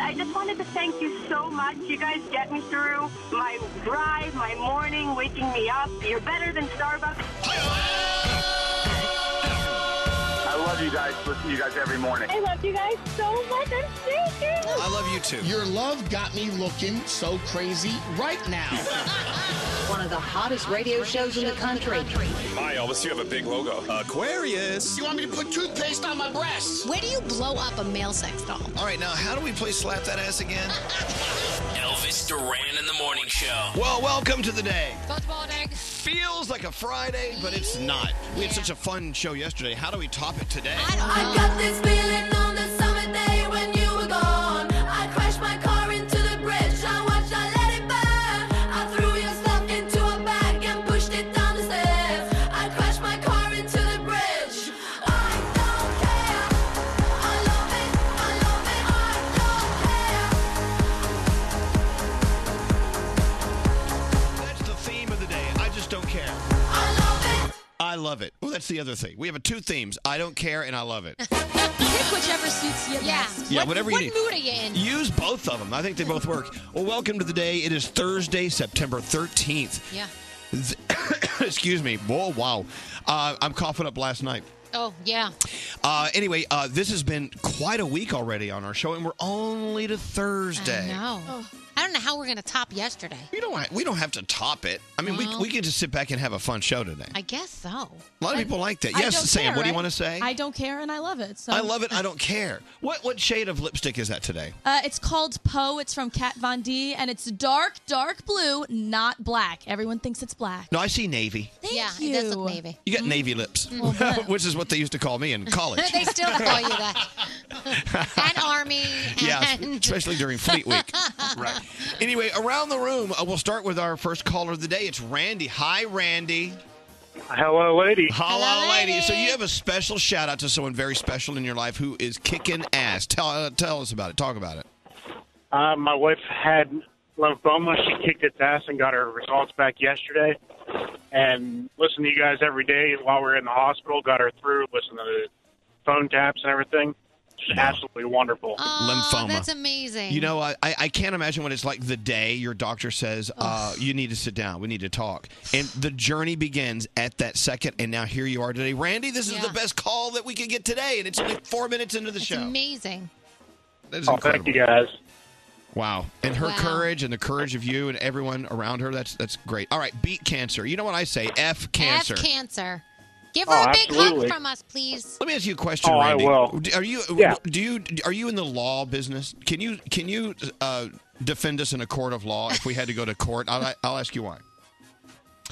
I just wanted to thank you so much. You guys get me through my drive, my morning, waking me up. You're better than Starbucks. I love you guys. Listen to you guys every morning. I love you guys so much. I'm shaking. I love you too. Your love got me looking so crazy right now. One of the hottest radio shows in the country. My Elvis, you have a big logo. Aquarius. you want me to put toothpaste on my breasts? Where do you blow up a male sex doll? All right, now how do we play slap that ass again? Elvis Duran in the morning show. well, welcome to the day. Football day. Feels like a Friday, but it's not. We had such a fun show yesterday. How do we top it today? I got this feeling on the summer day when you were gone. I crashed my car into the bridge. I watched, I let it burn. I threw your stuff into a bag and pushed it down the stairs. I crashed my car into the bridge. I don't care. I love it. I love it. I don't care. That's the theme of the day. I just don't care. I love it. I love it. Well, that's the other thing. We have a two themes. I don't care and I love it. Pick whichever suits you Yeah. best. Yeah, What- whatever you what need. mood are you in? Use both of them. I think they both work. Well, welcome to the day. It is Thursday, September 13th. Yeah. Th- Excuse me. Whoa, wow. Uh, I'm coughing up last night. Oh, yeah. Uh, anyway, uh, this has been quite a week already on our show, and we're only to Thursday. No. Oh. I don't know how we're going to top yesterday. We don't. ha- We don't have to top it. I mean, Well. we, we can just sit back and have a fun show today. I guess so. A lot of people like that. I Yes, don't Sam. care, what do you right? want to say? I don't care and I love it. So I love it. I don't care. What what shade of lipstick is that today? Uh, it's called Poe. It's from Kat Von D, and it's dark, dark blue, not black. Everyone thinks it's black. No, I see navy. Thank yeah, you. it does look navy. You got navy lips, which is what they used to call me in college. they still call you that. and Army. Yeah, And especially during Fleet Week. right. Anyway, around the room, uh, we'll start with our first caller of the day. It's Randy. Hi, Randy. Hello, lady. Hello, Hello, lady. lady. So you have a special shout out to someone very special in your life who is kicking ass. Tell uh, tell us about it. Talk about it. Uh, my wife had lymphoma. She kicked its ass and got her results back yesterday. And listen to you guys every day while we are in the hospital. Got her through. Listen to the phone taps and everything. Just absolutely wonderful. Aw, Lymphoma. That's amazing. You know, I, I I can't imagine what it's like the day your doctor says, uh, you need to sit down. We need to talk. And the journey begins at that second. And now here you are today. Randy, this is Yeah. the best call that we could get today. And it's only four minutes into the it's show. amazing. That is oh, incredible. thank you guys. Wow. And her Wow. courage and the courage of you and everyone around her, that's that's great. All right, beat cancer. You know what I say? F cancer. F cancer. Give her Oh, a big absolutely. hug from us, please. Let me ask you a question, Oh, I Randy. will. D- Are you Yeah. do you are you in the law business? Can you can you uh, defend us in a court of law if we had to go to court? I'll, I'll ask you why.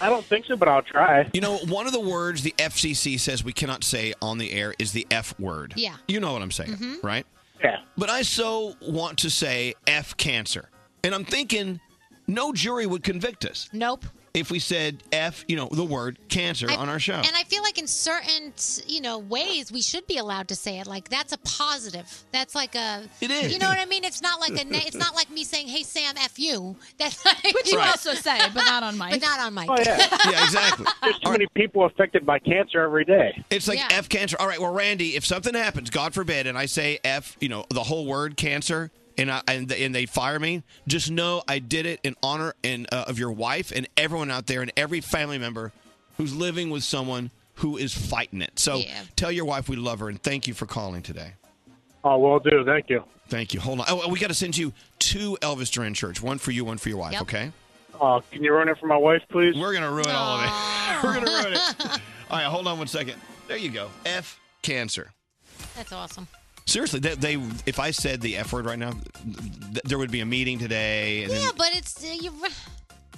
I don't think so, but I'll try. You know, one of the words the FCC says we cannot say on the air is the F word. Yeah. Mm-hmm. You know what I'm saying, right? Yeah. But I so want to say F cancer. And I'm thinking no jury would convict us. Nope. if we said F, you know, the word cancer I- on our show. And I feel like in certain, you know, ways we should be allowed to say it. Like that's a positive. That's like a. It is. You know what I mean? It's not like a. Ne- it's not like me saying, "Hey Sam, f you." That's like, Which you Right. also say, but not on mic. but not on mic. Oh, yeah. yeah, exactly. There's too many people affected by cancer every day. It's like Yeah. F cancer. All right, well, Randy, if something happens, God forbid, and I say F, you know, the whole word cancer, and I, and and they fire me, just know I did it in honor and uh, of your wife and everyone out there and every family member who's living with someone who is fighting it. So Yeah. tell your wife we love her and thank you for calling today. Oh, will do. Thank you. Thank you. Hold on. Oh, we got to send you two Elvis Duran shirts, one for you, one for your wife. Yep. Okay. Oh, can you run it for my wife, please? We're gonna ruin all of it. We're gonna ruin it. All right, hold on one second. There you go. F cancer. That's awesome. Seriously, they, they if I said the F word right now, th- there would be a meeting today. And Yeah, then, but it's uh, you.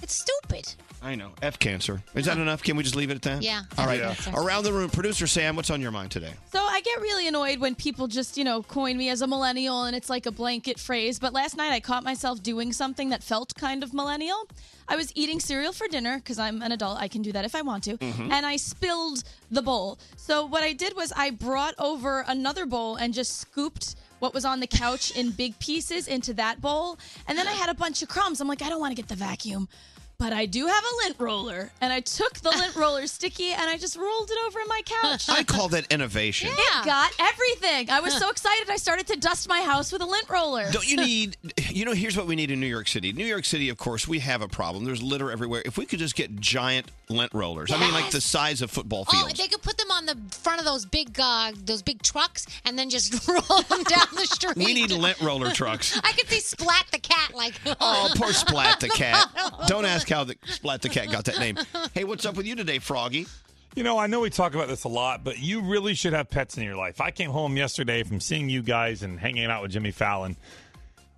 It's stupid. I know. F cancer. Is that enough? Can we just leave it at that? Yeah, All right. F cancer. Around the room, producer Sam, what's on your mind today? So I get really annoyed when people just, you know, coin me as a millennial and it's like a blanket phrase. But last night I caught myself doing something that felt kind of millennial. I was eating cereal for dinner because I'm an adult. I can do that if I want to. And I spilled the bowl. So what I did was I brought over another bowl and just scooped what was on the couch in big pieces into that bowl. And then I had a bunch of crumbs. I'm like, I don't want to get the vacuum. but I do have a lint roller. And I took the lint roller sticky and I just rolled it over in my couch. I call that innovation. It got everything. I was so excited. I started to dust my house with a lint roller. Don't you need, you know, here's what we need in New York City. New York City, of course, we have a problem. There's litter everywhere. If we could just get giant lint rollers, I mean, like the size of football Oh, fields. they could put them on the front of those big uh, those big trucks and then just roll them down the street. We need lint roller trucks. I could see Splat the cat like. Oh, poor Splat the cat. bottom. Don't ask how the Splat the cat got that name. Hey, what's up with you today, Froggy? You know, I know we talk about this a lot, but you really should have pets in your life. I came home yesterday from seeing you guys and hanging out with Jimmy Fallon.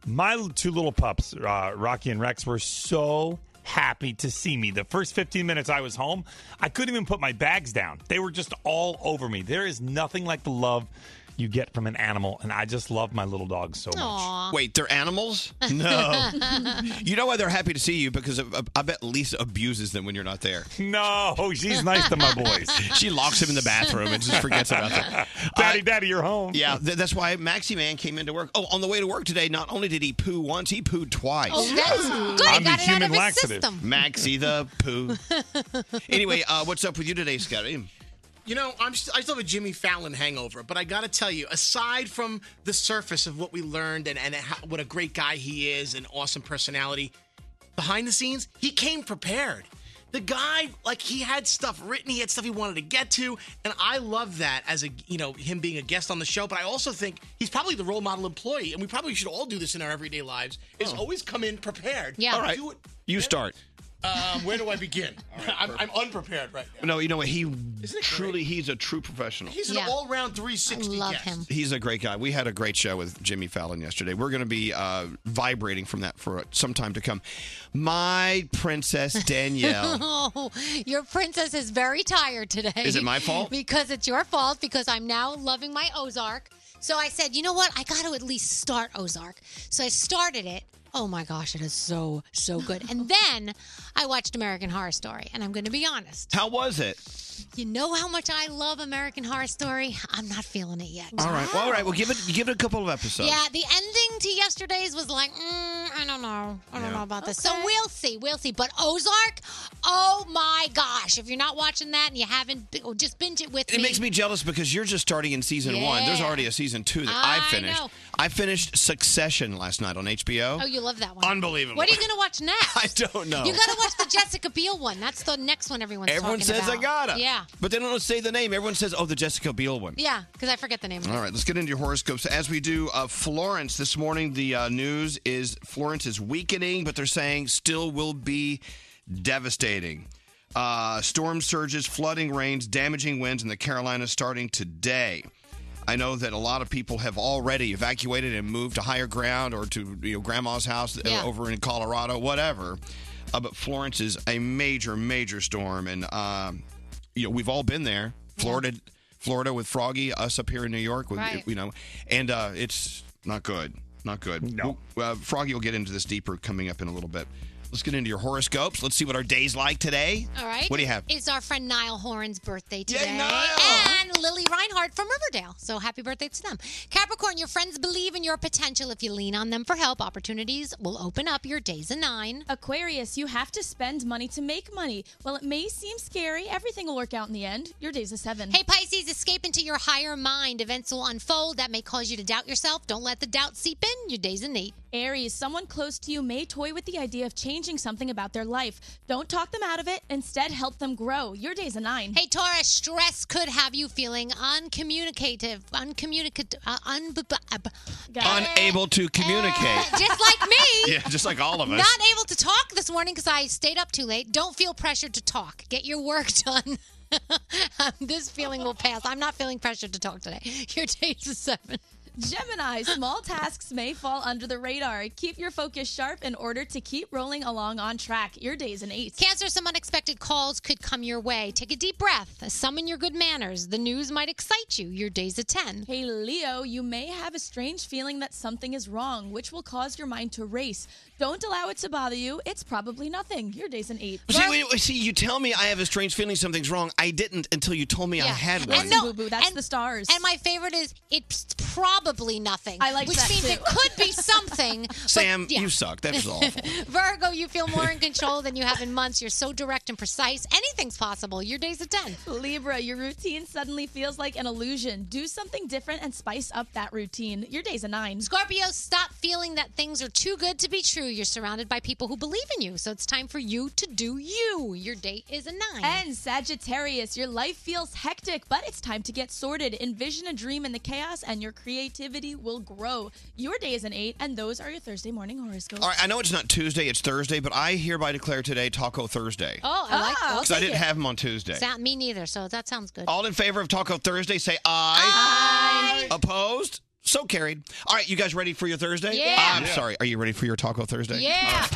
My l- two little pups, uh, Rocky and Rex, were so happy to see me. The first 15 minutes I was home, I couldn't even put my bags down. They were just all over me. There is nothing like the love you get from an animal, and I just love my little dogs so much. Wait, they're animals? No. you know why they're happy to see you? Because of, of- I bet Lisa abuses them when you're not there. No, she's nice to my boys. she locks him in the bathroom and just forgets about them. Daddy, daddy, you're home. Yeah, th- that's why Maxi Man came into work. Oh, on the way to work today, not only did he poo once, he pooed twice. Oh, that's good. He I'm the got it out human of his laxative. system. Maxi the poo. anyway, uh, what's up with you today, Scotty? You know, I'm st- I still have a Jimmy Fallon hangover, but I gotta tell you, aside from the surface of what we learned and and how, what a great guy he is and awesome personality, behind the scenes, he came prepared. The guy, like he had stuff written, he had stuff he wanted to get to, and I love that as a you know him being a guest on the show. But I also think he's probably the role model employee, and we probably should all do this in our everyday lives: is always come in prepared. Oh. All right. Do it. You start. Um, where do I begin? I'm, I'm unprepared right now. No, you know what? He truly, he's a true professional. He's an all-round 360 guest. He's a great guy. We had a great show with Jimmy Fallon yesterday. We're going to be uh, vibrating from that for some time to come. My princess Danielle. oh, your princess is very tired today. Is it my fault? Because it's your fault. Because I'm now loving my Ozark. So I said, you know what? I got to at least start Ozark. So I started it. Oh my gosh, it is so so good. And then I watched American Horror Story, and I'm going to be honest. How was it? You know how much I love American Horror Story. I'm not feeling it yet. All right. Well, all right. Well, give it give it a couple of episodes. Yeah, the ending to yesterday's was like, mm, I don't know. I don't Yeah. know about this. So we'll see. We'll see. But Ozark, oh my gosh. If you're not watching that and you haven't, b- oh, just binge it with It me. makes me jealous because you're just starting in season one. There's Yeah. already a season two that I I, finished. know. I finished Succession last night on HBO. Oh, you love that one. Unbelievable. What are you going to watch next? I don't know. You got to watch the Jessica Biel one. That's the next one everyone's Everyone talking says I about. gotta. Yeah. But they don't say the name. Everyone says, oh, the Jessica Biel one. Yeah, because I forget the name of it. All right, let's get into your horoscopes. As we do, uh, Florence this morning, the uh, news is Florence is weakening, but they're saying still will be devastating. Uh, storm surges, flooding rains, damaging winds in the Carolinas starting today. I know that a lot of people have already evacuated and moved to higher ground or to you know, grandma's house uh, Yeah. over in Colorado, whatever. Uh, but Florence is a major, major storm, and um, you know we've all been there. Florida, Florida with Froggy, us up here in New York, with, Right. you know, and uh, it's not good, not good. No, uh, Froggy will get into this deeper coming up in a little bit. Let's get into your horoscopes. Let's see what our day's like today. All right. What do you have? It's our friend Niall Horan's birthday today. And Lily Reinhardt from Riverdale. So happy birthday to them. Capricorn, your friends believe in your potential. If you lean on them for help, opportunities will open up your days a nine. Aquarius, you have to spend money to make money. While it may seem scary, everything will work out in the end. Your day's a seven. Hey, Pisces, escape into your higher mind. Events will unfold that may cause you to doubt yourself. Don't let the doubt seep in. Your day's an eight. Aries, someone close to you may toy with the idea of changing something about their life. Don't talk them out of it. Instead, help them grow. Your day's a nine. Hey, Taurus, stress could have you feeling uncommunicative, uncommunicative, uh, un- Unable to communicate. just like me. yeah, just like all of us. Uh, Not able to talk this morning because I stayed up too late. Don't feel pressured to talk. Get your work done. Um, this feeling will pass. I'm not feeling pressured to talk today. Your day's a seven. Gemini, small tasks may fall under the radar. Keep your focus sharp in order to keep rolling along on track. Your day's an eight. Cancer, some unexpected calls could come your way. Take a deep breath. Summon your good manners. The news might excite you. Your day's a 10. Hey, Leo, you may have a strange feeling that something is wrong, which will cause your mind to race. Don't allow it to bother you. It's probably nothing. Your day's an eight. See, wait, see, you tell me I have a strange feeling something's wrong. I didn't until you told me I had one. And no, boo boo. That's the stars. And my favorite is it's probably. probably nothing. I like which that, means too. it could be something. but- Sam, yeah. you suck. That is awful. Virgo, you feel more in control than you have in months. You're so direct and precise. Anything's possible. Your day's a 10. Libra, your routine suddenly feels like an illusion. Do something different and spice up that routine. Your day's a nine. Scorpio, stop feeling that things are too good to be true. You're surrounded by people who believe in you, so it's time for you to do you. Your date is a nine. And Sagittarius, your life feels hectic, but it's time to get sorted. Envision a dream in the chaos, and your creativity will grow. Your day is an eight, and those are your Thursday morning horoscopes. All right, I know it's not Tuesday, it's Thursday, but I hereby declare today Taco Thursday. Oh, I like I'll Because I take didn't it. have them on Tuesday. Oh. Sa- me neither, so that sounds good. All in favor of Taco Thursday, say aye. Opposed? So carried. All right, you guys ready for your Thursday? Yeah. I'm Yeah. sorry. Are you ready for your Taco Thursday? Yeah.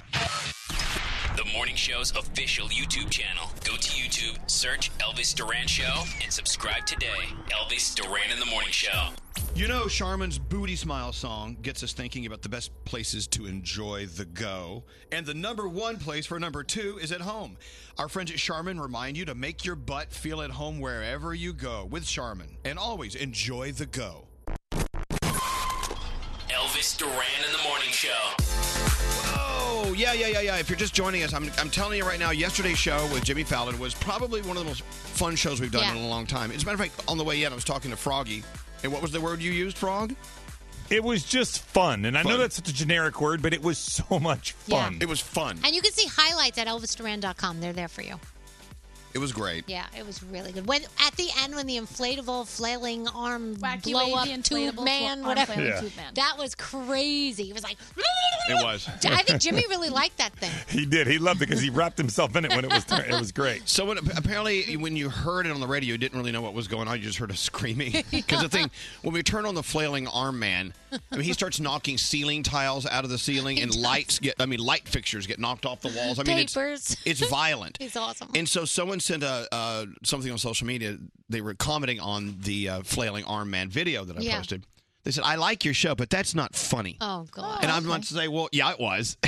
The morning show's official YouTube channel. Go to YouTube, search Elvis Duran Show, and subscribe today. Elvis Duran in the Morning Show. You know, Charmin's Booty Smile song gets us thinking about the best places to enjoy the go. And the number one place for number two is at home. Our friends at Charmin remind you to make your butt feel at home wherever you go with Charmin. And always enjoy the go. Elvis Duran in the Morning Show. Oh, yeah, yeah, yeah, yeah. If you're just joining us, I'm, I'm telling you right now, yesterday's show with Jimmy Fallon was probably one of the most fun shows we've done Yeah. in a long time. As a matter of fact, on the way in, I was talking to Froggy. And what was the word you used, Frog? It was just fun, and I know that's such a generic word, but it was so much fun. It was fun. And you can see highlights at elvisduran.com. They're there for you. It was great. Yeah, it was really good. When at the end, when the inflatable flailing arm blow up wavy inflatable tube man, fl- arm whatever, flailing Yeah. tube man. that was crazy. It was like "Mmm." It was. I think Jimmy really liked that thing. he did. He loved it because he wrapped himself in it when it was. It was great. So when, apparently, when you heard it on the radio, you didn't really know what was going on. You just heard us screaming. Because the thing, when we turn on the flailing arm man, I mean, he starts knocking ceiling tiles out of the ceiling, and lights get—I mean, light fixtures get knocked off the walls. I mean, it's- Papers. It's, violent. It's awesome. And so someone sent a uh, something on social media. They were commenting on the uh, flailing arm man video that I Yeah. posted. They said, "I like your show, but that's not funny." Oh god. and I'm about to say, "Well, yeah, it was."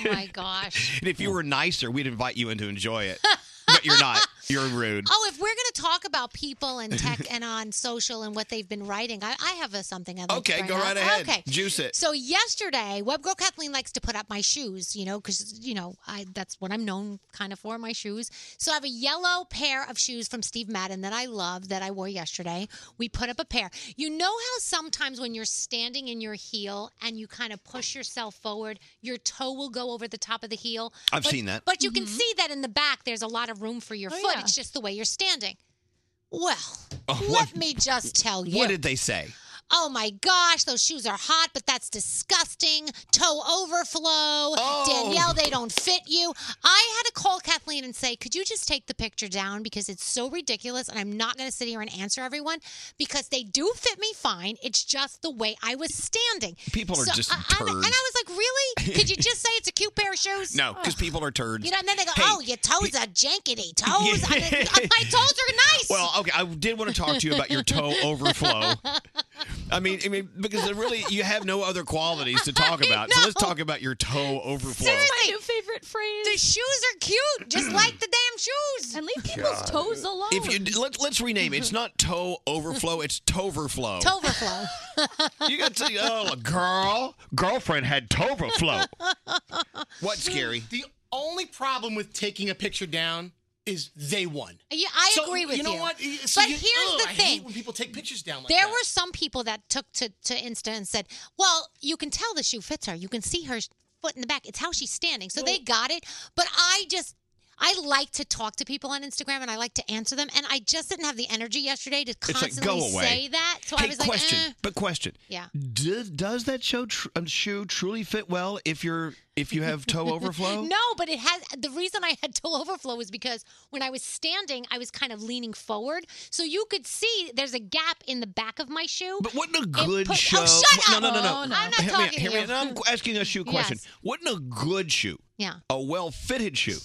Oh my gosh. and if you were nicer, we'd invite you in to enjoy it. but you're not. You're rude. Oh, if we're going to talk about people and tech and on social and what they've been writing, I, I have a, something. I'd like to Okay, bring go up. right ahead. Okay, Juice it. So yesterday, web girl Kathleen likes to put up my shoes, you know, because you know I that's what I'm known kind of for my shoes. So I have a yellow pair of shoes from Steve Madden that I love that I wore yesterday. We put up a pair. You know how sometimes when you're standing in your heel and you kind of push yourself forward, your toe will go over the top of the heel. I've But- seen that. but you can see that in the back, there's a lot of room for your Mm-hmm. Oh, foot. yeah. It's just the way you're standing. Well, Oh, let me just tell you. What did they say? Oh my gosh, those shoes are hot, but that's disgusting. Toe overflow. Oh. Danielle, they don't fit you. I had to call Kathleen and say, could you just take the picture down because it's so ridiculous and I'm not going to sit here and answer everyone because they do fit me fine. It's just the way I was standing. People are So just I- I'm- turds. And I was like, really? Could you just say it's a cute pair of shoes? No, because people are turds. You know, and then they go, Hey, "Oh, your toes are jankety toes." I mean, my toes are nice. Well, okay, I did want to talk to you about your toe overflow. I mean, I mean, because it really, you have no other qualities to talk about. So let's talk about your toe overflow. Seriously, new favorite phrase. The shoes are cute, just like the damn shoes. And leave people's God. toes alone. If you let, let's rename it. It's not toe overflow. It's toverflow. Toverflow. you got to oh, a girl, girlfriend had toverflow. What's scary? The only problem with taking a picture down is they won. Yeah, I So, agree with you. you. know what? So but you- here's ugh, the I hate thing: when people take pictures down like there that. were some people that took to to Insta and said, "Well, you can tell the shoe fits her. You can see her foot in the back. It's how she's standing." So they got it. But I just. I like to talk to people on Instagram and I like to answer them. And I just didn't have the energy yesterday to It's like, constantly go away. say that. So hey, I was like, question, eh. but question. Yeah. Does, does that show tr- um, shoe truly fit well if you're if you have toe overflow? no, but it has. The reason I had toe overflow was because when I was standing, I was kind of leaning forward, so you could see there's a gap in the back of my shoe. But wouldn't a It good put- show? Oh, shut no, up! no, no, no. I'm not Hear me out, talking hear to me you. out. No, I'm asking a shoe question. Yes. Wouldn't a good shoe, Yeah. a well-fitted shoe,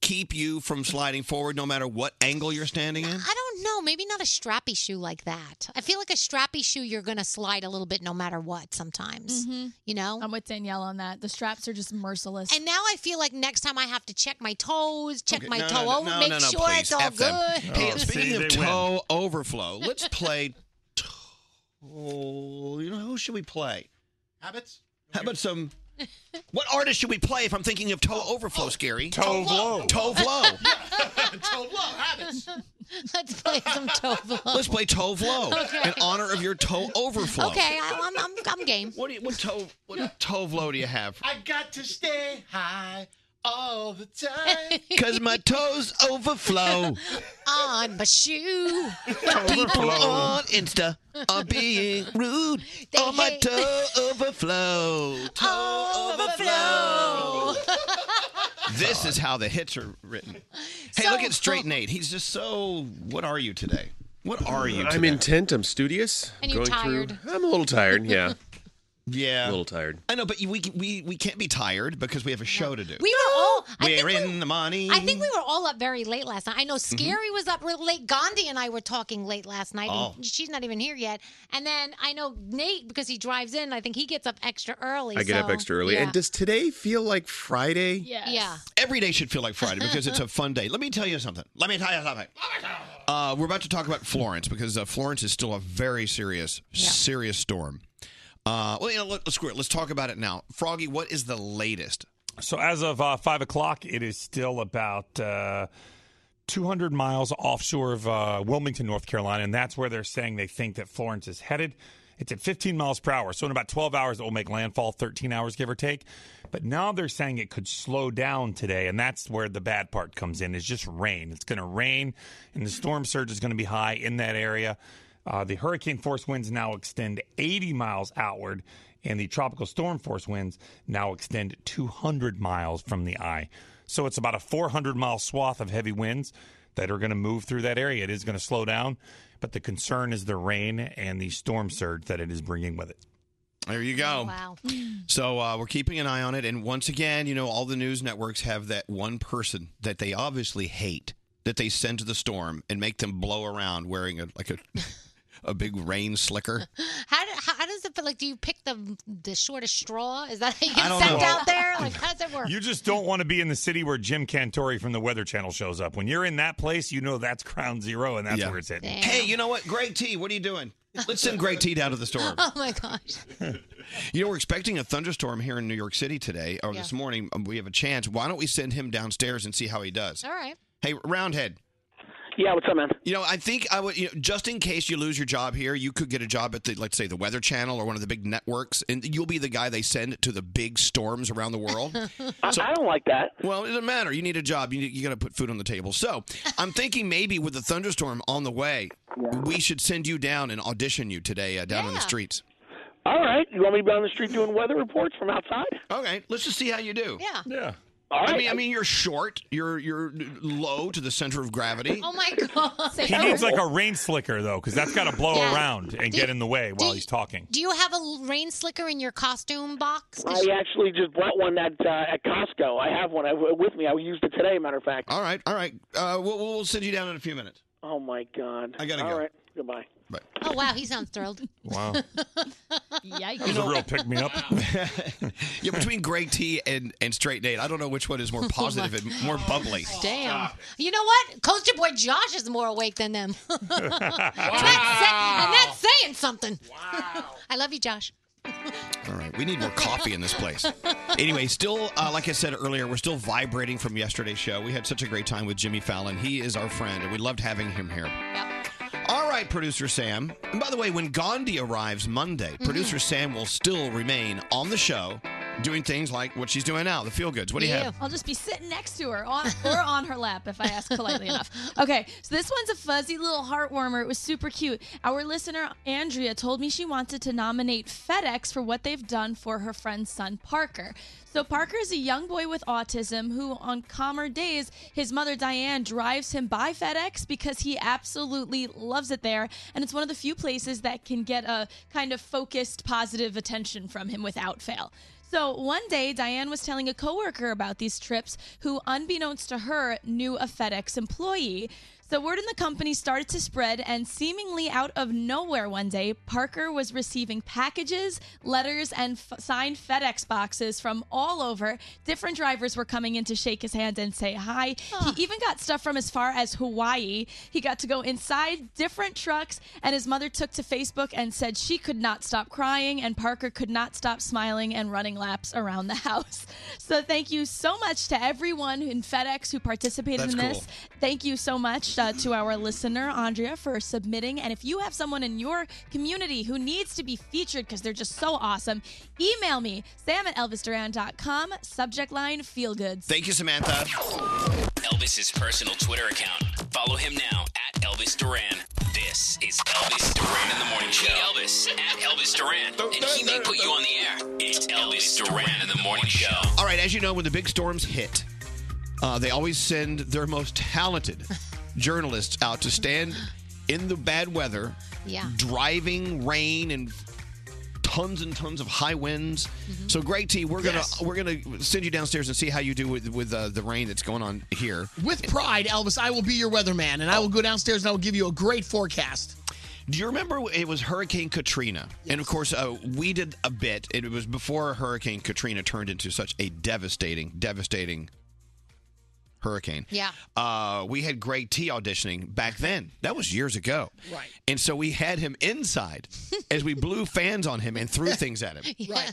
keep you from sliding forward no matter what angle you're standing in? I don't know. Maybe not a strappy shoe like that. I feel like a strappy shoe, you're going to slide a little bit no matter what sometimes. You know? I'm with Danielle on that. The straps are just merciless. And now I feel like next time I have to check my toes, check Okay, my no, toe no, over, no, make no, no, sure please, it's all F them. good. Hey, speaking of toe overflow, let's play oh, you know, who should we play? Habits? How about some? What artist should we play if I'm thinking of Toe Overflow, Scary? Tovlo. Tovlo. Tovlo habits. Let's play some Tovlo. Let's play Tovlo Okay. in honor of your Toe Overflow. Okay, I, I'm, I'm, I'm game. What do you, what toe, what Tovlo do you have? I got to stay high all the time. Because my toes overflow. on my shoe. People on Insta are being rude. oh, my hate- toe overflow. Toe overflow. This is how the hits are written. Hey, look at Straight Nate. He's just so. What are you today? What are you? Today? I'm intent. I'm studious. And you're through- tired. I'm a little tired. Yeah. yeah. A little tired. I know, but we we we can't be tired because we have a show to do. We were all. I We're think, in the money. I Mm-hmm. think we were all up very late last night. I know Scary was up real late. Gandhi and I were talking late last night. and Oh. she's not even here yet. And then I know Nate because he drives in. I think he gets up extra early. I get up so- extra early. Yeah. And does today feel like Friday? Yeah. Every day should feel like Friday because it's a fun day. Let me tell you something. Let me tell you something. Uh, we're about to talk about Florence because uh, Florence is still a very serious, serious storm. Uh, well, you know, let, screw it. Let's talk about it now. Froggy, what is the latest? So as of uh, five o'clock, it is still about uh, 200 miles offshore of uh, Wilmington, North Carolina, and that's where they're saying they think that Florence is headed. It's at 15 miles per hour, so in about 12 hours it will make landfall, 13 hours give or take. But now they're saying it could slow down today, and that's where the bad part comes in. It's just rain. It's going to rain, and the storm surge is going to be high in that area. Uh, the hurricane force winds now extend 80 miles outward, and the tropical storm force winds now extend 200 miles from the eye. So it's about a 400 mile swath of heavy winds that are going to move through that area. It is going to slow down, but the concern is the rain and the storm surge that it is bringing with it. There you Oh, go. Wow. So uh, we're keeping an eye on it. And once again, you know, all the news networks have that one person that they obviously hate that they send to the storm and make them blow around wearing a like a a big rain slicker. How, do, how, how does it feel? Like, do you pick the the shortest straw? Is that how you get don't sent know. out there? Like, how does it work? You just don't want to be in the city where Jim Cantori from the Weather Channel shows up. When you're in that place, you know that's ground zero, and that's where it's at. Hey, you know what? Greg T, what are you doing? Let's send Greg T down to the storm. Oh my gosh. You know, we're expecting a thunderstorm here in New York City today or Yeah. this morning. Um, We have a chance. Why don't we send him downstairs and see how he does? All right. Hey, Roundhead. Yeah, what's up, man? You know, I think I would, you know, just in case you lose your job here, you could get a job at the, let's say, the Weather Channel or one of the big networks, and you'll be the guy they send to the big storms around the world. I don't like that. Well, it doesn't matter. You need a job. You, need- you got to put food on the table. So I'm thinking maybe with the thunderstorm on the way, we should send you down and audition you today uh, down in the streets. All right, you want me to be on the street doing weather reports from outside? Okay, let's just see how you do. Yeah. Yeah. All right. I mean, I mean, you're short. You're you're low to the center of gravity. Oh my god. He needs like a rain slicker though, because that's got to blow Yeah. around and Do- get in the way while he's talking. Do you have a rain slicker in your costume box? I actually just bought one at uh, at Costco. I have one I, with me. I used it today, matter of fact. All right, all right. Uh, we'll, we'll send you down in a few minutes. Oh my God! I gotta All go. right, goodbye. Oh wow, he sounds thrilled. Wow. Yikes. That was a real pick me up. yeah, between Greg T and, and Straight Nate, I don't know which one is more positive and more bubbly. Damn. You know what? Coaster boy Josh is more awake than them. and, that's say- and that's saying something. Wow. I love you, Josh. All right, we need more coffee in this place. Anyway, still, uh, like I said earlier, we're still vibrating from yesterday's show. We had such a great time with Jimmy Fallon. He is our friend, and we loved having him here. All right, producer Sam. And by the way, when Gandhi arrives Monday, producer Sam will still remain on the show doing things like what she's doing now, the feel goods. What do you have? I'll just be sitting next to her on, or on her lap if I ask politely enough. Okay, so this one's a fuzzy little heart warmer. It was super cute. Our listener, Andrea, told me she wanted to nominate FedEx for what they've done for her friend's son, Parker. So, Parker is a young boy with autism who, on calmer days, his mother, Diane, drives him by FedEx because he absolutely loves it there. And it's one of the few places that can get a kind of focused, positive attention from him without fail. So one day, Diane was telling a coworker about these trips who, unbeknownst to her, knew a FedEx employee. The word in the company started to spread, and seemingly out of nowhere one day, Parker was receiving packages, letters, and f- signed FedEx boxes from all over. Different drivers were coming in to shake his hand and say hi. He even got stuff from as far as Hawaii. He got to go inside different trucks, and his mother took to Facebook and said she could not stop crying, and Parker could not stop smiling and running laps around the house. So, thank you so much to everyone in FedEx who participated That's in this. cool. Thank you so much uh, to our listener, Andrea, for submitting. And if you have someone in your community who needs to be featured because they're just so awesome, email me, sam at elvisduran.com, subject line feel goods. Thank you, Samantha. Elvis's personal Twitter account. Follow him now at Elvis Duran. This is Elvis Duran in the Morning Show. Tweet Elvis at Elvis Duran, and he may put you on the air. It's Elvis Duran in the Morning Show. All right, as you know, when the big storms hit, uh, they always send their most talented journalists out to stand in the bad weather, Yeah. driving rain and tons and tons of high winds. Mm-hmm. So, Greg T, we're gonna we're gonna send you downstairs and see how you do with with uh, the rain that's going on here. With pride, Elvis, I will be your weatherman, and I will go downstairs and I will give you a great forecast. Do you remember it was Hurricane Katrina? And of course, uh, we did a bit. It was before Hurricane Katrina turned into such a devastating, devastating hurricane. Yeah. Uh, we had Greg T auditioning back then. That was years ago. Right. And so we had him inside as we blew fans on him and threw things at him, Yes.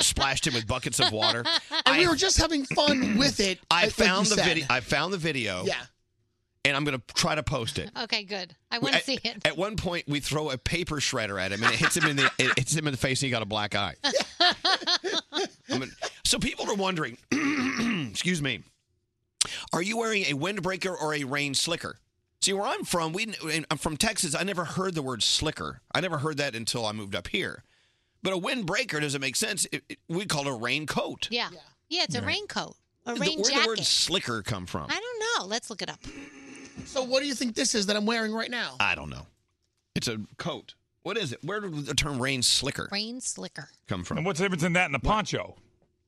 splashed him with buckets of water. And we were just having fun with it. I like you found the said. video. I found the video. Yeah. And I'm going to try to post it. Okay, good. I want to at, see it. At one point, we throw a paper shredder at him, and it hits him in the it hits him in the face, and he got a black eye. I mean, so people are wondering. excuse me. Are you wearing a windbreaker or a rain slicker? See, where I'm from, we I'm from Texas. I never heard the word slicker. I never heard that until I moved up here. But a windbreaker doesn't make sense. It, it- we call it a raincoat. Yeah. Yeah, it's a Right. raincoat, a The- rain Where the jacket. word slicker come from? I don't know. Let's look it up. So, what do you think this is that I'm wearing right now? I don't know. It's a coat. What is it? Where did the term rain slicker Rain slicker. come from? And what's the difference in that and a poncho?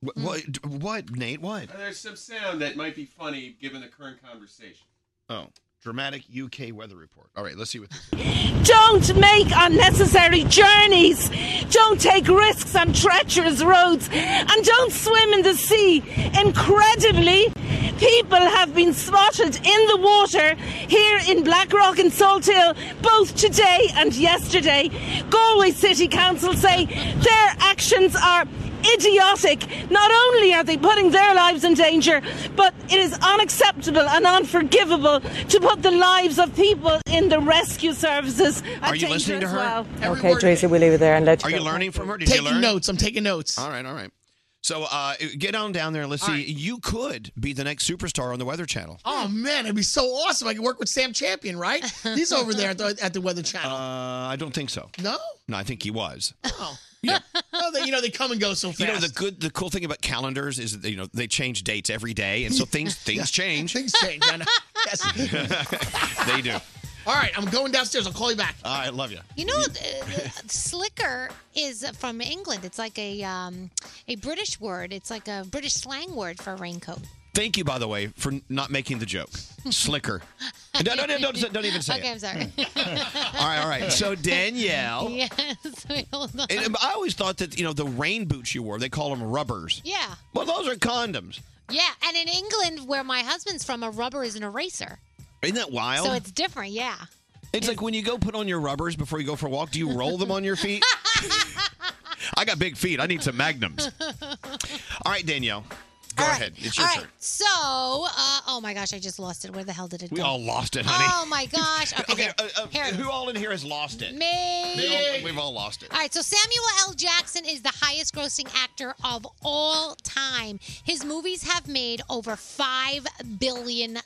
Hmm. What, what, what, Nate? What? There's some sound that might be funny given the current conversation. Oh, dramatic UK weather report. All right, let's see what this is. Don't make unnecessary journeys. Don't take risks on treacherous roads. And don't swim in the sea. Incredibly, people have been spotted in the water here in Blackrock and Salt Hill both today and yesterday. Galway City Council say their actions are idiotic. Not only are they putting their lives in danger, but it is unacceptable and unforgivable to put the lives of people in the rescue services at Are you danger listening to as her? well. Okay, Tracy, we leave it there and let Are you learning from her? Did taking you learn? notes. I'm taking notes. All right, all right. So uh, get on down there and let's see. You could be the next superstar on the Weather Channel. Oh man, it'd be so awesome. I could work with Sam Champion, right? He's over there at the, at the Weather Channel. Uh, I don't think so. No? No, I think he was. Oh, they, you know they come and go so fast. You know the good, the cool thing about calendars is that, you know they change dates every day, and so things things change. Things change. I know. Yes. they do. All right, I'm going downstairs. I'll call you back. All right, love you. You know, uh, slicker is from England. It's like a um, a British word. It's like a British slang word for a raincoat. Thank you, by the way, for not making the joke. Slicker. No, no, no, don't, don't even say okay, it. I'm sorry. All right, all right. So Danielle, yes. Wait, hold on. and uh, I always thought that you know the rain boots you wore, they call them rubbers. yeah. Well, those are condoms. Yeah. And in England, where my husband's from, a rubber is an eraser. Isn't that wild? So it's different. Yeah. It's like when you go put on your rubbers before you go for a walk, do you roll them on your feet? I got big feet. I need some magnums. All right, Danielle. Go ahead. It's All your right. turn. So, uh, oh my gosh, I just lost it. Where the hell did it We go? all lost it, honey. Oh my gosh. Okay. Okay, uh, uh, who all in here has lost it? Me. They all- we've all lost it. All right, so Samuel L. Jackson is the highest grossing actor of all time. His movies have made over $5 billion.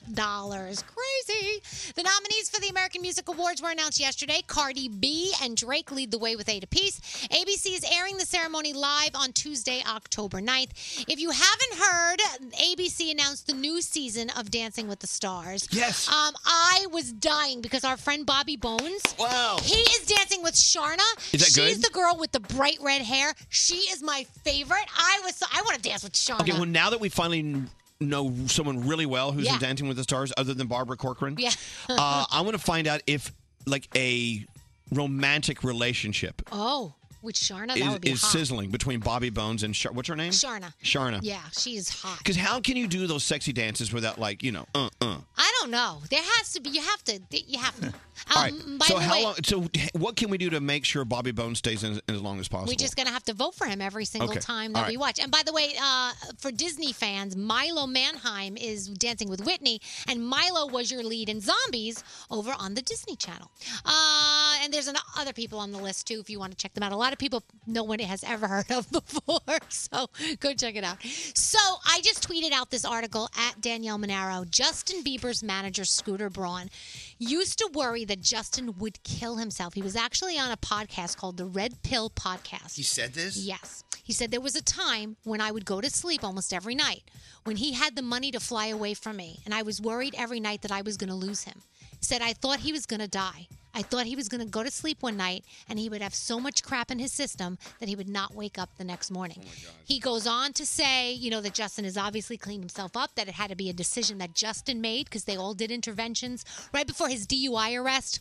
Crazy. The nominees for the American Music Awards were announced yesterday. Cardi B and Drake lead the way with eight apiece. ABC is airing the ceremony live on Tuesday, October 9th. If you haven't heard, ABC announced the new season of Dancing with the Stars. Yes. Um, I was dying because our friend Bobby Bones. Wow. He is dancing with Sharna. Is that She's good? the girl with the bright red hair. She is my favorite. I was so, I want to dance with Sharna. Okay, well, now that we finally know someone really well who's Yeah. in Dancing with the Stars other than Barbara Corcoran. Yeah. uh, I want to find out if like a romantic relationship oh, with Sharna, that is, would be is hot. sizzling between Bobby Bones and Shar- what's her name? Sharna. Sharna. Yeah, she is hot. Because how can you do those sexy dances without like you know uh uh. I don't know. There has to be. You have to. You have to. Um, All right. By so the how way, long? So what can we do to make sure Bobby Bones stays in as long as possible? We're just going to have to vote for him every single Okay. time All that right. we watch. And by the way, uh, for Disney fans, Milo Manheim is dancing with Whitney, and Milo was your lead in Zombies over on the Disney Channel. Uh, and there's an, other people on the list too if you want to check them out. A lot of people no one has ever heard of before, so go check it out. So I just tweeted out this article at Danielle Monaro. Justin Bieber's manager Scooter Braun used to worry that Justin would kill himself. He was actually on a podcast called the Red Pill Podcast. He said this? Yes. He said there was a time when I would go to sleep almost every night when he had the money to fly away from me, and I was worried every night that I was going to lose him. He said I thought he was going to die. I thought he was going to go to sleep one night and he would have so much crap in his system that he would not wake up the next morning. He goes on to say, you know, that Justin has obviously cleaned himself up, that it had to be a decision that Justin made because they all did interventions right before his DUI arrest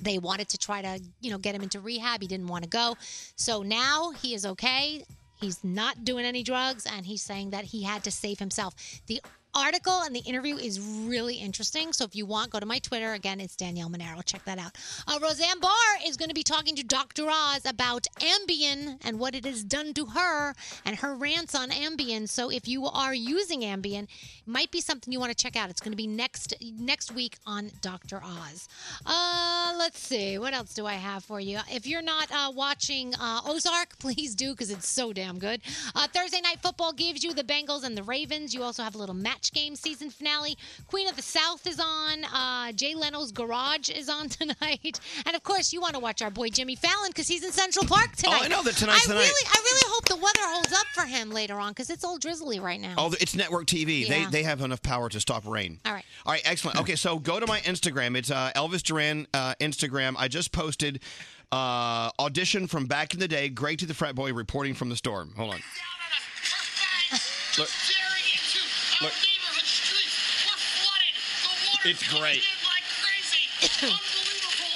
they wanted to try to you know get him into rehab he didn't want to go so now he is okay he's not doing any drugs and he's saying that he had to save himself the article and the interview is really interesting so if you want go to my twitter again it's danielle monero check that out uh, roseanne barr is going to be talking to dr oz about ambien and what it has done to her and her rants on ambien so if you are using ambien it might be something you want to check out it's going to be next next week on dr oz uh, let's see. What else do I have for you? If you're not uh, watching uh, Ozark, please do because it's so damn good. Uh, Thursday Night Football gives you the Bengals and the Ravens. You also have a little match game season finale. Queen of the South is on. Uh, Jay Leno's Garage is on tonight. And of course, you want to watch our boy Jimmy Fallon because he's in Central Park tonight. Oh, I know that tonight's I the night. Really, I really hope the weather holds up for him later on because it's all drizzly right now. Oh, it's network TV. Yeah. They they have enough power to stop rain. All right. All right, excellent. Okay, so go to my Instagram. It's uh, Elvis Duran uh, Instagram. I just posted uh, audition from back in the day. Greg to the frat boy reporting from the storm. Hold on. Look. Oh Look. It's great.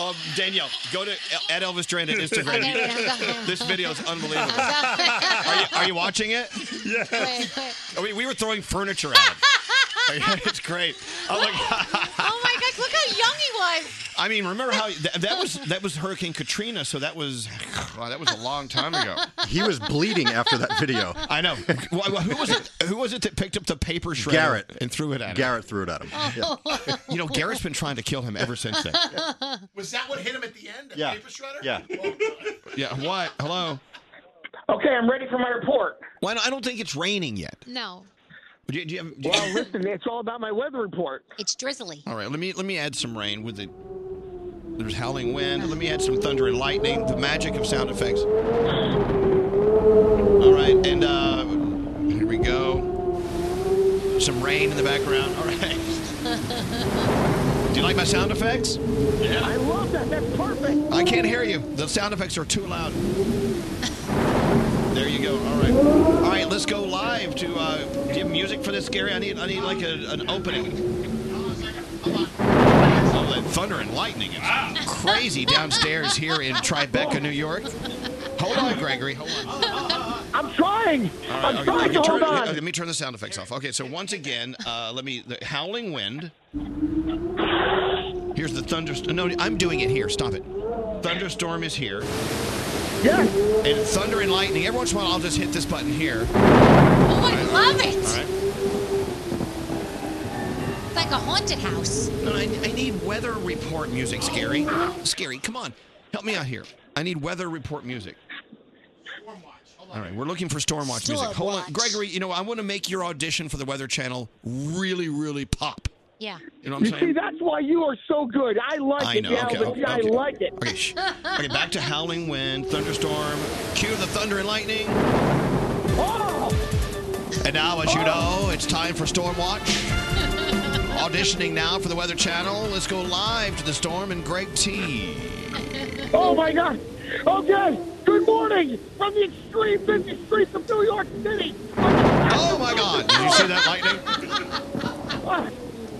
Um, Danielle, go to at Elvis Duran at Instagram. Okay, wait, I'm going. this video is unbelievable. I'm going. Are you, are you watching it? Yes. Wait, wait. I mean, we were throwing furniture at him. Like, it's great. Oh my god. oh my gosh, look how young he was. I mean, remember how that, that was that was Hurricane Katrina, so that was wow, that was a long time ago. He was bleeding after that video. I know. Well, well, who was it? Who was it that picked up the paper shredder Garrett. and threw it at him? Garrett threw it at him. Oh. You know, Garrett's been trying to kill him ever since then. Was that what hit him at the end? A Yeah. paper shredder? Yeah. Yeah. What? Hello. Okay, I'm ready for my report. Why? I don't think it's raining yet. No, Do you- do you have- do you- Well, listen, it's all about my weather report. it's drizzly. All right. Let me let me add some rain with the. There's howling wind. Let me add some thunder and lightning. The magic of sound effects. All right, and uh, here we go. Some rain in the background. All right. Do you like my sound effects? Yeah. I love that. That's perfect. I can't hear you. The sound effects are too loud. There you go. All right. All right. Let's go live to uh, give music for this, Gary. I need I need like a, an opening. All that thunder and lightning is crazy downstairs here in Tribeca, New York. Hold on, Gregory. Hold on. I'm trying. All I'm okay, trying let me to turn- hold on. Let me turn the sound effects off. Okay, so once again, uh, let me the howling wind. Here's the thunderstorm. No, I'm doing it here. Stop it. Thunderstorm is here. Yeah. And thunder and lightning. Every once in a while, I'll just hit this button here. Oh, I love it. All right. It's like a haunted house. No, I, I need weather report music, Scary. Scary, come on. Help me out here. I need weather report music. All right, we're looking for Stormwatch music. Hold on. Gregory, you know, I want to make your audition for the Weather Channel really, really pop. Yeah. You know what I'm see, saying? that's why you are so good. I like I it, know, yeah, okay, but okay, I okay. like it. Okay, shh. Okay, back to howling wind, thunderstorm, cue the thunder and lightning. And now, as you know, it's time for Storm Watch. Auditioning now for the Weather Channel. Let's go live to the storm and Greg T. Oh my God! Okay, good morning from the extreme busy streets of New York City. Oh my God! Did you see that lightning? Ah,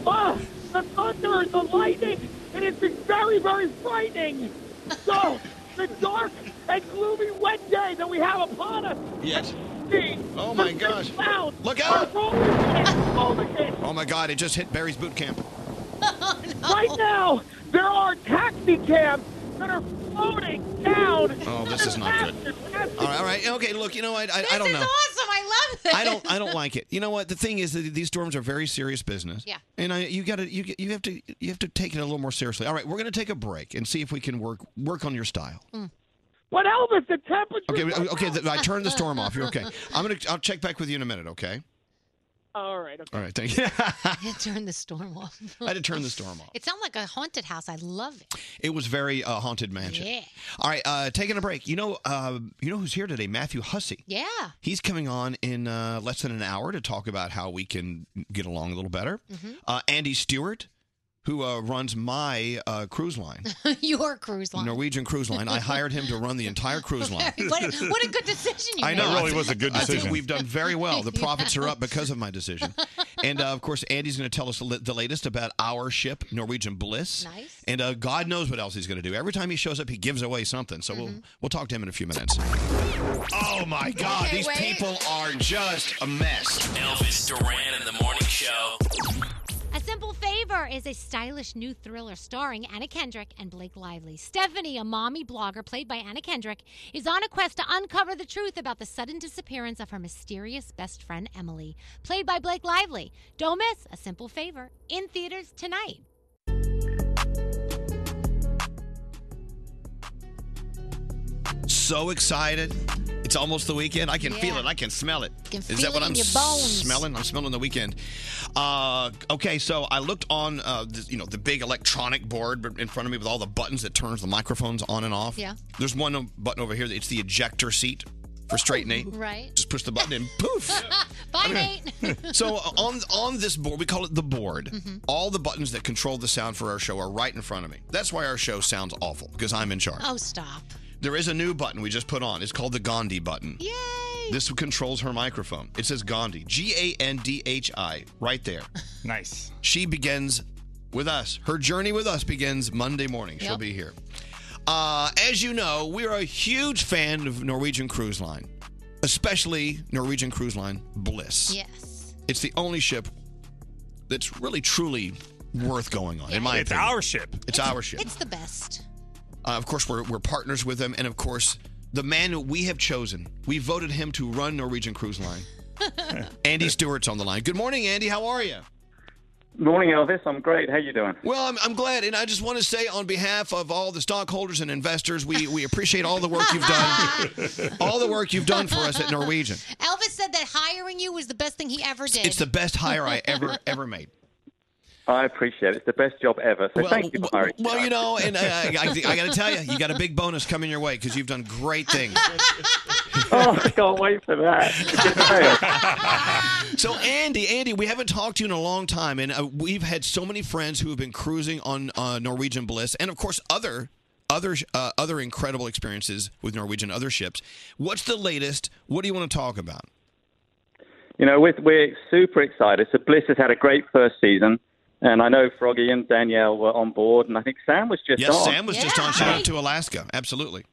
ah, the thunder and the lightning, and it's been very, very frightening. So, the dark and gloomy wet day that we have upon us. Yes. Oh my gosh. Clouds Look out! Oh my God! It just hit Barry's boot camp. Oh, Right now, there are taxi cabs that are floating down. Oh, this is not good. All right, all right, okay. Look, you know what? I, I don't This is know. awesome. I love this. I don't. I don't like it. You know what? The thing is that these storms are very serious business. Yeah. And I, you got to you you have to you have to take it a little more seriously. All right, we're going to take a break and see if we can work work on your style. Hmm. What Elvis? The temperature. Okay. Okay. th- I turned the storm off. You're okay. I'm gonna. I'll check back with you in a minute. Okay. All right. All right. Thank you. I had to turn the storm off. I had to turn the storm off. It sounds like a haunted house. I love it. It was very uh, haunted mansion. Yeah. All right. Uh, taking a break. You know. Uh, you know who's here today? Matthew Hussey. Yeah. He's coming on in uh, less than an hour to talk about how we can get along a little better. Mhm. Uh, Andy Stewart, who uh, runs my uh, cruise line, Your cruise line. Norwegian Cruise Line. I hired him to run the entire cruise line. Very- what, a- what a good decision you I made. know. I really thi- was a good I think decision. we've done very well. The Yeah. profits are up because of my decision. And uh, of course, Andy's going to tell us the li- the latest about our ship, Norwegian Bliss. Nice. And uh, God knows what else he's going to do. Every time he shows up, he gives away something. So we'll we'll talk to him in a few minutes. Oh my God, Okay, these wait. people are just a mess. Elvis Duran in the morning show. A Simple Favor is a stylish new thriller starring Anna Kendrick and Blake Lively. Stephanie, a mommy blogger played by Anna Kendrick, is on a quest to uncover the truth about the sudden disappearance of her mysterious best friend Emily, played by Blake Lively. Don't miss A Simple Favor in theaters tonight. So excited. It's almost the weekend. I can feel Yeah. it. I can smell it. Can Is feel that it what in I'm your bones. smelling? I'm smelling the weekend. Uh, okay, so I looked on, uh, the, you know, the big electronic board in front of me with all the buttons that turns the microphones on and off. Yeah. There's one uh, button over here. It's the ejector seat for straight Nate. Right. Just push the button and poof. Bye, Okay. Nate. so uh, on on this board, we call it the board. Mhm. All the buttons that control the sound for our show are right in front of me. That's why our show sounds awful because I'm in charge. Oh, stop. There is a new button we just put on. It's called the Gandhi button. Yay! This controls her microphone. It says Gandhi, G A N D H I, right there. Nice. She begins with us. Her journey with us begins Monday morning. She'll Yep. be here. Uh, as you know, we're a huge fan of Norwegian Cruise Line, especially Norwegian Cruise Line Bliss. Yes. It's the only ship that's really truly worth going on, in my It's opinion. our ship. It's our ship. It's the best. Uh, of course, we're, we're partners with them. And of course, the man who we have chosen, we voted him to run Norwegian Cruise Line. Andy Stewart's on the line. Good morning, Andy. How are you? Morning, Elvis. I'm great. How you doing? Well, I'm, I'm glad. And I just want to say, on behalf of all the stockholders and investors, we, we appreciate all the work you've done. all the work you've done for us at Norwegian. Elvis said that hiring you was the best thing he ever did. It's the best hire I ever, ever made. I appreciate it. It's the best job ever. So thank you for hiring. Well, you know, and I, I, I, got to tell you, you got a big bonus coming your way because you've done great things. oh, I can't wait for that. So, Andy, Andy, we haven't talked to you in a long time, and uh, we've had so many friends who have been cruising on uh, Norwegian Bliss, and of course, other other uh, other incredible experiences with Norwegian other ships. What's the latest? What do you want to talk about? You know, we're, we're super excited. So Bliss has had a great first season, and I know Froggy and Danielle were on board, and I think Sam was just yes, on. Sam was just on. Shout out to Alaska. Absolutely.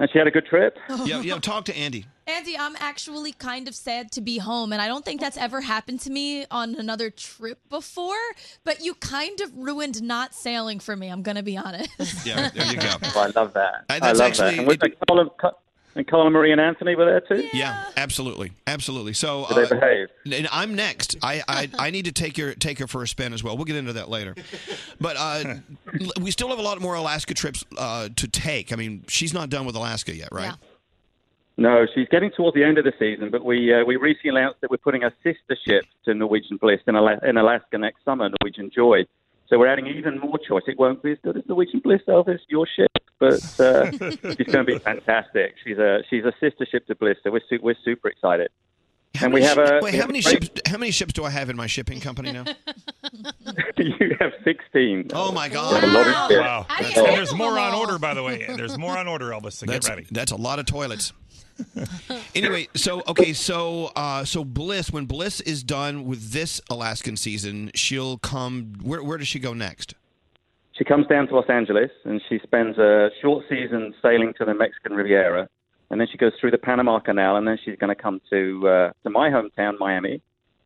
And she had a good trip. Yeah, yeah. Talk to Andy. Andy, I'm actually kind of sad to be home, and I don't think that's ever happened to me on another trip before. But you kind of ruined not sailing for me. I'm gonna be honest. Yeah, there you go. Oh, I love that. And I that's love actually- that. And, was it, Colin, Co- and Colin Marie and Anthony were there too. Yeah, Uh, absolutely, absolutely. So Did they behave? And I'm next. I, I I need to take your take her for a spin as well. We'll get into that later. But uh, l- we still have a lot more Alaska trips uh, to take. I mean, she's not done with Alaska yet, right? No, she's getting towards the end of the season, but we uh, we recently announced that we're putting a sister ship to Norwegian Bliss in, Ala- in Alaska next summer, Norwegian Joy. So we're adding even more choice. It won't be as good as Norwegian Bliss, Elvis, your ship, but uh, she's going to be fantastic. She's a she's a sister ship to Bliss, so we're su- we're super excited. How and we many have ships- a wait. we How have many a ships? How many ships do I have in my shipping company now? you have 16. Oh my We God! have a lot of ships. Wow. How do you And handle there's more them on all? order, by the way. There's more on order, Elvis. So That's- get ready. That's a lot of toilets. anyway, so okay, so uh, so Bliss, when Bliss is done with this Alaskan season, she'll come. Where where does she go next? She comes down to Los Angeles and she spends a short season sailing to the Mexican Riviera, and then she goes through the Panama Canal, and then she's going to come to uh, to my hometown, Miami,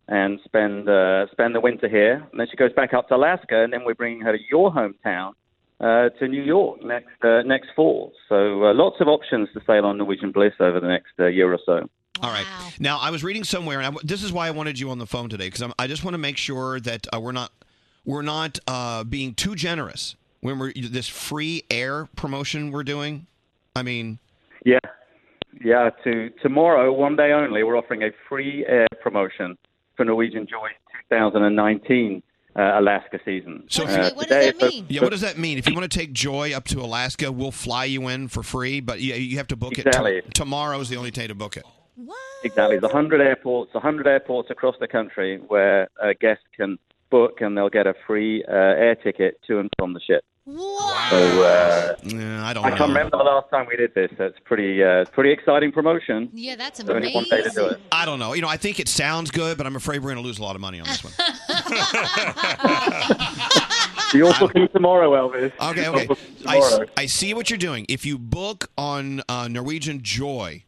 and spend uh, spend the winter here. And then she goes back up to Alaska, and then we're bringing her to your hometown, uh, to New York next uh, next fall. So uh, lots of options to sail on Norwegian Bliss over the next uh, year or so. All right. Now I was reading somewhere, and I w this is why I wanted you on the phone today because I just want to make sure that uh, we're not we're not uh, being too generous when we're this free air promotion we're doing. I mean, Yeah. Yeah, to tomorrow, one day only, we're offering a free air promotion for Norwegian Joy 2019 uh, Alaska season. Uh, So, uh, Yeah, what does that mean? If you want to take Joy up to Alaska, we'll fly you in for free, but you, you have to book Exactly. it. to- tomorrow's the only day to book it. Exactly. There's 100 airports, 100 airports across the country where uh, guests can book and they'll get a free uh, air ticket to and from the ship. Wow. So, uh, I don't. I can't remember the last time we did this. That's pretty, uh, pretty exciting promotion. Yeah, that's So only one day to do it. I don't know. You know, I think it sounds good, but I'm afraid we're going to lose a lot of money on this one. You're booking tomorrow, Elvis. Okay, You're okay. booking I, s- Tomorrow. I see what you're doing. If you book on uh, Norwegian Joy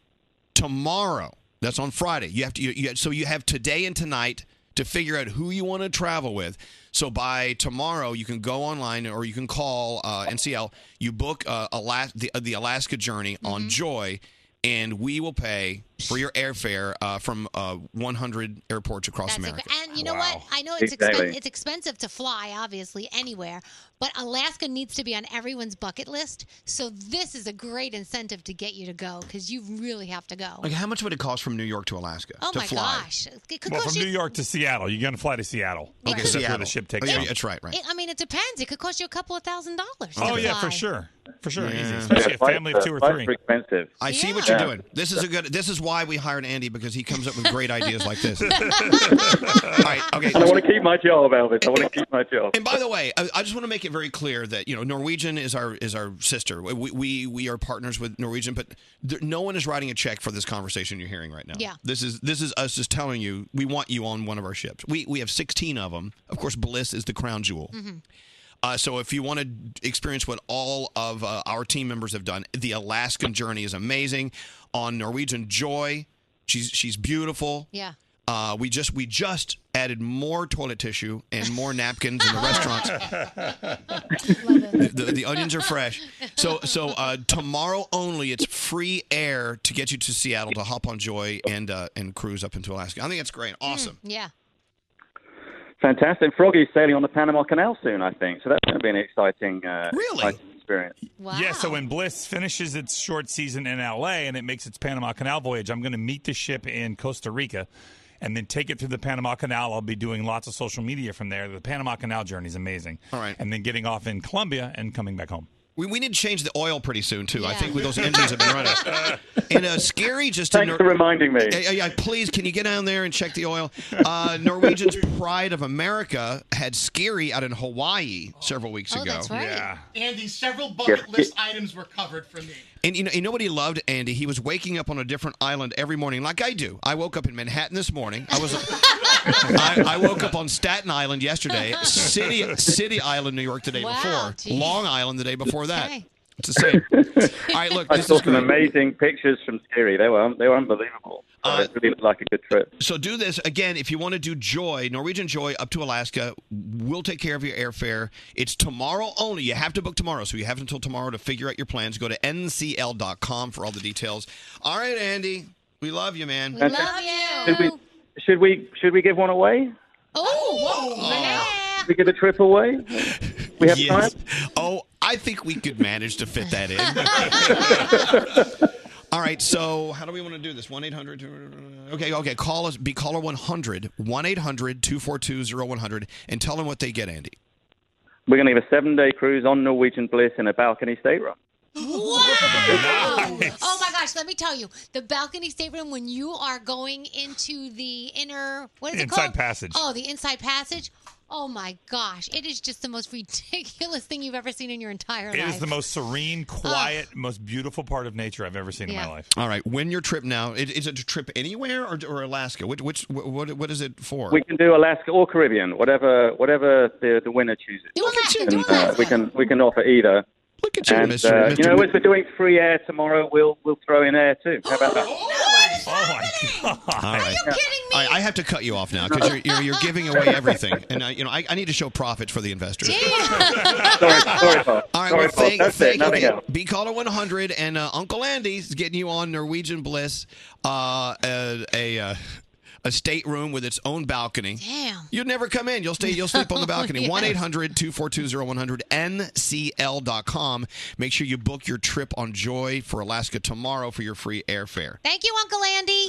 tomorrow, that's on Friday. You have to. You, you, so you have today and tonight to figure out who you want to travel with. So by tomorrow, you can go online or you can call uh, NCL. You book uh, Alas- the, the Alaska journey on Joy. And we will pay for your airfare uh, from uh, 100 airports across America. And you know what? I know it's expen- it's expensive to fly, obviously, anywhere, but Alaska needs to be on everyone's bucket list. So this is a great incentive to get you to go because you really have to go. Like, how much would it cost from New York to Alaska Oh to my fly? gosh! It could Well, cost from you. New York to Seattle, you're going to fly to Seattle. Okay, because That's where Seattle. the ship takes Oh, yeah, off. that's right, It, I mean, it depends. It could cost you a couple of thousand dollars. Oh, to yeah, fly. for sure. For sure. Yeah. Easy. Especially a family of two uh, or three. expensive. I see what you're doing. This is a good. This is why we hired Andy because he comes up with great ideas like this. All right. Okay. And I want to keep my job, Elvis. I want to keep my job. And by the way, I, I just want to make it very clear that you know Norwegian is our is our sister. We we, we are partners with Norwegian, but there, no one is writing a check for this conversation you're hearing right now. Yeah. This is this is us just telling you we want you on one of our ships. We we have 16 of them. Of course, Bliss is the crown jewel. Uh, so if you want to experience what all of uh, our team members have done, the Alaskan journey is amazing. On Norwegian Joy, she's she's beautiful. Yeah. Uh, we just we just added more toilet tissue and more napkins in the restaurants. the, the onions are fresh. So so uh, tomorrow only, it's free air to get you to Seattle to hop on Joy and uh, and cruise up into Alaska. I think that's great, awesome. Yeah. Fantastic. And Froggy's sailing on the Panama Canal soon, I think. So that's going to be an exciting, uh, exciting experience. Yeah, so when Bliss finishes its short season in LA and it makes its Panama Canal voyage, I'm going to meet the ship in Costa Rica and then take it through the Panama Canal. I'll be doing lots of social media from there. The Panama Canal journey is amazing. All right. And then getting off in Colombia and coming back home. We, we need to change the oil pretty soon too. I think with those engines have been running. and uh, scary just Thanks for reminding me. Yeah, yeah, yeah, please, can you get down there and check the oil? Uh, Norwegian's Pride of America had Scary out in Hawaii several weeks Oh, Oh, ago. Andy, several bucket Yeah. list items were covered for me. And you know, you know what he loved, Andy? He was waking up on a different island every morning, like I do. I woke up in Manhattan this morning. I was, I, I woke up on Staten Island yesterday, City City Island, New York, the day Wow, before, geez. Long Island the day before that. It's the same. All right, look, I this saw is some great. amazing pictures from Scary. They were they were unbelievable. Uh, So it really looked like a good trip. So do this again if you want to do Joy, Norwegian Joy up to Alaska. We'll take care of your airfare. It's tomorrow only. You have to book tomorrow, so you have until tomorrow to figure out your plans. Go to ncl.com for all the details. All right, Andy, we love you, man. We love Should we should we should we give one away? Oh, Should we give a trip away? We have Yes. time. Oh, I think we could manage to fit that in. All right, so how do we want to do this? 1 800. Okay, okay. Call us, be caller 100, 1 800 242 0100, and tell them what they get, Andy. We're going to give a seven day cruise on Norwegian Bliss in a balcony stateroom. Oh my gosh, let me tell you. The balcony stateroom, when you are going into the inner, what is it Inside called? passage. Oh, the inside passage. Oh my gosh, it is just the most ridiculous thing you've ever seen in your entire It life. is the most serene, quiet, most beautiful part of nature I've ever seen in Yeah. my life. All right, win your trip now. Is, is it a trip anywhere or, or Alaska? Which, which what what is it for? We can do Alaska or Caribbean, whatever whatever the, the winner chooses. And, uh, we can we can offer either. Look at you, Mr. You know, Mr. as we're doing free air tomorrow, we'll we'll throw in air too. How about that? Oh. All right. All right, I have to cut you off now because you're, you're, you're giving away everything, and I, you know I, I need to show profit for the investors. sorry, Paul. All right, sorry, well, Paul. thank, That's thank it. Nothing you. else. Be caller 100, and uh, Uncle Andy's getting you on Norwegian Bliss, uh, a a, uh, a stateroom with its own balcony. Damn. You'll never come in. You'll stay. You'll sleep on the balcony. Yeah. One 1-800-242-0100 ncl.com. Make sure you book your trip on Joy for Alaska tomorrow for your free airfare. Thank you, Uncle Andy.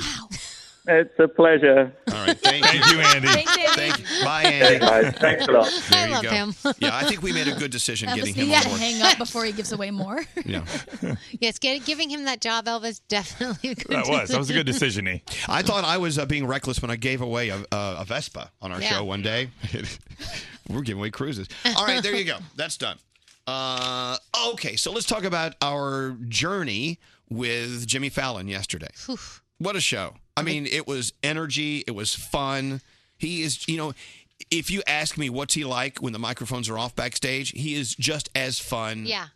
It's a pleasure. All right, thank, you. Andy. Thanks, Andy. Thank you. Bye, Andy. Hey, guys, thanks a lot. There I you love go. him. yeah, I think we made a good decision Elvis getting him needs on to board. hang up before he gives away more. Yeah. Yes, get, giving him that job, Elvis, definitely a good decision, E. I thought I was uh, being reckless when I gave away a, a, a Vespa on our Yeah. show one day. We're giving away cruises. All right, there you go. That's done. Uh, okay, so let's talk about our journey with Jimmy Fallon yesterday. What a show. I mean, it was energy, it was fun. He is, you know, if you ask me what's he like when the microphones are off backstage, he is just as fun Yeah.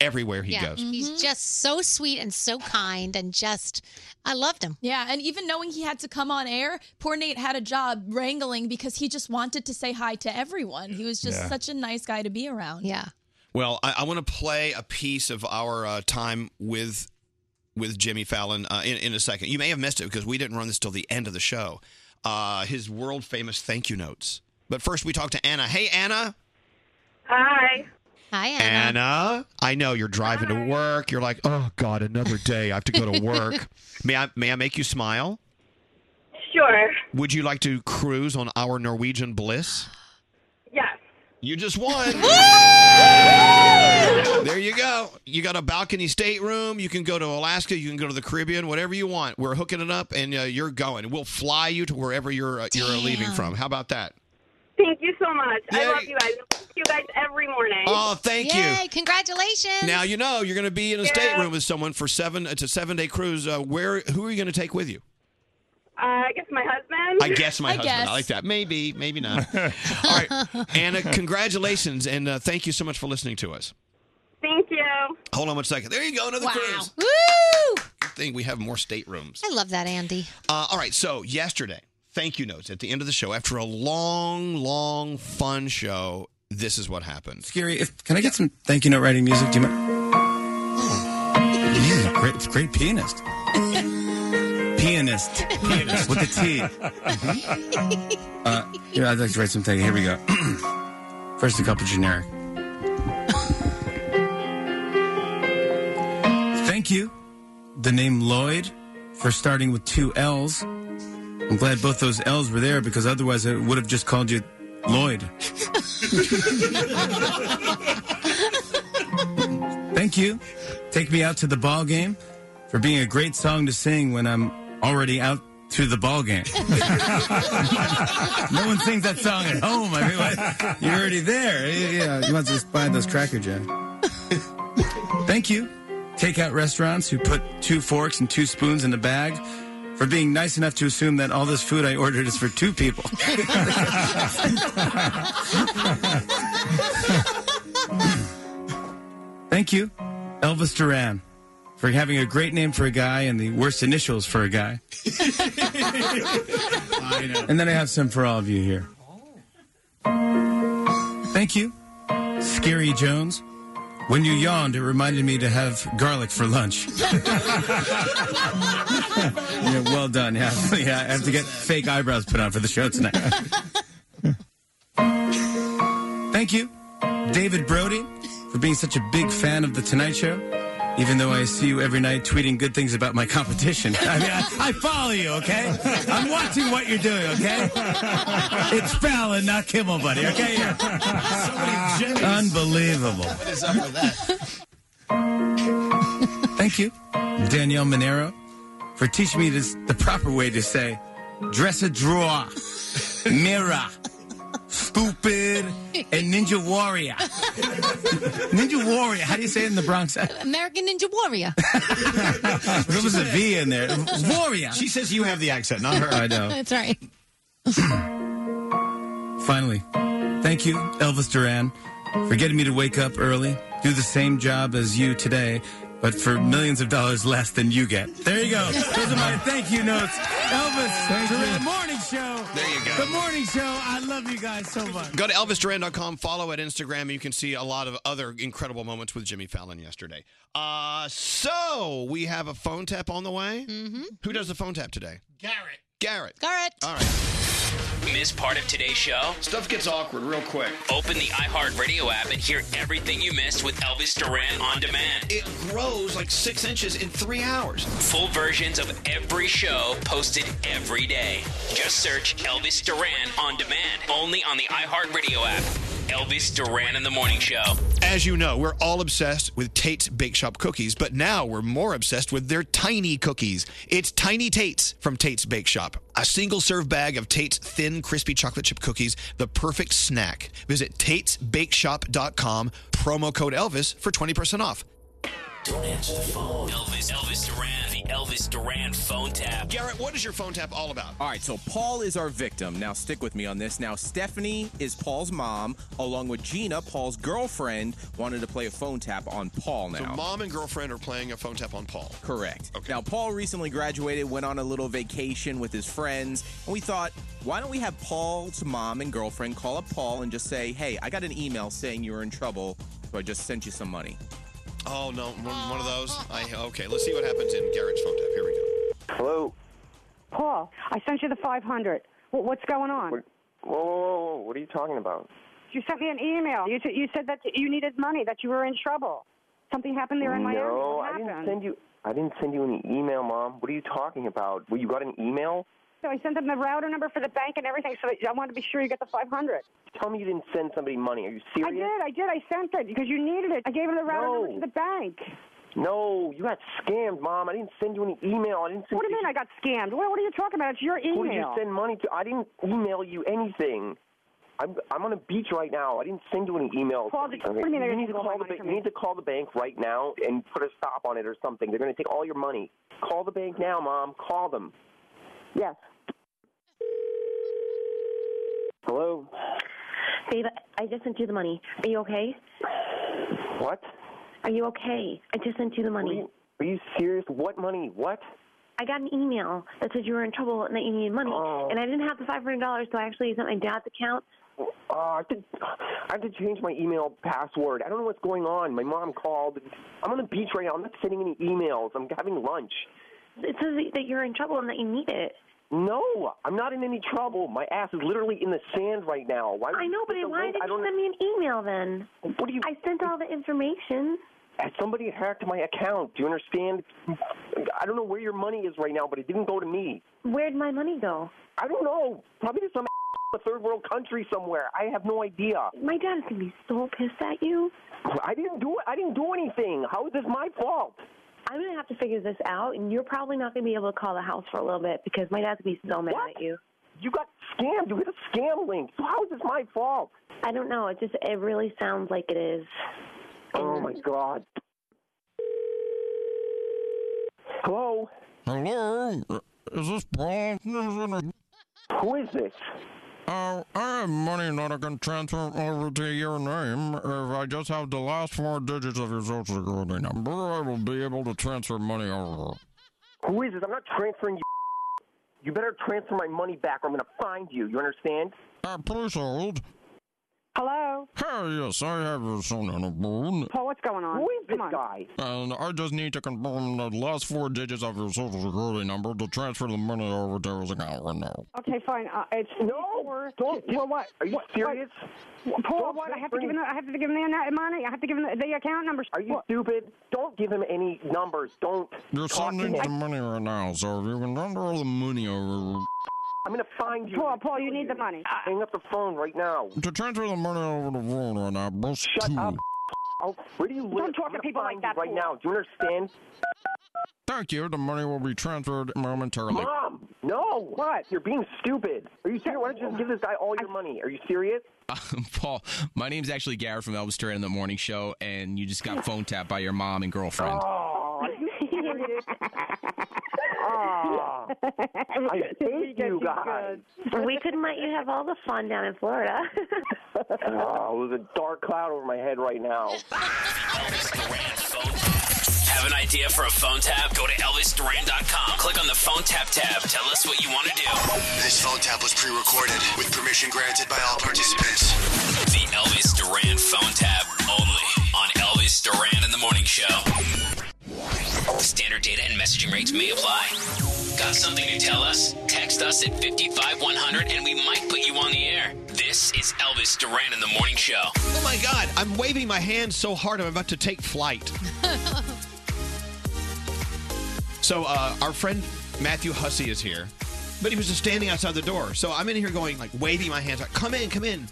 everywhere he yeah. goes. Mm-hmm. He's just so sweet and so kind and just, I loved him. Yeah, and even knowing he had to come on air, poor Nate had a job wrangling because he just wanted to say hi to everyone. He was just Yeah. such a nice guy to be around. Yeah. Well, I, I want to play a piece of our uh, time with with Jimmy Fallon uh, in, in a second. You may have missed it because we didn't run this till the end of the show. Uh, his world famous thank you notes. But first, we talk to Anna. Hey, Anna. Hi. Hi, Anna. I know you're driving to work. You're like, oh God, another day. I have to go to work. may I? May I make you smile? Sure. Would you like to cruise on our Norwegian Bliss? Yes. You just won. there you go. You got a balcony stateroom. You can go to Alaska. You can go to the Caribbean. Whatever you want. We're hooking it up, and uh, you're going. We'll fly you to wherever you're uh, you're leaving from. How about that? Thank you so much. I love you guys. I listen to you guys every morning. Oh, thank you. Yay, congratulations. Now you know you're going to be in a stateroom with someone for seven. It's a seven day cruise. Uh, where? Who are you going to take with you? Uh, I guess my husband. I guess my husband. I like that. Maybe. Maybe not. All right, Anna. Congratulations, and uh, thank you so much for listening to us. Thank you. Hold on one second. There you go. Another Wow. cruise. Woo! Good thing we have more staterooms. I love that, Andy. Uh, all right, so yesterday, thank you notes at the end of the show. After a long, long, fun show, this is what happened. Gary, if, can I get some thank you note writing music? Do you mind? He's Oh. a great, it's a great pianist. Pianist. Pianist with a T. Mhm. Uh, yeah, I'd like to write something. Here we go. First, a couple generic. Thank you, the name Lloyd, for starting with two L's. I'm glad both those L's were there because otherwise I would have just called you Lloyd. Thank you. Take me out to the ball game for being a great song to sing when I'm already out to the ball game. no one sings that song at home. I mean, what? you're already there. Yeah, you want to just buy those Cracker Jack. Thank you. Takeout restaurants who put two forks and two spoons in the bag for being nice enough to assume that all this food I ordered is for two people. Thank you, Elvis Duran, for having a great name for a guy and the worst initials for a guy. And then I have some for all of you here. Thank you, Scary Jones. When you yawned, it reminded me to have garlic for lunch. yeah, well done. Yeah, yeah. I have to get fake eyebrows put on for the show tonight. Thank you, David Brody, for being such a big fan of the Tonight Show. Even though I see you every night tweeting good things about my competition, I mean, I, I follow you. Okay, I'm watching what you're doing. Okay, it's Fallon, not Kimmel, buddy. Okay, unbelievable. What is up with that? Thank you, Danielle Monero, for teaching me this, the proper way to say dress a drawer, mirror, stupid, and ninja warrior. ninja warrior. How do you say it in the Bronx? American Ninja Warrior. There was a V in there. Warrior. She says you have the accent, not her. I know. That's right. Finally, thank you, Elvis Duran, for getting me to wake up early, do the same job as you today, but for millions of dollars less than you get. There you go. Those are my thank you notes. Elvis Duran, morning show. There you go. The morning show. I love you guys so much. Go to ElvisDuran.com, follow at Instagram, and you can see a lot of other incredible moments with Jimmy Fallon yesterday. Uh, so we have a phone tap on the way. Mm-hmm. Who does the phone tap today? Garrett. Garrett. Garrett. All right. Miss part of today's show? Stuff gets awkward real quick. Open the iHeartRadio app and hear everything you missed with Elvis Duran on demand. It grows like six inches in three hours. Full versions of every show posted every day. Just search Elvis Duran on demand only on the iHeartRadio app. Elvis Duran and the Morning Show. As you know, we're all obsessed with Tate's Bake Shop cookies, but now we're more obsessed with their tiny cookies. It's Tiny Tate's from Tate's Bake Shop, a single serve bag of Tate's thin, crispy chocolate chip cookies, the perfect snack. Visit Tate'sBakeShop.com, promo code Elvis for 20% off. Don't answer the phone. Elvis, Elvis Duran, the Elvis Duran phone tap. Garrett, what is your phone tap all about? All right, so Paul is our victim. Now, stick with me on this. Now, Stephanie is Paul's mom, along with Gina, Paul's girlfriend, wanted to play a phone tap on Paul now. So, mom and girlfriend are playing a phone tap on Paul. Correct. Now, Paul recently graduated, went on a little vacation with his friends, and we thought, why don't we have Paul's mom and girlfriend call up Paul and just say, hey, I got an email saying you were in trouble, so I just sent you some money. Oh no, one, one of those. I okay. Let's see what happens in Garrett's phone tap. Here we go. Hello. Paul, I sent you the 500. Well, what's going on? Whoa, whoa, whoa, whoa, What are you talking about? You sent me an email. You, t- you said that you needed money, that you were in trouble. Something happened there in Miami. no, What I happened? didn't send you. I didn't send you any email, Mom. What are you talking about? Well, you got an email? So I sent them the router number for the bank and everything, so that I wanted to be sure you get the 500. Tell me you didn't send somebody money. Are you serious? I did, I did. I sent it because you needed it. I gave them the router No. number to the bank. No, you got scammed, Mom. I didn't send you any email. I didn't send What do you mean I got scammed? What, what are you talking about? It's your email. Who did you send money to? I didn't email you anything. I'm, I'm on a beach right now. I didn't send you any email. Paul, did- what do you mean they're you gonna need to take all call my the money bank. from You me? need to call the bank right now and put a stop on it or something. They're going to take all your money. Call the bank now, Mom. Call them. Yes. Hello. Babe, I just sent you the money. Are you okay? What? Are you okay? I just sent you the money. Are you serious? What money? What? I got an email that said you were in trouble and that you needed money, Oh. and I didn't have the five hundred dollars, so I actually used my dad's account. Uh, I have to, I have to change my email password. I don't know what's going on. My mom called. I'm on the beach right now. I'm not sending any emails. I'm having lunch. It says that you're in trouble and that you need it. No, I'm not in any trouble. My ass is literally in the sand right now. Why? would I you know, put but the why link- did I you don't send me an email then? What do you? I sent all the information. Somebody hacked my account. Do you understand? I don't know where your money is right now, but it didn't go to me. Where'd my money go? I don't know. Probably to some a third world country somewhere. I have no idea. My dad is gonna be so pissed at you. I didn't do it. I didn't do anything. How is this my fault? I'm gonna have to figure this out, and you're probably not gonna be able to call the house for a little bit because my dad's gonna be so mad at you. You got scammed. You hit a scam link. So how is this my fault? I don't know. It just it really sounds like it is. Oh my god. Hello. Hello? Is this Paul? Who is this? Uh, I have money that I can transfer over to your name. If I just have the last four digits of your social security number, I will be able to transfer money over. Who is this? I'm not transferring you. You better transfer my money back, or I'm gonna find you. You understand? Uh, please hold. Hello? Hey, yes, I have your son on a phone. Oh, Paul, what's going on? Who is Come this on. guy? And I just need to confirm the last four digits of your social security number to transfer the money over to his account right now. Okay, fine. Uh, it's no. don't. Well, what? Are you what, serious? What, Paul, Don't what? I have to transfer give him. the- I have to give him the amount of money. I have to give him the, the account numbers. Are you stupid? Don't give him any numbers. Don't. Your son Talking needs the to- money right now, so if you can transfer all the money over. I'm gonna find you. Paul, Paul, you need the money. Hang up the phone right now. To transfer the money over the phone right now, boss. Shut up. I'll pretty you Don't talk to people like that right now. Do you understand? Thank you. The money will be transferred momentarily. Mom, no. What? You're being stupid. Are you serious? Why don't you just give this guy all your money? Are you serious? Um, Paul, my name's actually Garrett from Elvis Duran in the Morning Show, and you just got phone tapped by your mom and girlfriend. Oh, are you serious? oh, I hate you guys. We couldn't let you have all the fun down in Florida. Oh, there's a dark cloud over my head right now. Have an idea for a phone tap? Go to ElvisDuran.com. Click on the phone tap tab. Tell us what you want to do. This phone tap was pre recorded with permission granted by all participants. The Elvis Duran phone tap only on Elvis Duran in the Morning Show. Standard data and messaging rates may apply. Got something to tell us? Text us at 55100 and we might put you on the air. This is Elvis Duran in the Morning Show. Oh my God, I'm waving my hands so hard I'm about to take flight. so uh, our friend Matthew Hussey is here, but he was just standing outside the door. So I'm in here going like waving my hands, like come in, come in,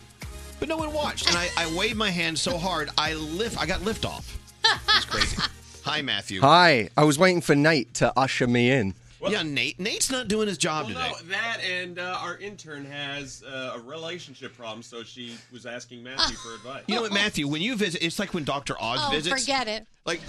but no one watched, and I, I waved my hands so hard I lift, I got lift off. It's crazy. Hi Matthew. Hi, I was waiting for Nate to usher me in. Yeah, Nate. Nate's not doing his job today. No, that and uh, our intern has uh, a relationship problem, so she was asking Matthew Ah. for advice. You know what, Matthew? When you visit, it's like when Doctor Oz Oh, visits. forget it. Like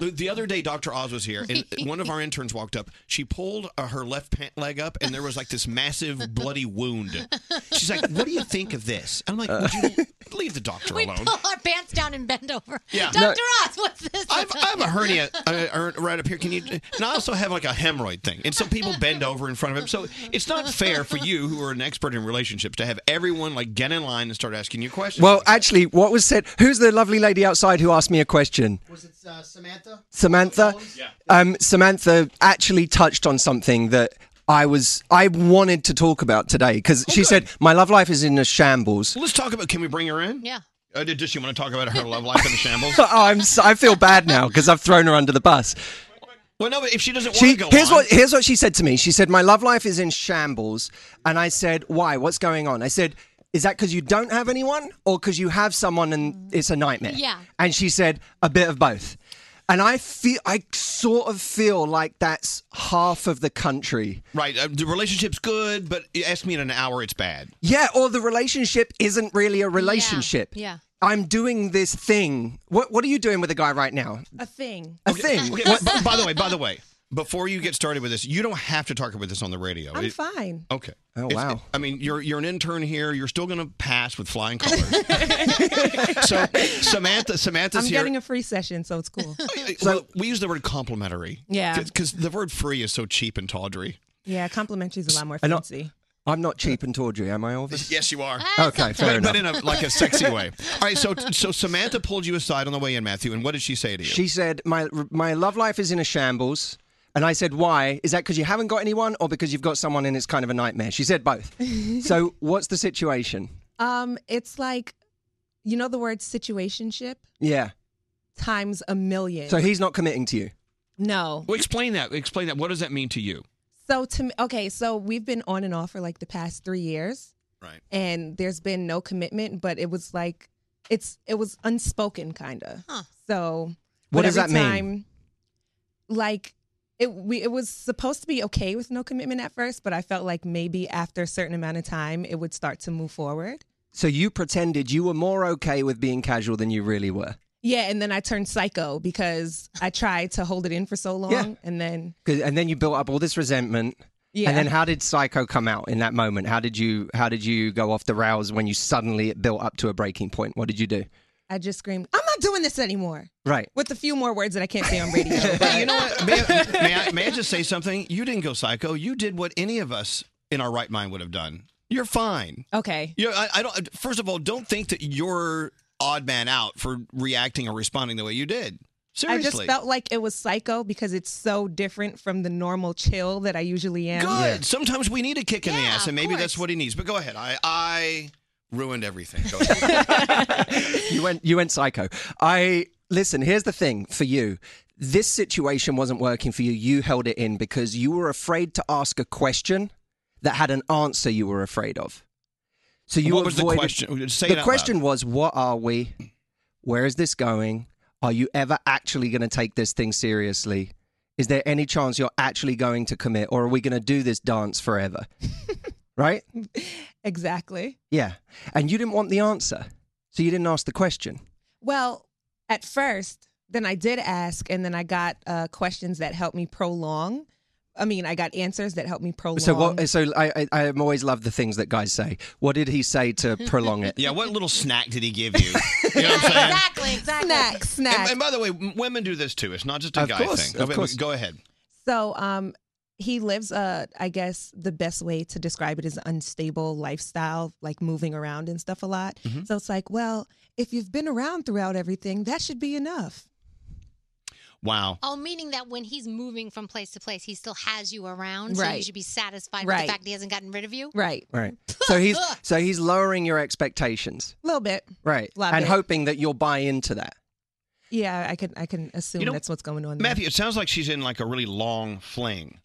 the, the other day, Doctor Oz was here, and one of our interns walked up. She pulled uh, her left pant leg up, and there was like this massive bloody wound. She's like, "What do you think of this?" I'm like, "Would you leave the doctor We alone?" pull our pants down and bend over. Yeah. Dr. No. Oz, what's this? I've, I have a hernia uh, uh, right up here. Can you? And I also have like a hemorrhoid thing, and so people bend over in front of him. So it's not fair for you, who are an expert in relationships, to have everyone like get in line and start asking you questions. Well, actually, what was said? Who's the lovely lady outside who asked me a question? Was it uh, Samantha? Samantha. Um, Samantha actually touched on something that I was I wanted to talk about today because she said my love life is in a shambles. Let's talk about. Can we bring her in? Yeah. Uh, did, does she want to talk about her love life in the shambles? oh, I'm so, I feel bad now because I've thrown her under the bus. Well, no, but if she doesn't want She, to go here's on, what here's what she said to me. She said, "My love life is in shambles," and I said, "Why? What's going on?" I said, "Is that because you don't have anyone, or because you have someone and it's a nightmare?" Yeah. And she said, "A bit of both." And I feel, I sort of feel like that's half of the country. right? Uh, the relationship's good, but you ask me in an hour, it's bad. Yeah, or the relationship isn't really a relationship. yeah. I'm doing this thing. What What are you doing with a guy right now? A thing. A thing. Okay, What- b- by the way, by the way, before you get started with this, you don't have to talk about this on the radio. I'm It- fine. Okay. Oh wow. I mean, you're you're an intern here. You're still going to pass with flying colors. so Samantha, Samantha's I'm here. Uh, getting a free session, so it's cool. Well, we use the word complimentary. Yeah. Because the word free is so cheap and tawdry. yeah, complimentary is a lot more I'm not- fancy. I'm not cheap and tawdry, am I, Elvis? Yes, you are. Ah, Okay, fair but, but in enough. a like a sexy way. All right. So so Samantha pulled you aside on the way in, Matthew, and what did she say to you? She said, "My my love life is in a shambles." And I said, "Why? Is that because you haven't got anyone, or because you've got someone and it's kind of a nightmare?" She said both. so, what's the situation? Um, it's like, you know, the word situationship Yeah. times a million. So he's not committing to you. no. Well, explain that. Explain that. What does that mean to you? So to me, okay, so we've been on and off for like the past three years, right? And there's been no commitment, but it was like, it's it was unspoken kind of. So What but does every that mean? Time, like it we it was supposed to be okay with no commitment at first, but I felt like maybe after a certain amount of time, it would start to move forward. So you pretended you were more okay with being casual than you really were, Yeah, and then I turned psycho because I tried to hold it in for so long, and then 'Cause- and then you built up all this resentment. Yeah. And then how did Psycho come out in that moment? How did you how did you go off the rails when you suddenly it built up to a breaking point? What did you do? I just screamed, "I'm not doing this anymore!" Right. With a few more words that I can't say on radio. but- you know what? May I, may, I, may I just say something? You didn't go psycho. You did what any of us in our right mind would have done. You're fine. Okay. You know, I, I don't. First of all, don't think that you're odd man out for reacting or responding the way you did. Seriously. I just felt like it was psycho because it's so different from the normal chill that I usually am. good. Sometimes we need a kick in the ass, and maybe that's what he needs. But go ahead. I I ruined everything. Go ahead. you went you went psycho. I listen, here's the thing for you. This situation wasn't working for you. You held it in because you were afraid to ask a question that had an answer you were afraid of. So you What was the avoided- question? Say it the out question was, "What are we? Where is this going? Are you ever actually going to take this thing seriously? Is there any chance you're actually going to commit, or are we going to do this dance forever? right? Exactly. Yeah. And you didn't want the answer, so you didn't ask the question. Well, at first, then I did ask, and then I got uh, questions that helped me prolong. I mean, I got answers that helped me prolong. So what? So I, I, I'm always love the things that guys say. What did he say to prolong it? Yeah, what little snack did he give you? exactly, exactly. Snacks, And, snacks. and by the way, m- women do this too. It's not just a Of guy course, thing. of Wait, course. Go ahead. So um he lives uh I guess the best way to describe it is unstable lifestyle, like moving around and stuff a lot. Mm-hmm. Mhm. So it's like, well, if you've been around throughout everything, that should be enough. Wow. Oh, meaning that when he's moving from place to place, he still has you around, so you Right. should be satisfied with Right. the fact he hasn't gotten rid of you. Right. Right. So he's so he's lowering your expectations. A little bit. Right. Love and it. hoping that you'll buy into that. Yeah, I can I can assume You know, that's what's going on. there. Matthew, it sounds like she's in like a really long fling.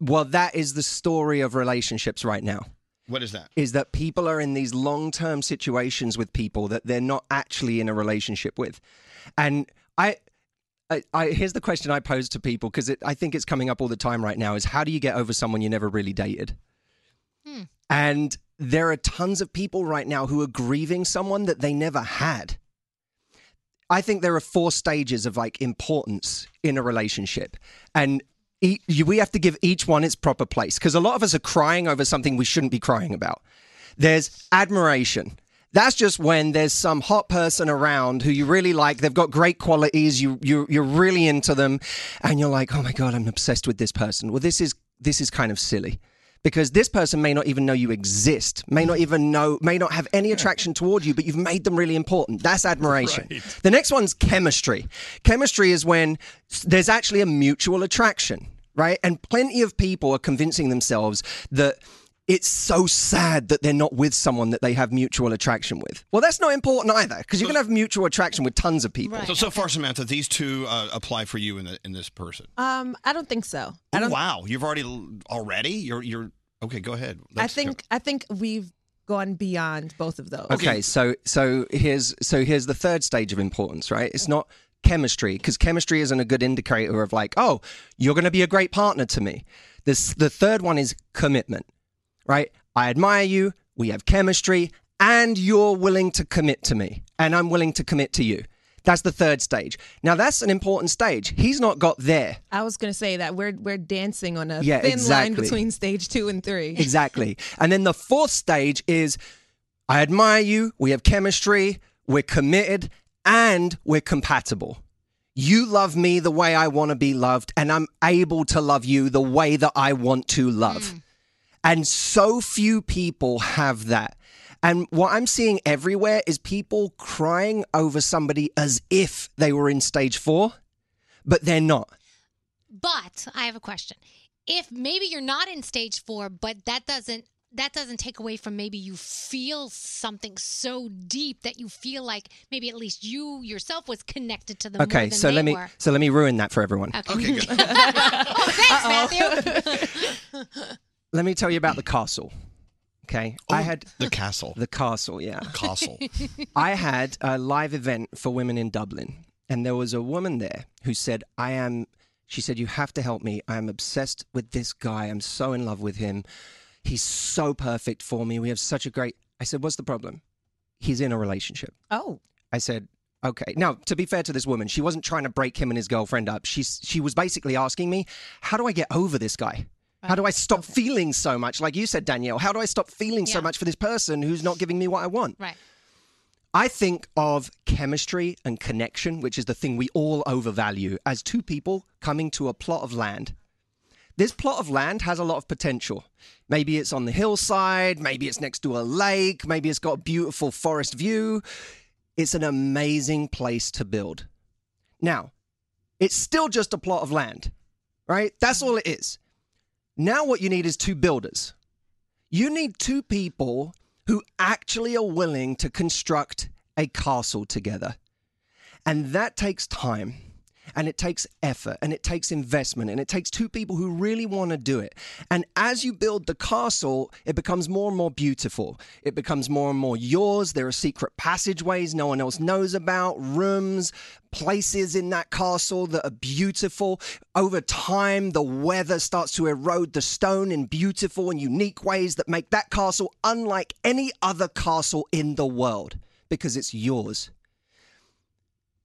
Well, that is the story of relationships right now. What is that? Is that people are in these long term situations with people that they're not actually in a relationship with. And I I, I here's the question I pose to people because I think it's coming up all the time right now is how do you get over someone you never really dated? And there are tons of people right now who are grieving someone that they never had. I think there are four stages of like importance in a relationship, and e- you, we have to give each one its proper place because a lot of us are crying over something we shouldn't be crying about. There's admiration. That's just when there's some hot person around who you really like. They've got great qualities. You you you're really into them, and you're like, oh my god, I'm obsessed with this person. Well, this is this is kind of silly because this person may not even know you exist, may not even know, may not have any attraction toward you, but you've made them really important. That's admiration. The next one's chemistry. Chemistry is when s- there's actually a mutual attraction, right? And plenty of people are convincing themselves that it's so sad that they're not with someone that they have mutual attraction with. Well, that's not important either because you're going to have mutual attraction with tons of people. So so far, Samantha, these two uh, apply for you in the, in this person. Um, I don't think so. Ooh, wow, you've already already you're you're okay. Go ahead. I Let's go. think I think we've gone beyond both of those. Okay, so so here's so here's the third stage of importance, right? It's not chemistry because chemistry isn't a good indicator of like, oh, you're going to be a great partner to me. This the third one is commitment, right? I admire you, we have chemistry, and you're willing to commit to me, and I'm willing to commit to you. That's the third stage. Now that's an important stage. He's not got there. I was gonna say that we're we're dancing on a Yeah, thin exactly. line between stage two and three. Exactly. And then the fourth stage is I admire you, we have chemistry, we're committed, and we're compatible. You love me the way I want to be loved, and I'm able to love you the way that I want to love. Mm. And so few people have that. And what I'm seeing everywhere is people crying over somebody as if they were in stage four, but they're not. But I have a question. If maybe you're not in stage four, but that doesn't that doesn't take away from maybe you feel something so deep that you feel like maybe at least you yourself was connected to them. more Okay, than so they let me were. so let me ruin that for everyone. Okay, good. oh, thanks, Matthew. Let me tell you about the castle. Okay. I had Oh, the castle. The castle, yeah. Castle. I had a live event for women in Dublin, and there was a woman there who said, I am, she said, You have to help me. I'm obsessed with this guy. I'm so in love with him. He's so perfect for me. We have such a great, I said, What's the problem? He's in a relationship. Oh. I said, okay. Now, to be fair to this woman, she wasn't trying to break him and his girlfriend up. She she was basically asking me, how do I get over this guy? How do I stop feeling so much? Like you said, Danielle, how do I stop feeling so much for this person who's not giving me what I want? Right. I think of chemistry and connection, which is the thing we all overvalue, as two people coming to a plot of land. This plot of land has a lot of potential. Maybe it's on the hillside, maybe it's next to a lake, maybe it's got a beautiful forest view. It's an amazing place to build. Now, it's still just a plot of land, right? That's all it is. Now, what you need is two builders. You need two people who actually are willing to construct a castle together. And that takes time. and it takes effort and it takes investment and it takes two people who really want to do it. And as you build the castle, it becomes more and more beautiful. It becomes more and more yours. There are secret passageways no one else knows about, rooms, places in that castle that are beautiful. Over time, the weather starts to erode the stone in beautiful and unique ways that make that castle unlike any other castle in the world because it's yours.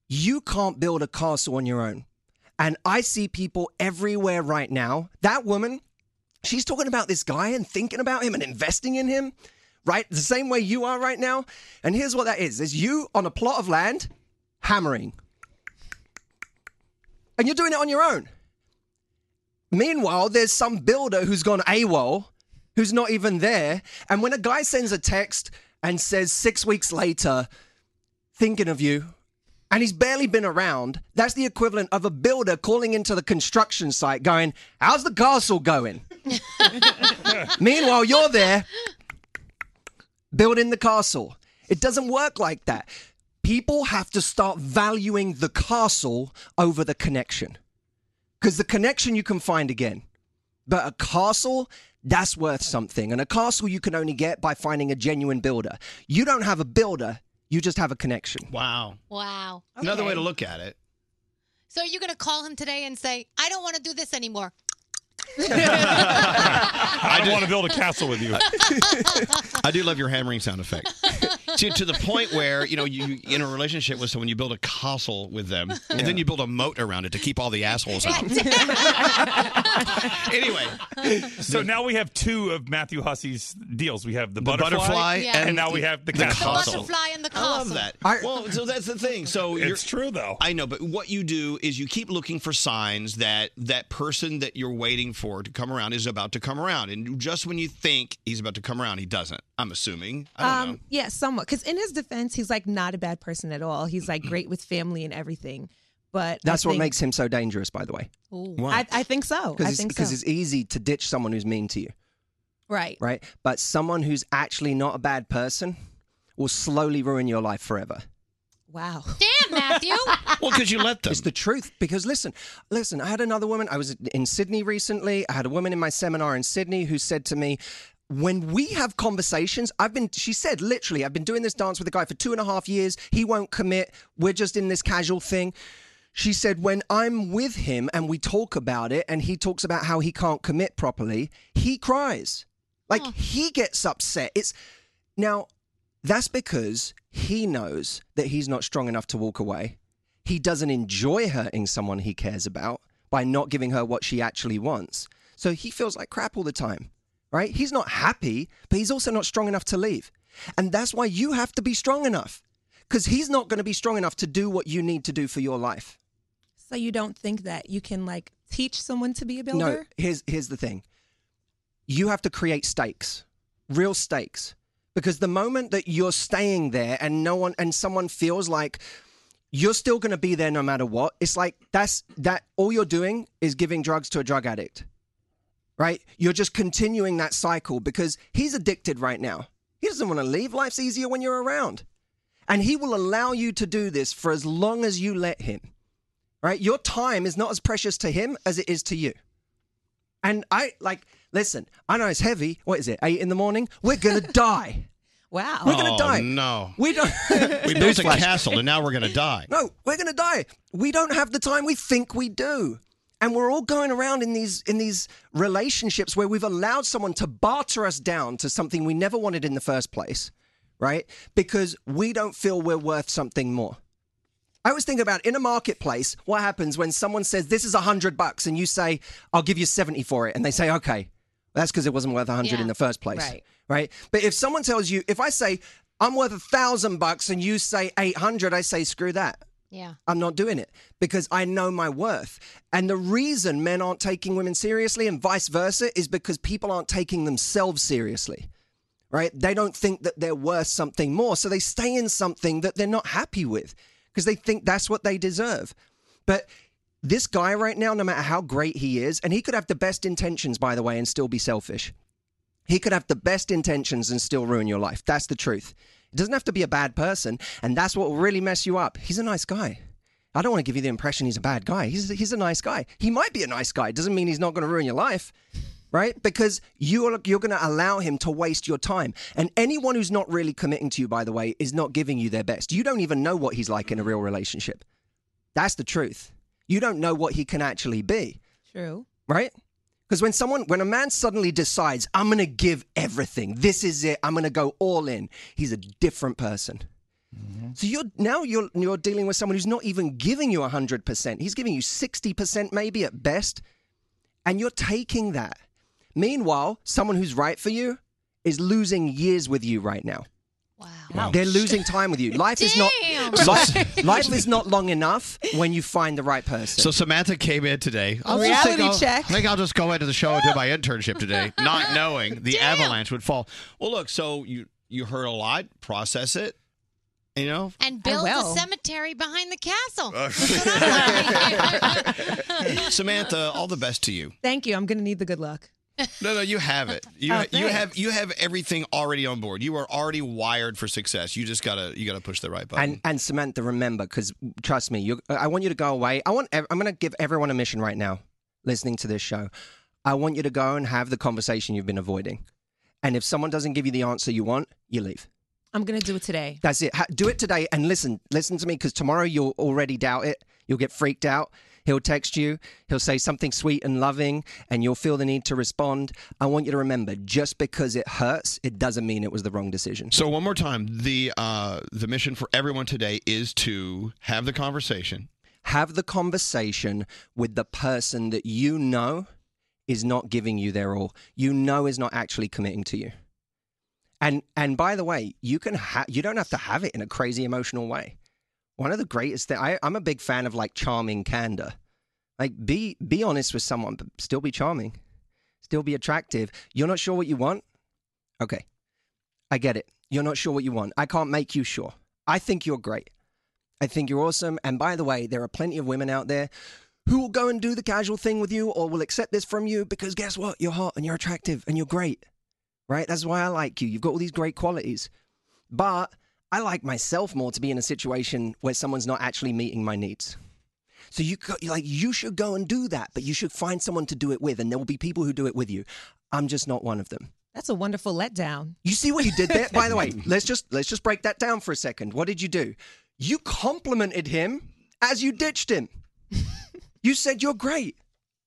You can't build a castle on your own. And I see people everywhere right now. That woman, she's talking about this guy and thinking about him and investing in him, right? The same way you are right now. And here's what that is there's you on a plot of land hammering. And you're doing it on your own. Meanwhile, there's some builder who's gone AWOL, who's not even there. And when a guy sends a text and says six weeks later, thinking of you, and he's barely been around, that's the equivalent of a builder calling into the construction site going, How's the castle going? Meanwhile, you're there building the castle. It doesn't work like that. People have to start valuing the castle over the connection. Because the connection you can find again. But a castle, that's worth something. And a castle you can only get by finding a genuine builder. You don't have a builder, you just have a connection. Wow. Wow. Another way to look at it. So are you going to call him today and say, I don't want to do this anymore? I don't want to build a castle with you. I do love your hammering sound effect. to, to the point where you know you, you in a relationship with someone, you build a castle with them, and then you build a moat around it to keep all the assholes out. anyway, so now we have two of Matthew Hussey's deals. We have the, The butterfly, butterfly Yeah. and and now we have the, the castle. castle. The butterfly and the I love that. well, so that's the thing. So It's true though. I know, but what you do is you keep looking for signs that that person that you're waiting for to come around is about to come around, and just when you think he's about to come around, he doesn't. I'm assuming. I don't know. Um, yeah, somewhat. Because in his defense, he's like not a bad person at all. He's like great with family and everything. But I That's what think- makes him so dangerous, by the way. I, I think so. I Because it's, think 'cause so. it's easy to ditch someone who's mean to you, right. right? But someone who's actually not a bad person will slowly ruin your life forever. Wow. Damn, Matthew. Well, because you let them. It's the truth. Because listen, listen, I had another woman. I was in Sydney recently. I had a woman in my seminar in Sydney who said to me, when we have conversations, I've been, she said literally, I've been doing this dance with a guy for two and a half years. He won't commit. We're just in this casual thing. She said, when I'm with him and we talk about it and he talks about how he can't commit properly, he cries. Like he gets upset. It's now that's because he knows that he's not strong enough to walk away. He doesn't enjoy hurting someone he cares about by not giving her what she actually wants. So he feels like crap all the time, right? He's not happy, but he's also not strong enough to leave. And that's why you have to be strong enough because he's not going to be strong enough to do what you need to do for your life. So you don't think that you can like teach someone to be a builder? No, here's here's the thing. You have to create stakes, real stakes, because the moment that you're staying there and no one and someone feels like you're still going to be there no matter what, it's like that's that all you're doing is giving drugs to a drug addict. Right? You're just continuing that cycle because he's addicted right now. He doesn't want to leave. Life's easier when you're around. And he will allow you to do this for as long as you let him. Right? Your time is not as precious to him as it is to you. And I like, listen, I know it's heavy. What is it? Eight in the morning? We're gonna die. wow. We're gonna Oh, die. No, We don't we built a Newsflash. castle, and now we're gonna die. No, we're gonna die. We don't have the time we think we do. And we're all going around in these in these relationships where we've allowed someone to barter us down to something we never wanted in the first place, right? Because we don't feel we're worth something more. I always think about in a marketplace, what happens when someone says this is a hundred bucks and you say, I'll give you 70 for it, and they say, Okay. That's because it wasn't worth a hundred Yeah. in the first place. Right. Right. But if someone tells you, if I say I'm worth a thousand bucks and you say eight hundred, I say, screw that. Yeah. I'm not doing it because I know my worth. And the reason men aren't taking women seriously and vice versa is because people aren't taking themselves seriously, right? They don't think that they're worth something more. So they stay in something that they're not happy with because they think that's what they deserve. But this guy right now, no matter how great he is, and he could have the best intentions, by the way, and still be selfish. He could have the best intentions and still ruin your life. That's the truth. It doesn't have to be a bad person, and that's what will really mess you up. He's a nice guy. I don't want to give you the impression he's a bad guy. He's he's a nice guy. He might be a nice guy. It doesn't mean he's not going to ruin your life, right? Because you're you're going to allow him to waste your time. And anyone who's not really committing to you, by the way, is not giving you their best. You don't even know what he's like in a real relationship. That's the truth. You don't know what he can actually be True. right? Because when someone, when a man suddenly decides, I'm going to give everything, this is it, I'm going to go all in, he's a different person. So you're now you're you're dealing with someone who's not even giving you 100%. He's giving you 60% maybe at best, and you're taking that. Meanwhile, someone who's right for you is losing years with you right now. Wow. They're losing time with you. Life is not Damn. life, life is not long enough when you find the right person. So Samantha came in today. A just think reality I'll- check. I think I'll just go into the show and do my internship today, not knowing the avalanche would fall. Well, look, so you you heard a lot, process it, you know. And build I a will. cemetery behind the castle. Samantha, all the best to you. Thank you. I'm going to need the good luck. No, no, you have it. You Oh, you thanks. have you have everything already on board. You are already wired for success. You just gotta you gotta push the right button. And and Samantha, remember, because trust me, you. I want you to go away. I want. ev- I'm going to give everyone a mission right now, listening to this show. I want you to go and have the conversation you've been avoiding. And if someone doesn't give you the answer you want, you leave. I'm going to do it today. That's it. Ha- Do it today and listen. Listen to me because tomorrow you'll already doubt it. You'll get freaked out. He'll text you. He'll say something sweet and loving, and you'll feel the need to respond. I want you to remember just because it hurts, it doesn't mean it was the wrong decision. So one more time, the uh, the mission for everyone today is to have the conversation. have the conversation with the person that you know is not giving you their all you know is not actually committing to you and and by the way you can ha- you don't have to have it in a crazy emotional way one of the greatest things i'm a big fan of like charming candor like be be honest with someone but still be charming still be attractive you're not sure what you want okay i get it you're not sure what you want i can't make you sure i think you're great I think you're awesome. And by the way, there are plenty of women out there who will go and do the casual thing with you or will accept this from you because guess what? You're hot and you're attractive and you're great, right? That's why I like you. You've got all these great qualities. But I like myself more to be in a situation where someone's not actually meeting my needs. So you go, like you should go and do that, but you should find someone to do it with, and there will be people who do it with you. I'm just not one of them. That's a wonderful letdown. You see what you did there? By the way, let's just let's just break that down for a second. What did you do? You complimented him as you ditched him. you said you're great.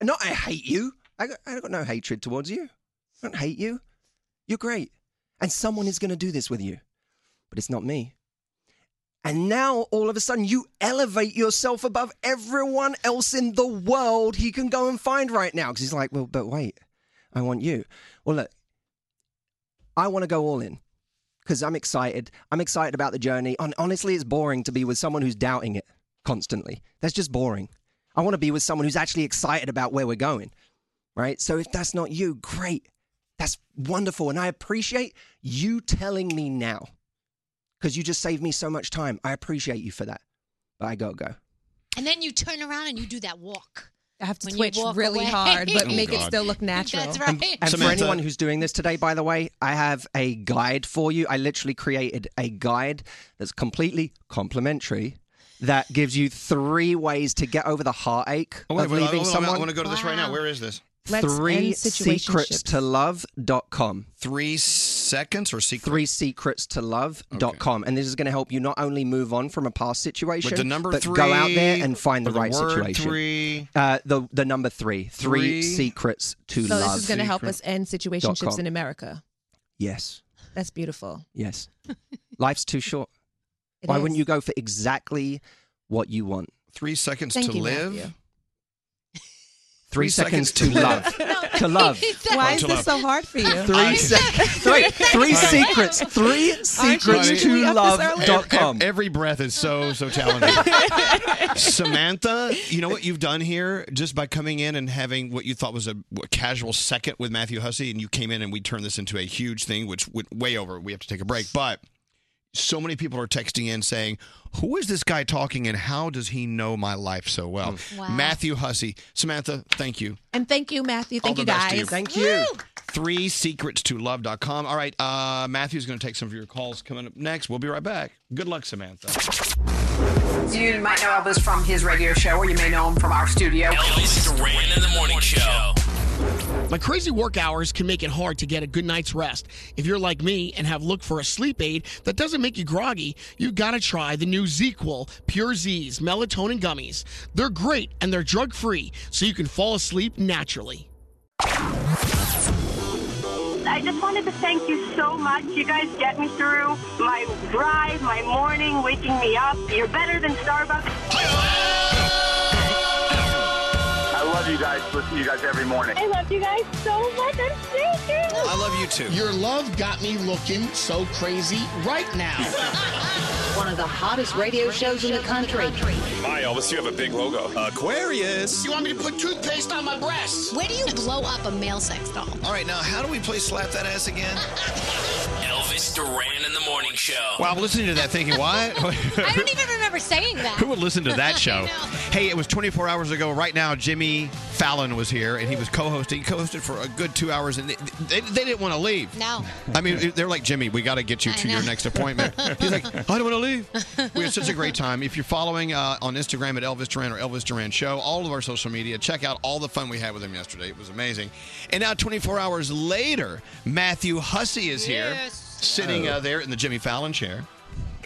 Not I hate you. I got, I got no hatred towards you. I don't hate you. You're great. And someone is going to do this with you. But it's not me. And now all of a sudden you elevate yourself above everyone else in the world he can go and find right now. Because he's like, well, but wait, I want you. Well, look, I want to go all in because I'm excited. I'm excited about the journey. And honestly, it's boring to be with someone who's doubting it constantly. That's just boring. I want to be with someone who's actually excited about where we're going. Right. So if that's not you, great. That's wonderful. And I appreciate you telling me now because you just saved me so much time. I appreciate you for that. But I got to go. and then you turn around and you do that walk. I have to When you twitch walk really away. hard, but Oh, make it God. still look natural. That's And, right. and for Samantha- anyone who's doing this today, by the way, I have a guide for you. I literally created a guide that's completely complimentary that gives you three ways to get over the heartache Oh, wait, of wait, leaving I, someone. want to go to this right now. Where is this? three secrets to love.com. Three seconds or secrets? Three secrets to love.com. And this is going to help you not only move on from a past situation, With the number but three go out there and find the or the right word situation. three. Uh, the, the number three. Three, Three. secrets to so love. this is going to help us end situationships in America. Yes. That's beautiful. Yes. Life's too short. It Why is. wouldn't you go for exactly what you want? Three seconds Thank you, Matthew. Three Three, seconds, seconds to to love. to love. Why is this so hard for you? Three, se- three, three secrets. Three Archie, secrets can we to up this early? love.com. Ev- Every breath is so so challenging. Samantha, you know what you've done here just by coming in and having what you thought was a, a casual second with Matthew Hussey, and you came in and we turned this into a huge thing, which went way over. We have to take a break, but so many people are texting in saying, "Who is this guy talking, and how does he know my life so well?" Wow. Matthew Hussey, Samantha, thank you. And thank you, Matthew. Thank All you, the best guys. to you. Three secrets to love.com. All right, uh, Matthew's going to take some of your calls coming up next. We'll be right back. Good luck, Samantha. You might know Elvis from his radio show, or you may know him from our studio. Elvis Duran in the morning show. My crazy work hours can make it hard to get a good night's rest. If you're like me and have looked for a sleep aid that doesn't make you groggy, you gotta try the new ZQL Pure Z's melatonin gummies. They're great and they're drug free, so you can fall asleep naturally. I just wanted to thank you so much. You guys get me through my drive, my morning, waking me up. You're better than Starbucks. I love you guys. Listen to you guys every morning. I love you guys so much. I'm shaking. love you too. Your love got me looking so crazy right now. One of the hottest radio shows in the country. My Elvis, you have a big logo. Aquarius. You want me to put toothpaste on my breasts? Where do you blow up a male sex doll? All right, now how do we play slap that ass again? Elvis Duran in the morning show. Wow, I'm listening to that thinking, what? I don't even remember saying that. Who would listen to that I show? know. hey, it was 24 hours ago. Right now, Jimmy Fallon was here, and he was co-hosting. He co-hosted for a good two hours, and they, they, they didn't want to leave. No. I mean, they're like, Jimmy, we got to get you I to know. your next appointment. He's like, I don't want to leave. We had such a great time. If you're following uh, on Instagram at Elvis Duran or Elvis Duran Show, all of our social media, check out all the fun we had with him yesterday. It was amazing. And now, 24 hours later, Matthew Hussey is here, sitting uh, there in the Jimmy Fallon chair.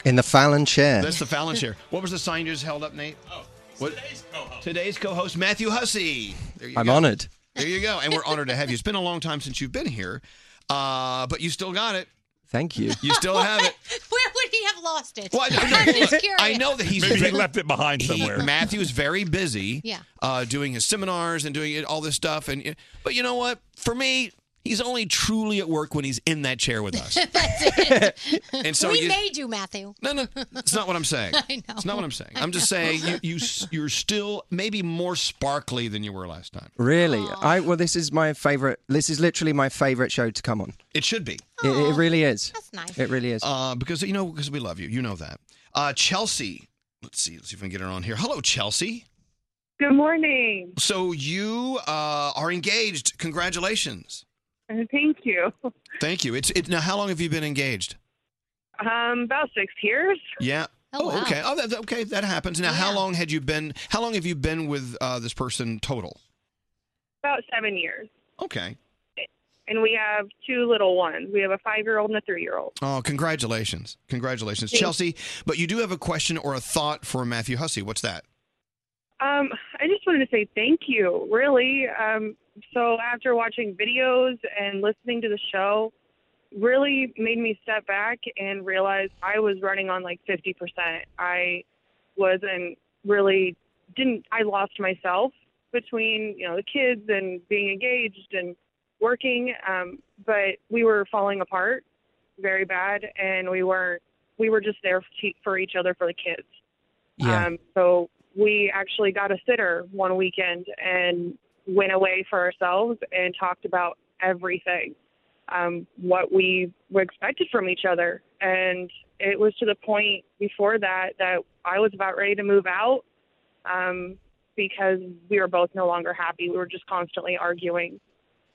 In the Fallon chair. That's the Fallon chair. What was the sign you just held up, Nate? Oh, today's co-host. Today's co-host, Matthew Hussey. There you I'm go. honored. There you go, and we're honored to have you. It's been a long time since you've been here, uh, but you still got it. Thank you. You still have it. Where would he have lost it? Well, I, am know, just curious. I know that he's Maybe he left it behind he- somewhere. Matthew's very busy, Yeah. uh, doing his seminars and doing it- all this stuff. And but you know what? For me, he's only truly at work when he's in that chair with us. That's it. And so we you- made you, Matthew. No, no, It's not what I'm saying. I know. It's not what I'm saying. I I'm just know. saying you, you s- you're still maybe more sparkly than you were last time. Really? I well, this is my favorite. This is literally my favorite show to come on. It should be. It, it really is. That's nice. It really is. Uh, because you know, because we love you. You know that. Uh, Chelsea. Let's see. Let's see if we can get her on here. Hello, Chelsea. Good morning. So you uh, are engaged. Congratulations. Uh, Thank you. Thank you. It's it, now. How long have you been engaged? Um, about six years. Yeah. Oh, wow. okay. Oh, that, okay. That happens. Now, how long had you been? How long have you been with uh, this person total? About seven years. Okay. And we have two little ones. We have a five year old and a three year old. Oh, congratulations. Congratulations, Thanks. Chelsea. But you do have a question or a thought for Matthew Hussey. What's that? Um, I just wanted to say thank you, really. Um, so after watching videos and listening to the show, really made me step back and realize I was running on like 50%. I wasn't really didn't I lost myself between, you know, the kids and being engaged and working, um, but we were falling apart very bad and we weren't we were just there f- for each other for the kids. Yeah. Um, so we actually got a sitter one weekend and went away for ourselves and talked about everything, um, what we were expected from each other. And it was to the point before that that I was about ready to move out um, because we were both no longer happy. We were just constantly arguing.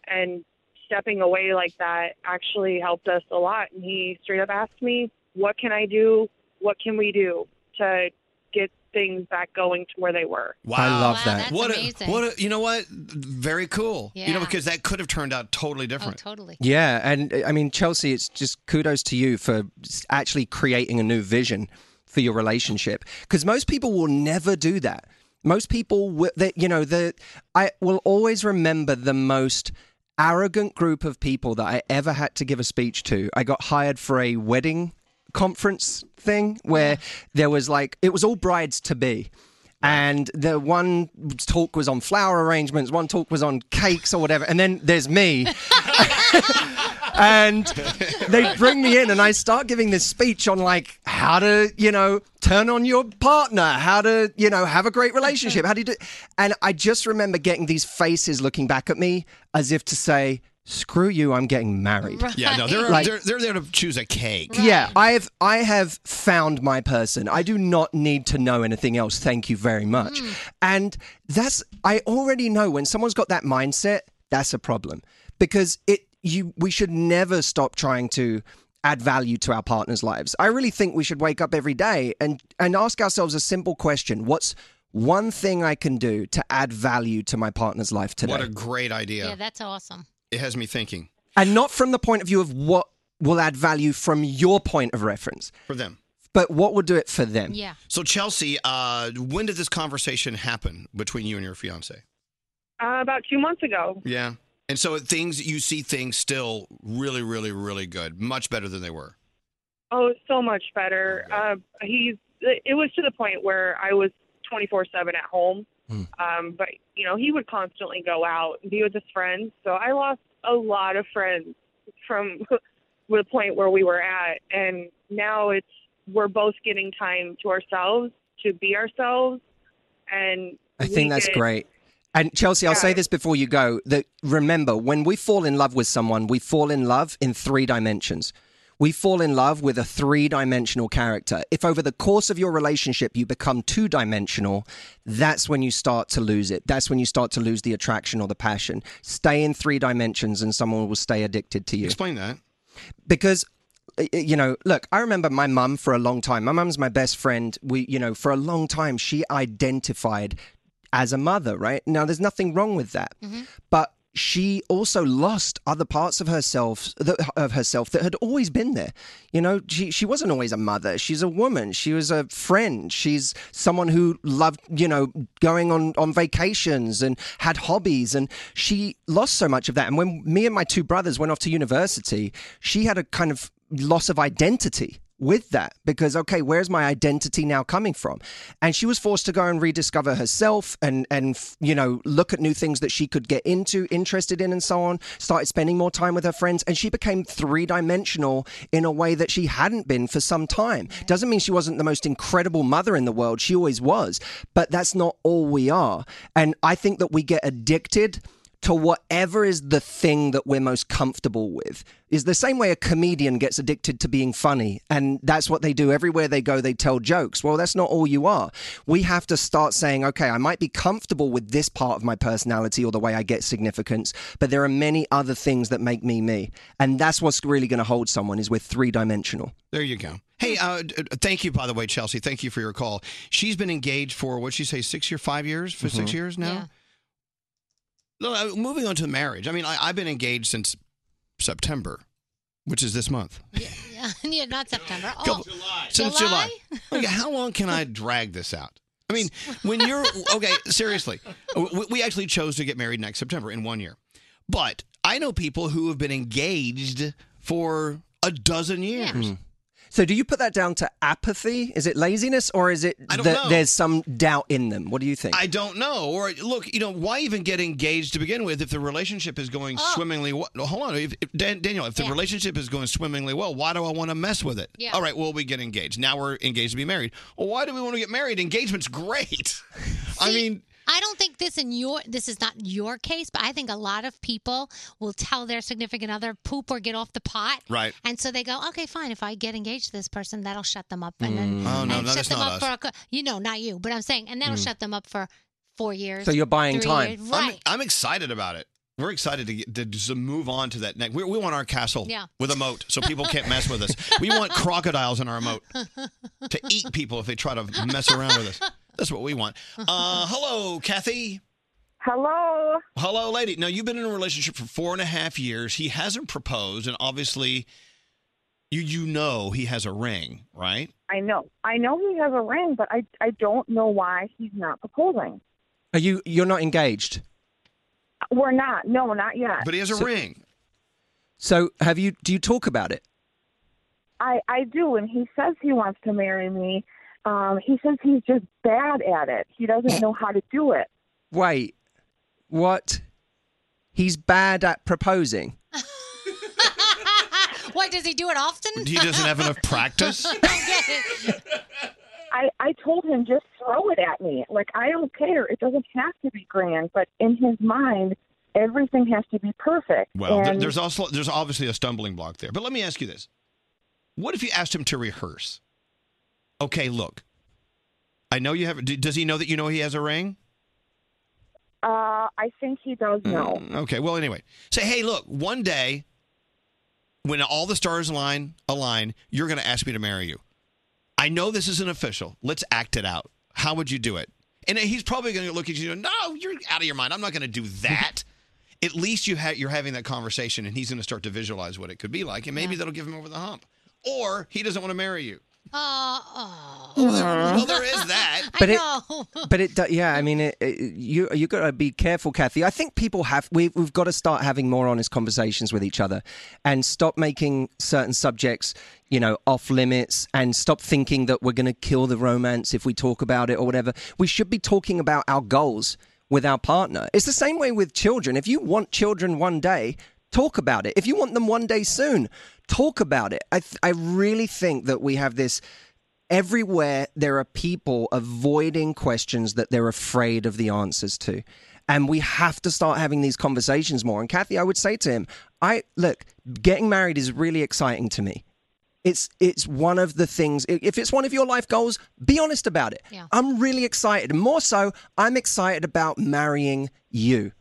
And stepping away like that actually helped us a lot. And he straight up asked me, What can I do? What can we do to get things back going to where they were? Wow. I love Wow, that. that's what amazing. A, what a, you know what? Very cool. You know Yeah. because that could have turned out totally different. totally. Yeah, and uh, I mean Chelsea, it's just kudos to you for s- actually creating a new vision for your relationship because most people will never do that. Most people wi- that you know the I will always remember the most arrogant group of people that I ever had to give a speech to. I got hired for a wedding conference thing where there was like it was all brides to be. And the one talk was on flower arrangements, one talk was on cakes or whatever, and then there's me and they bring me in and I start giving this speech on like how to, you know, turn on your partner, how to, you know, have a great relationship, how do you do and I just remember getting these faces looking back at me as if to say, Screw you, I'm getting married. Yeah, no, they're, Like, they're they're there to choose a cake. Yeah, I have I have found my person. I do not need to know anything else. Thank you very much. And that's I already know when someone's got that mindset, that's a problem because it you we should never stop trying to add value to our partners' lives. I really think we should wake up every day and and ask ourselves a simple question: What's one thing I can do to add value to my partner's life today? What a great idea. Yeah, that's awesome. it has me thinking. and not from the point of view of what will add value from your point of reference for them, but what will do it for them. So Chelsea, uh, when did this conversation happen between you and your fiance? Uh, about two months ago. Yeah. And so things you see things still really, really, really good, much better than they were. Oh, so much better. Uh, he's. It was to the point where I was twenty four seven at home, um, but you know he would constantly go out and be with his friends. So I lost a lot of friends from the point where we were at, and now it's we're both getting time to ourselves to be ourselves, and I we think that's get- great. And Chelsea, I'll say this before you go that remember, when we fall in love with someone, we fall in love in three dimensions. We fall in love with a three dimensional character. If over the course of your relationship you become two dimensional, that's when you start to lose it. That's when you start to lose the attraction or the passion. Stay in three dimensions and someone will stay addicted to you. Explain that. Because uh, you know, look, I remember my mum for a long time. My mum's my best friend. We, you know, for a long time, she identified as a mother, right? Now, there's nothing wrong with that. But she also lost other parts of herself that, of herself that had always been there. You know, she she wasn't always a mother. She's a woman. She was a friend. She's someone who loved, you know, going on on vacations and had hobbies and she lost so much of that. And when me and my two brothers went off to university, she had a kind of loss of identity with that because okay where's my identity now coming from and she was forced to go and rediscover herself and and f- you know look at new things that she could get into interested in and so on started spending more time with her friends and she became three-dimensional in a way that she hadn't been for some time doesn't mean she wasn't the most incredible mother in the world she always was but that's not all we are and i think that we get addicted to whatever is the thing that we're most comfortable with is the same way a comedian gets addicted to being funny and that's what they do everywhere they go they tell jokes well that's not all you are we have to start saying okay i might be comfortable with this part of my personality or the way i get significance but there are many other things that make me me and that's what's really going to hold someone is we're three dimensional There you go. Hey, uh, d- d- thank you by the way, Chelsea. Thank you for your call. She's been engaged for what she say six year, five years for six Mhm. years now. No, uh, moving on to marriage. I mean, I, I've been engaged since September, which is this month. Yeah, yeah not September. Oh, Couple- Since July. Okay, how long can I drag this out? I mean, when you're okay, seriously, we, we actually chose to get married next September in one year, but I know people who have been engaged for a dozen years. Hmm. so do you put that down to apathy is it laziness or is it don't that know. there's some doubt in them what do you think I don't know. Or look, you know, why even get engaged to begin with if the relationship is going Oh. swimmingly? Well? No, Hold on, if, if- Dan, Daniel. If the relationship is going swimmingly well, why do I want to mess with it? Yeah. All right, well, we get engaged. Now we're engaged to be married. Well, why do we want to get married? Engagement's great. I mean, I don't think this in your this is not your case, but I think a lot of people will tell their significant other poop or get off the pot. Right. And so they go, okay, fine. If I get engaged to this person, that'll shut them up, and then Mm. Oh, no, and no, shut that's them not up us. for a, cou- you know, not you, but I'm saying, and that'll Mm. shut them up for four years. So you're buying three time. years. I'm- right? I'm excited about it. We're excited to, get, to just move on to that next. We, we want our castle Yeah. with a moat so people can't mess with us. We want crocodiles in our moat to eat people if they try to mess around with us. That's what we want. Uh, hello, Kathy. Hello. Hello, lady. Now, you've been in a relationship for four and a half years. He hasn't proposed, and obviously, you you know he has a ring, right? I know. I know he has a ring, but I I don't know why he's not proposing. are you you're not engaged We're not. No, not yet. So- So have you do you talk about it? I I do, and he says he wants to marry me. Um, he says he's just bad at it. He doesn't know how to do it. Wait. What? He's bad at proposing. What does he do it often? He doesn't have enough practice. I I told him just throw it at me. Like I don't care. It doesn't have to be grand, but in his mind, everything has to be perfect. Well, there- And- there's also there's obviously a stumbling block there. But let me ask you this: What if you asked him to rehearse? Okay, look, I know you have. d- Does he know that you know he has a ring? uh, I think he does know. Hmm. Okay. Well, anyway, say, hey, look, one day when all the stars align, align, you're going to ask me to marry you. I know this isn't official. Let's act it out. How would you do it? And he's probably going to look at you and go, no, you're out of your mind. I'm not going to do that. at least you ha- you're having that conversation and he's going to start to visualize what it could be like. And maybe that'll give him over the hump. Or he doesn't want to marry you. Oh, Well, there is that. But it, but it, do- yeah. I mean, it, it, you you got to be careful, Kathy. I think people have we we've got to start having more honest conversations with each other, and stop making certain subjects, you know, off limits, and stop thinking that we're going to kill the romance if we talk about it or whatever. We should be talking about our goals with our partner. It's the same way with children. If you want children one day, talk about it. If you want them one day soon, talk about it. I th- I really think that we have this everywhere there are people avoiding questions that they're afraid of the answers to and we have to start having these conversations more and kathy i would say to him i look getting married is really exciting to me it's it's one of the things i- if it's one of your life goals be honest about it Yeah. i'm really excited more so i'm excited about marrying you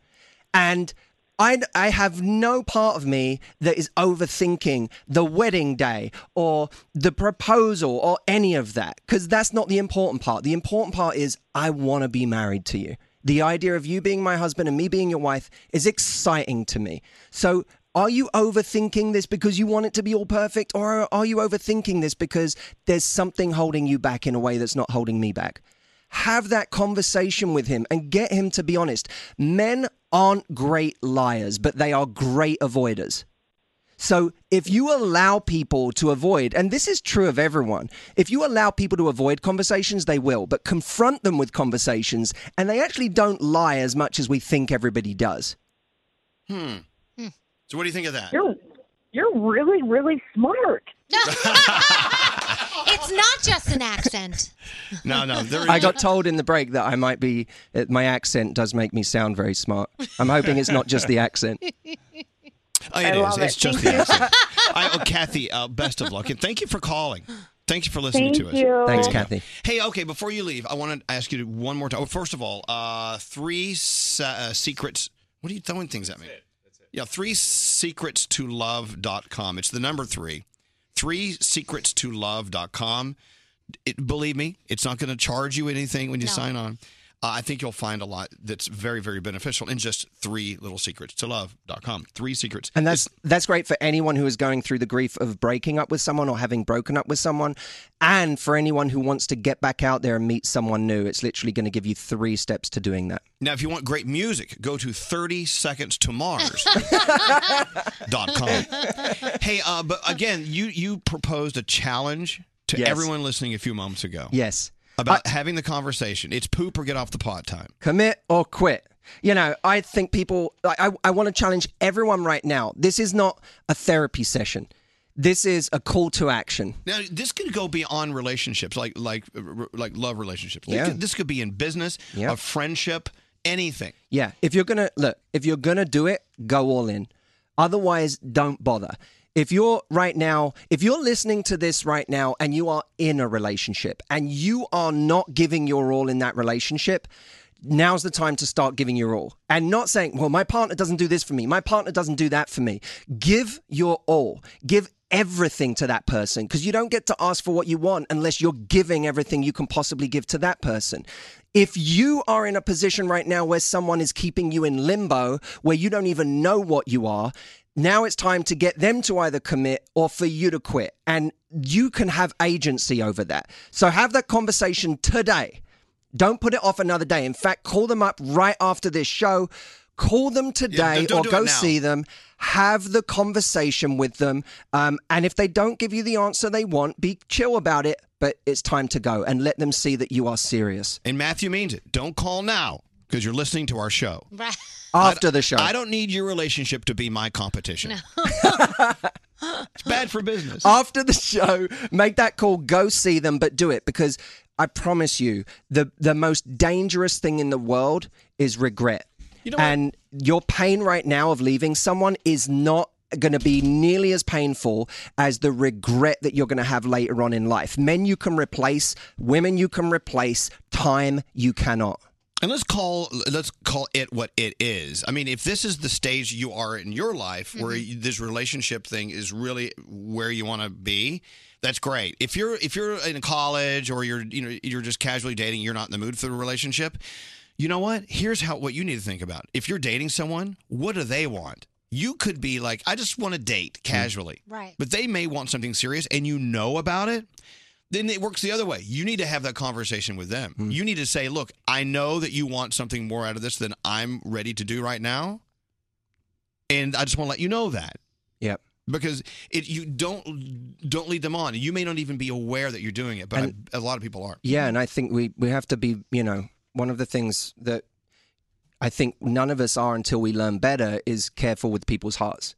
and I, I have no part of me that is overthinking the wedding day or the proposal or any of that because that's not the important part. The important part is I want to be married to you. The idea of you being my husband and me being your wife is exciting to me. So, are you overthinking this because you want it to be all perfect or are you overthinking this because there's something holding you back in a way that's not holding me back? Have that conversation with him and get him to be honest. Men aren't great liars, but they are great avoiders. So if you allow people to avoid, and this is true of everyone, if you allow people to avoid conversations, they will, but confront them with conversations, and they actually don't lie as much as we think everybody does. Hmm. So what do you think of that? You're- You're really, really smart. It's not just an accent. No, no. Oh, There is I got told in the break that I might be, uh, my accent does make me sound very smart. I'm hoping it's not just the accent. Oh, I it is. love It's it. just the Thank you. accent. I, oh, Kathy, uh, best of luck. And thank you for calling. Thank you for listening Thank to us. you. Thanks, Kathy. Hey, okay, before you leave, I want to ask you one more time. Oh, first of all, uh, three se- uh, secrets. What are you throwing things at me? Yeah, three secrets to love.com. It's the number three. Three secrets to love.com. It, believe me, it's not going to charge you anything when you sign on. Uh, I think you'll find a lot that's very, very beneficial in just three little secrets to love.com. Three secrets. And that's that's great for anyone who is going through the grief of breaking up with someone or having broken up with someone, and for anyone who wants to get back out there and meet someone new. It's literally going to give you three steps to doing that. Now, if you want great music, go to 30 seconds to Mars. dot com. Hey, uh, but again, you you proposed a challenge to Yes. everyone listening a few moments ago. Yes. About having the conversation. It's poop or get off the pot time. Commit or quit. You know, I think people. I I, I want to challenge everyone right now. This is not a therapy session. This is a call to action. Now, this could go beyond relationships, like like r- like love relationships. This Yeah. could- This could be in business, Yeah. a friendship, anything. Yeah, if you're gonna look, if you're gonna do it, go all in. Otherwise, don't bother. If you're right now, if you're listening to this right now and you are in a relationship and you are not giving your all in that relationship, now's the time to start giving your all and not saying, well, my partner doesn't do this for me, my partner doesn't do that for me. Give your all, give everything to that person because you don't get to ask for what you want unless you're giving everything you can possibly give to that person. If you are in a position right now where someone is keeping you in limbo, where you don't even know what you are, now it's time to get them to either commit or for you to quit. And you can have agency over that. So have that conversation today. Don't put it off another day. In fact, call them up right after this show. Call them today don't or do it go now. see them. Have the conversation with them. Um, and if they don't give you the answer they want, be chill about it. But it's time to go and let them see that you are serious. And Matthew means it. Don't call now because you're listening to our show. Right. After the show. I don't need your relationship to be my competition. it's bad for business. After the show, make that call, go see them, but do it because I promise you, the, the most dangerous thing in the world is regret. and your pain right now of leaving someone is not going to be nearly as painful as the regret that you're going to have later on in life. Men you can replace, women you can replace, time you cannot. And let's call let's call it what it is. I mean, if this is the stage you are in your life where you- this relationship thing is really where you want to be, that's great. If you're if you're in college or you're you know you're just casually dating, you're not in the mood for the relationship. You know what? Here's how what you need to think about. If you're dating someone, what do they want? You could be like, I just want to date casually. Right. But they may want something serious and you know about it. Then it works the other way. You need to have that conversation with them. Hmm. You need to say, look, I know that you want something more out of this than I'm ready to do right now. And I just want to let you know that. Yep. Because it you don't don't lead them on. You may not even be aware that you're doing it, but And- I, a lot of people are. Yeah, and I think we we have to be, you know, one of the things that I think none of us are until we learn better is careful with people's hearts.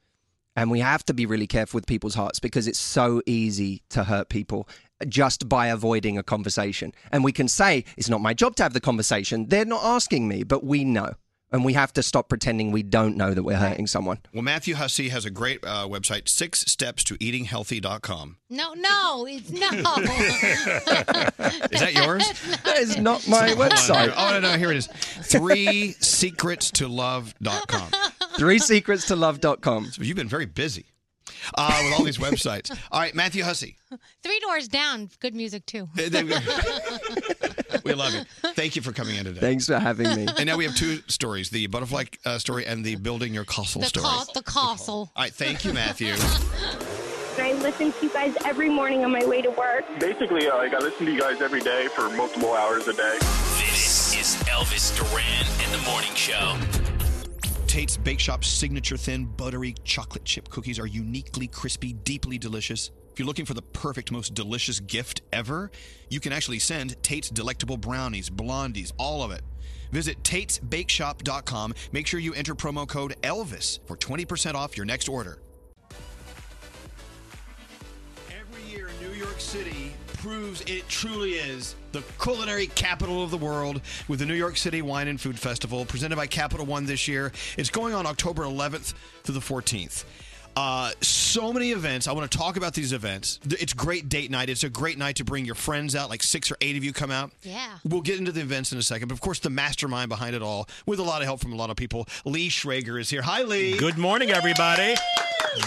And we have to be really careful with people's hearts because it's so easy to hurt people just by avoiding a conversation. And we can say, it's not my job to have the conversation. They're not asking me, but we know. And we have to stop pretending we don't know that we're hurting someone. Well, Matthew Hussey has a great uh, website, six steps to eatinghealthy.com. No, no, it's no. Is that yours? That is not my Hold on. website. Oh, no, no, here it is. Three secrets to love.com. Three secrets to love.com. So you've been very busy uh, with all these websites. All right, Matthew Hussey, Three doors down. Good music too. There- there we go. we love you. Thank you for coming in today. Thanks for having me. And now we have two stories the butterfly uh, story and the building your castle The story. call, the castle. All right, thank you, Matthew. I listen to you guys every morning on my way to work. Basically, uh, like I listen to you guys every day for multiple hours a day. This is Elvis Duran in the morning show. Tate's Bake Shop's signature thin, buttery chocolate chip cookies are uniquely crispy, deeply delicious. If you're looking for the perfect, most delicious gift ever, you can actually send Tate's Delectable Brownies, Blondies, all of it. Visit Tate'sBakeShop.com. Make sure you enter promo code ELVIS for 20% off your next order. Every year, New York City proves it truly is the culinary capital of the world with the New York City Wine and Food Festival, presented by Capital One this year. It's going on October 11th through the 14th. Uh, so many events. I want to talk about these events. Th- It's great date night. It's a great night to bring your friends out. Like six or eight of you come out. Yeah. We'll get into the events in a second. But of course, the mastermind behind it all, with a lot of help from a lot of people. Lee Schrager is here. Hi, Lee. Good morning, everybody.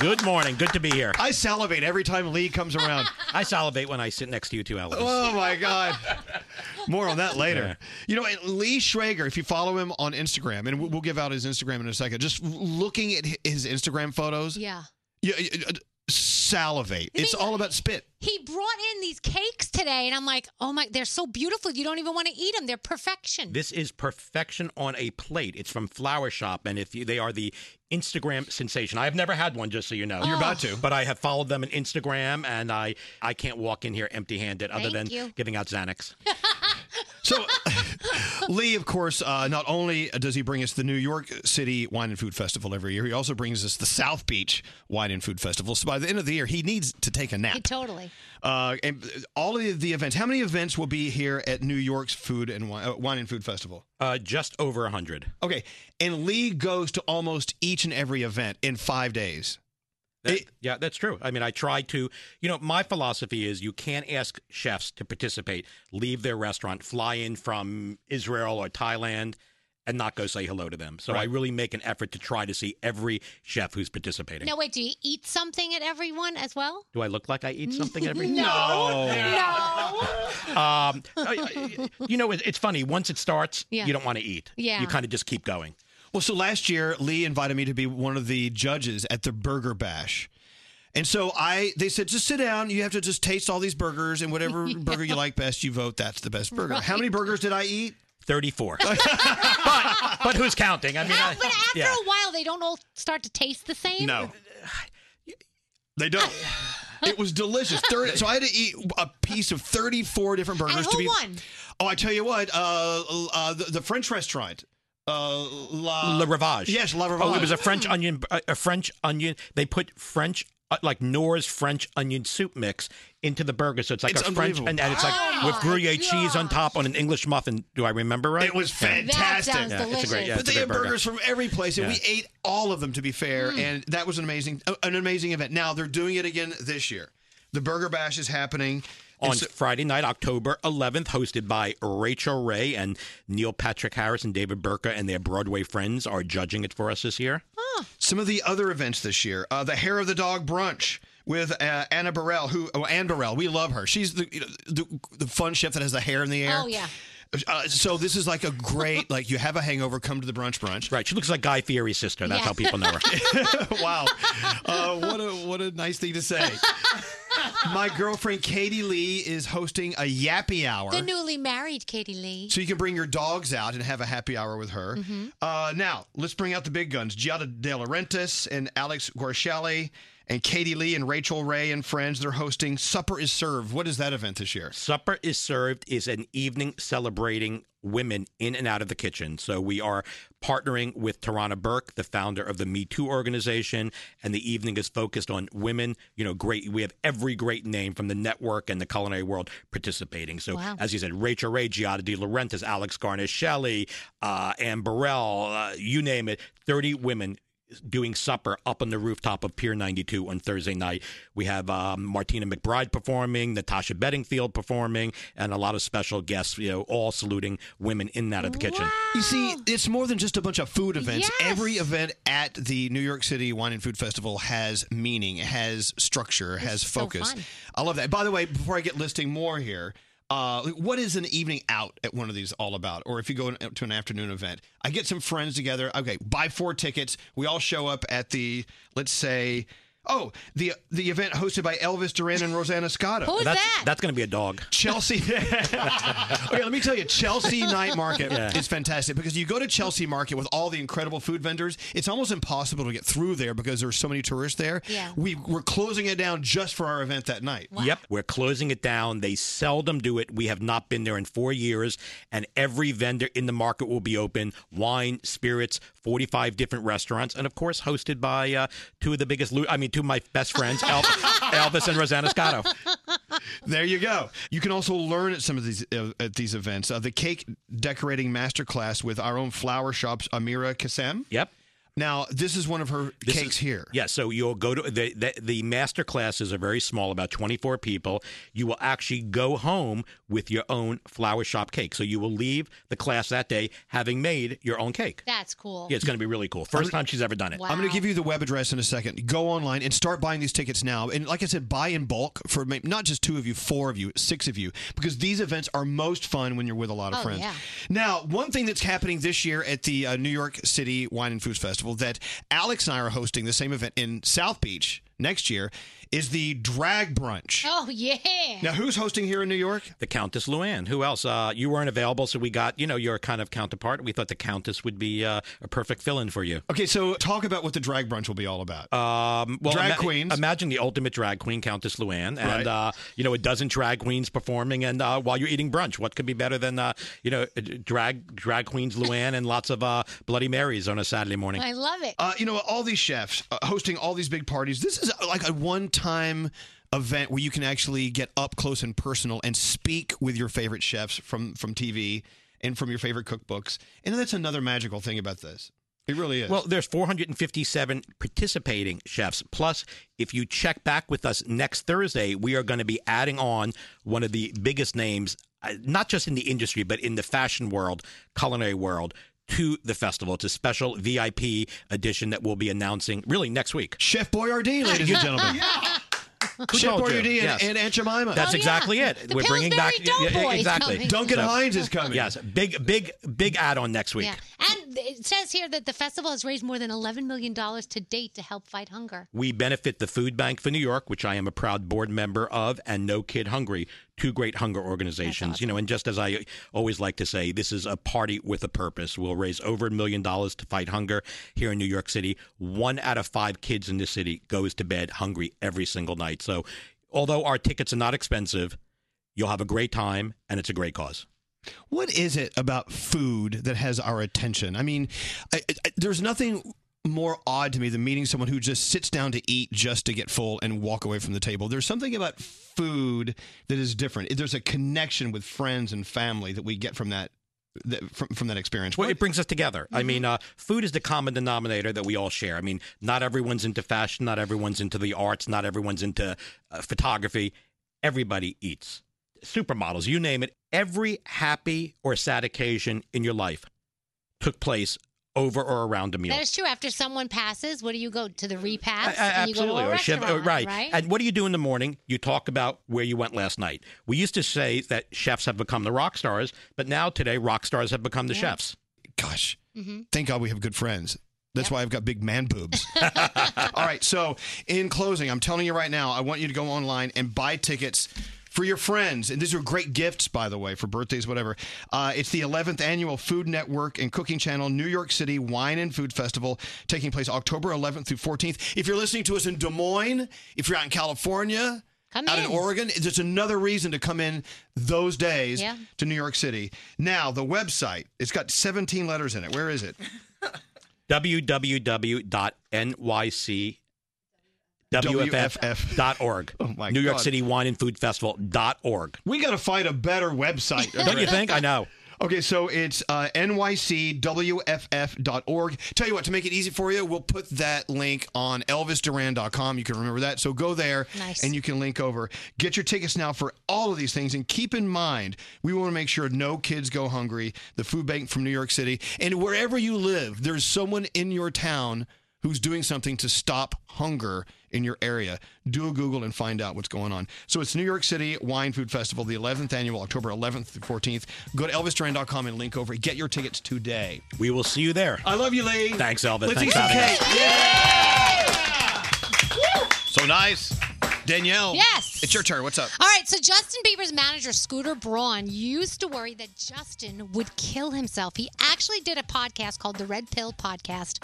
Good morning. Good to be here. I salivate every time Lee comes around. I salivate when I sit next to you two, Elvis. Oh my God! More on that later. You know, and Lee Schrager, if you follow him on Instagram, and we'll- we'll give out his Instagram in a second. Just looking at hi- his Instagram photos, Yeah. you, you- uh, salivate. It's all about spit. He brought in these cakes today, and I'm like, oh my, they're so beautiful. You don't even want to eat them. They're perfection. This is perfection on a plate. It's from Flower Shop, and if you, they are the Instagram sensation. I have never had one, just so you know. You're about to. but I have followed them on Instagram, and I I can't walk in here empty-handed, other Thank than you. giving out Xanax. So, Lee, of course, uh, not only does he bring us the New York City Wine and Food Festival every year, he also brings us the South Beach Wine and Food Festival. So by the end of the year, he needs to take a nap. He totally. Uh, and all of the, the events. How many events will be here at New York's Food and Wine, uh, Wine and Food Festival? Uh, just over a hundred. Okay, and Lee goes to almost each and every event in five days. That- yeah, that's true. I mean, I try to, you know, my philosophy is you can't ask chefs to participate, leave their restaurant, fly in from Israel or Thailand, and not go say hello to them. So I Right. really make an effort to try to see every chef who's participating. Now, wait, do you eat something at everyone as well? Do I look like I eat something every No. Um, I- I- you know, it- it's funny. Once it starts, Yeah. you don't want to eat. Yeah. You kind of just keep going. Well, so last year Lee invited me to be one of the judges at the Burger Bash. And so I they said just sit down, you have to just taste all these burgers and whatever burger you like best, you vote that's the best burger. How many burgers did I eat? 34. But who's counting? I mean, I, But after yeah. a while, they don't all start to taste the same. No. They don't. It was delicious. Thirty- so I had to eat a piece of 34 different burgers And who to be won? Oh, I tell you what, uh, uh, the, the French restaurant, uh, La Le Ravage. Yes, La Ravage. Oh, it was a Mm. French onion, a a French onion. They put French, uh, like Nora's French onion soup mix into the burger. So it's like It's a French, unbelievable. and, and it's like Oh with my Gruyere cheese on top on an English muffin. Do I remember right? It was Yeah. fantastic. Yeah, It's a great, yeah, but it's a they great had burger. burgers from every place, and Yeah. we ate all of them. To be fair, Mm. uh, and that was an amazing, an amazing event. Now they're doing it again this year. The Burger Bash is happening. on Friday night, October 11th, hosted by Rachel Ray and Neil Patrick Harris and David Burka and their Broadway friends are judging it for us this year. Some of the other events this year, uh, the Hair of the Dog brunch with uh, Anna Burrell, who oh, Ann Burrell, we love her. She's the, you know, the the fun chef that has the hair in the air. Oh, yeah. Uh, so this is like a great like you have a hangover, come to the brunch brunch. Right. She looks like Guy Fieri's sister. That's Yeah. how people know her. wow. Uh, what a what a nice thing to say. My girlfriend Katie Lee is hosting a yappy hour. The newly married Katie Lee. so you can bring your dogs out and have a happy hour with her. Mhm. Uh, now, let's bring out the big guns. Giada De Laurentiis and Alex Gorshelli and Katie Lee and Rachel Ray and friends. They're hosting Supper is Served. What is that event this year? Supper is Served is an evening celebrating women in and out of the kitchen. So we are partnering with Tarana Burke, the founder of the Me Too organization, and the evening is focused on women. You know, great. We have every great name from the network and the culinary world participating. So Wow. as you said, Rachel Ray, Giada De Laurentiis, Alex Garnish Shelley, uh, Ann Burrell, uh, you name it. Thirty women doing supper up on the rooftop of Pier 92 on Thursday night. We have um, Martina McBride performing, Natasha Bedingfield performing, and a lot of special guests, you know, all saluting women in and out of the kitchen. You see, it's more than just a bunch of food events. Every event at the New York City Wine and Food Festival has meaning, has structure, has focus. fun. I love that. By the way, before I get listing more here, uh, what is an evening out at one of these all about? Or if you go in- to an afternoon event, I get some friends together. Okay, buy four tickets. We all show up at the, let's say, oh, the the event hosted by Elvis Duran and Rosanna Scotto. Who's That's- that? That's going to be a dog. Chelsea. okay, let me tell you, Chelsea Night Market Yeah. is fantastic because you go to Chelsea Market with all the incredible food vendors. It's almost impossible to get through there because there's so many tourists there. Yeah. We were closing it down just for our event that night. Yep, we're closing it down. They seldom do it. We have not been there in four years, and every vendor in the market will be open. Wine, spirits, forty-five different restaurants, and of course, hosted by uh, two of the biggest. Lo- I mean, two of my best friends, Elvis, Elvis and Rosanna Scotto. There you go. You can also learn at some of these uh, at these events. Uh, the cake decorating masterclass with our own flower shops, Amira Kassem. Yep. Now this is one of her cakes here. Yeah, so you'll go to the the, the master classes are very small, about twenty four people. You will actually go home with your own flower shop cake. So you will leave the class that day having made your own cake. That's cool. Yeah, it's going to be really cool. First time she's ever done it. I'm going to give you the web address in a second. Go online and start buying these tickets now. And like I said, buy in bulk for ma- not just two of you, four of you, six of you, because these events are most fun when you're with a lot of Oh, friends. yeah. Now, one thing that's happening this year at the uh, New York City Wine and Food Festival that Alex and I are hosting the same event in South Beach next year is the drag brunch. Oh, yeah. Now, who's hosting here in New York? The Countess Luann. Who else? Uh, you weren't available, so we got you know your kind of counterpart. We thought the Countess would be uh, a perfect fill-in for you. Okay, so talk about what the drag brunch will be all about. Um, well, Drag ima- queens. Imagine the ultimate drag queen, Countess Luann, and Right. uh, you know a dozen drag queens performing, and uh, while you're eating brunch, what could be better than uh, you know drag drag queens Luann and lots of uh, Bloody Marys on a Saturday morning. I love it. Uh, you know, all these chefs uh, hosting all these big parties. This is uh, like a one-time event where you can actually get up close and personal and speak with your favorite chefs from from TV and from your favorite cookbooks. And that's another magical thing about this. It really is. Well, there's 457 participating chefs. Plus, if you check back with us next Thursday, we are going to be adding on one of the biggest names, uh, not just in the industry, but in the fashion world, culinary world. To the festival. It's a special VIP edition that we'll be announcing really next week. Chef Boyardee, ladies and gentlemen. Who Chef told you? Boyardee and, Yes. and Aunt Jemima. Oh, That's exactly it. We're bringing back Doughboy is exactly. coming. Duncan Hines is coming. Yes, big, big, big add-on next week. Yeah. And it says here that the festival has raised more than $11 million to date to help fight hunger. We benefit the Food Bank for New York, which I am a proud board member of, and No Kid Hungry, two great hunger organizations. You know, and just as I always like to say, this is a party with a purpose. We'll raise over a million dollars to fight hunger here in New York City. One out of five kids in this city goes to bed hungry every single night. So, although our tickets are not expensive, you'll have a great time, and it's a great cause. What is it about food that has our attention? I mean, I, I, there's nothing more odd to me than meeting someone who just sits down to eat just to get full and walk away from the table. There's something about food that is different. There's a connection with friends and family that we get from that th- from from that experience. Well, it brings us together. I mean, uh, food is the common denominator that we all share. I mean, not everyone's into fashion, not everyone's into the arts, not everyone's into uh, photography. Everybody eats. Supermodels, you name it. Every happy or sad occasion in your life took place over or around a meal. That is true. After someone passes, what do you go to the repast? A- a- and you go to absolutely, a or Chev- restaurant, uh, right. right? And what do you do in the morning? You talk about where you went last night. We used to say that chefs have become the rock stars, but now today rock stars have become the Yeah. chefs. Gosh, Mhm. thank God we have good friends. That's why I've got big man boobs. All right. So, in closing, I'm telling you right now, I want you to go online and buy tickets for your friends. And these are great gifts, by the way, for birthdays, whatever. Uh, it's the 11th annual Food Network and Cooking Channel New York City Wine and Food Festival taking place October 11th through 14th. If you're listening to us in Des Moines, if you're out in California, Come out in. in Oregon, there's another reason to come in those days Yeah. to New York City. Now, the website, it's got 17 letters in it. Where is it? www.nyc.org. Oh my New York God. City Wine and Food Festival dot org. We got to find a better website. Don't you think? I know. Okay, so it's uh, nycwff.org. Tell you what, to make it easy for you, we'll put that link on elvisduran.com. You can remember that. So go there Nice. and you can link over. Get your tickets now for all of these things. And keep in mind, we want to make sure no kids go hungry. The food bank from New York City. And wherever you live, there's someone in your town who's doing something to stop hunger in your area. Do a Google and find out what's going on. So it's New York City Wine Food Festival, the 11th annual, October 11th through 14th. Go to elvisduran.com and link over. Get your tickets today. We will see you there. I love you, Lee. Thanks, Elvis. Let's Thanks eat for some having us. cake. So nice. Danielle. Yes. It's your turn. What's up? All right, so Justin Bieber's manager, Scooter Braun, used to worry that Justin would kill himself. He actually did a podcast called The Red Pill Podcast.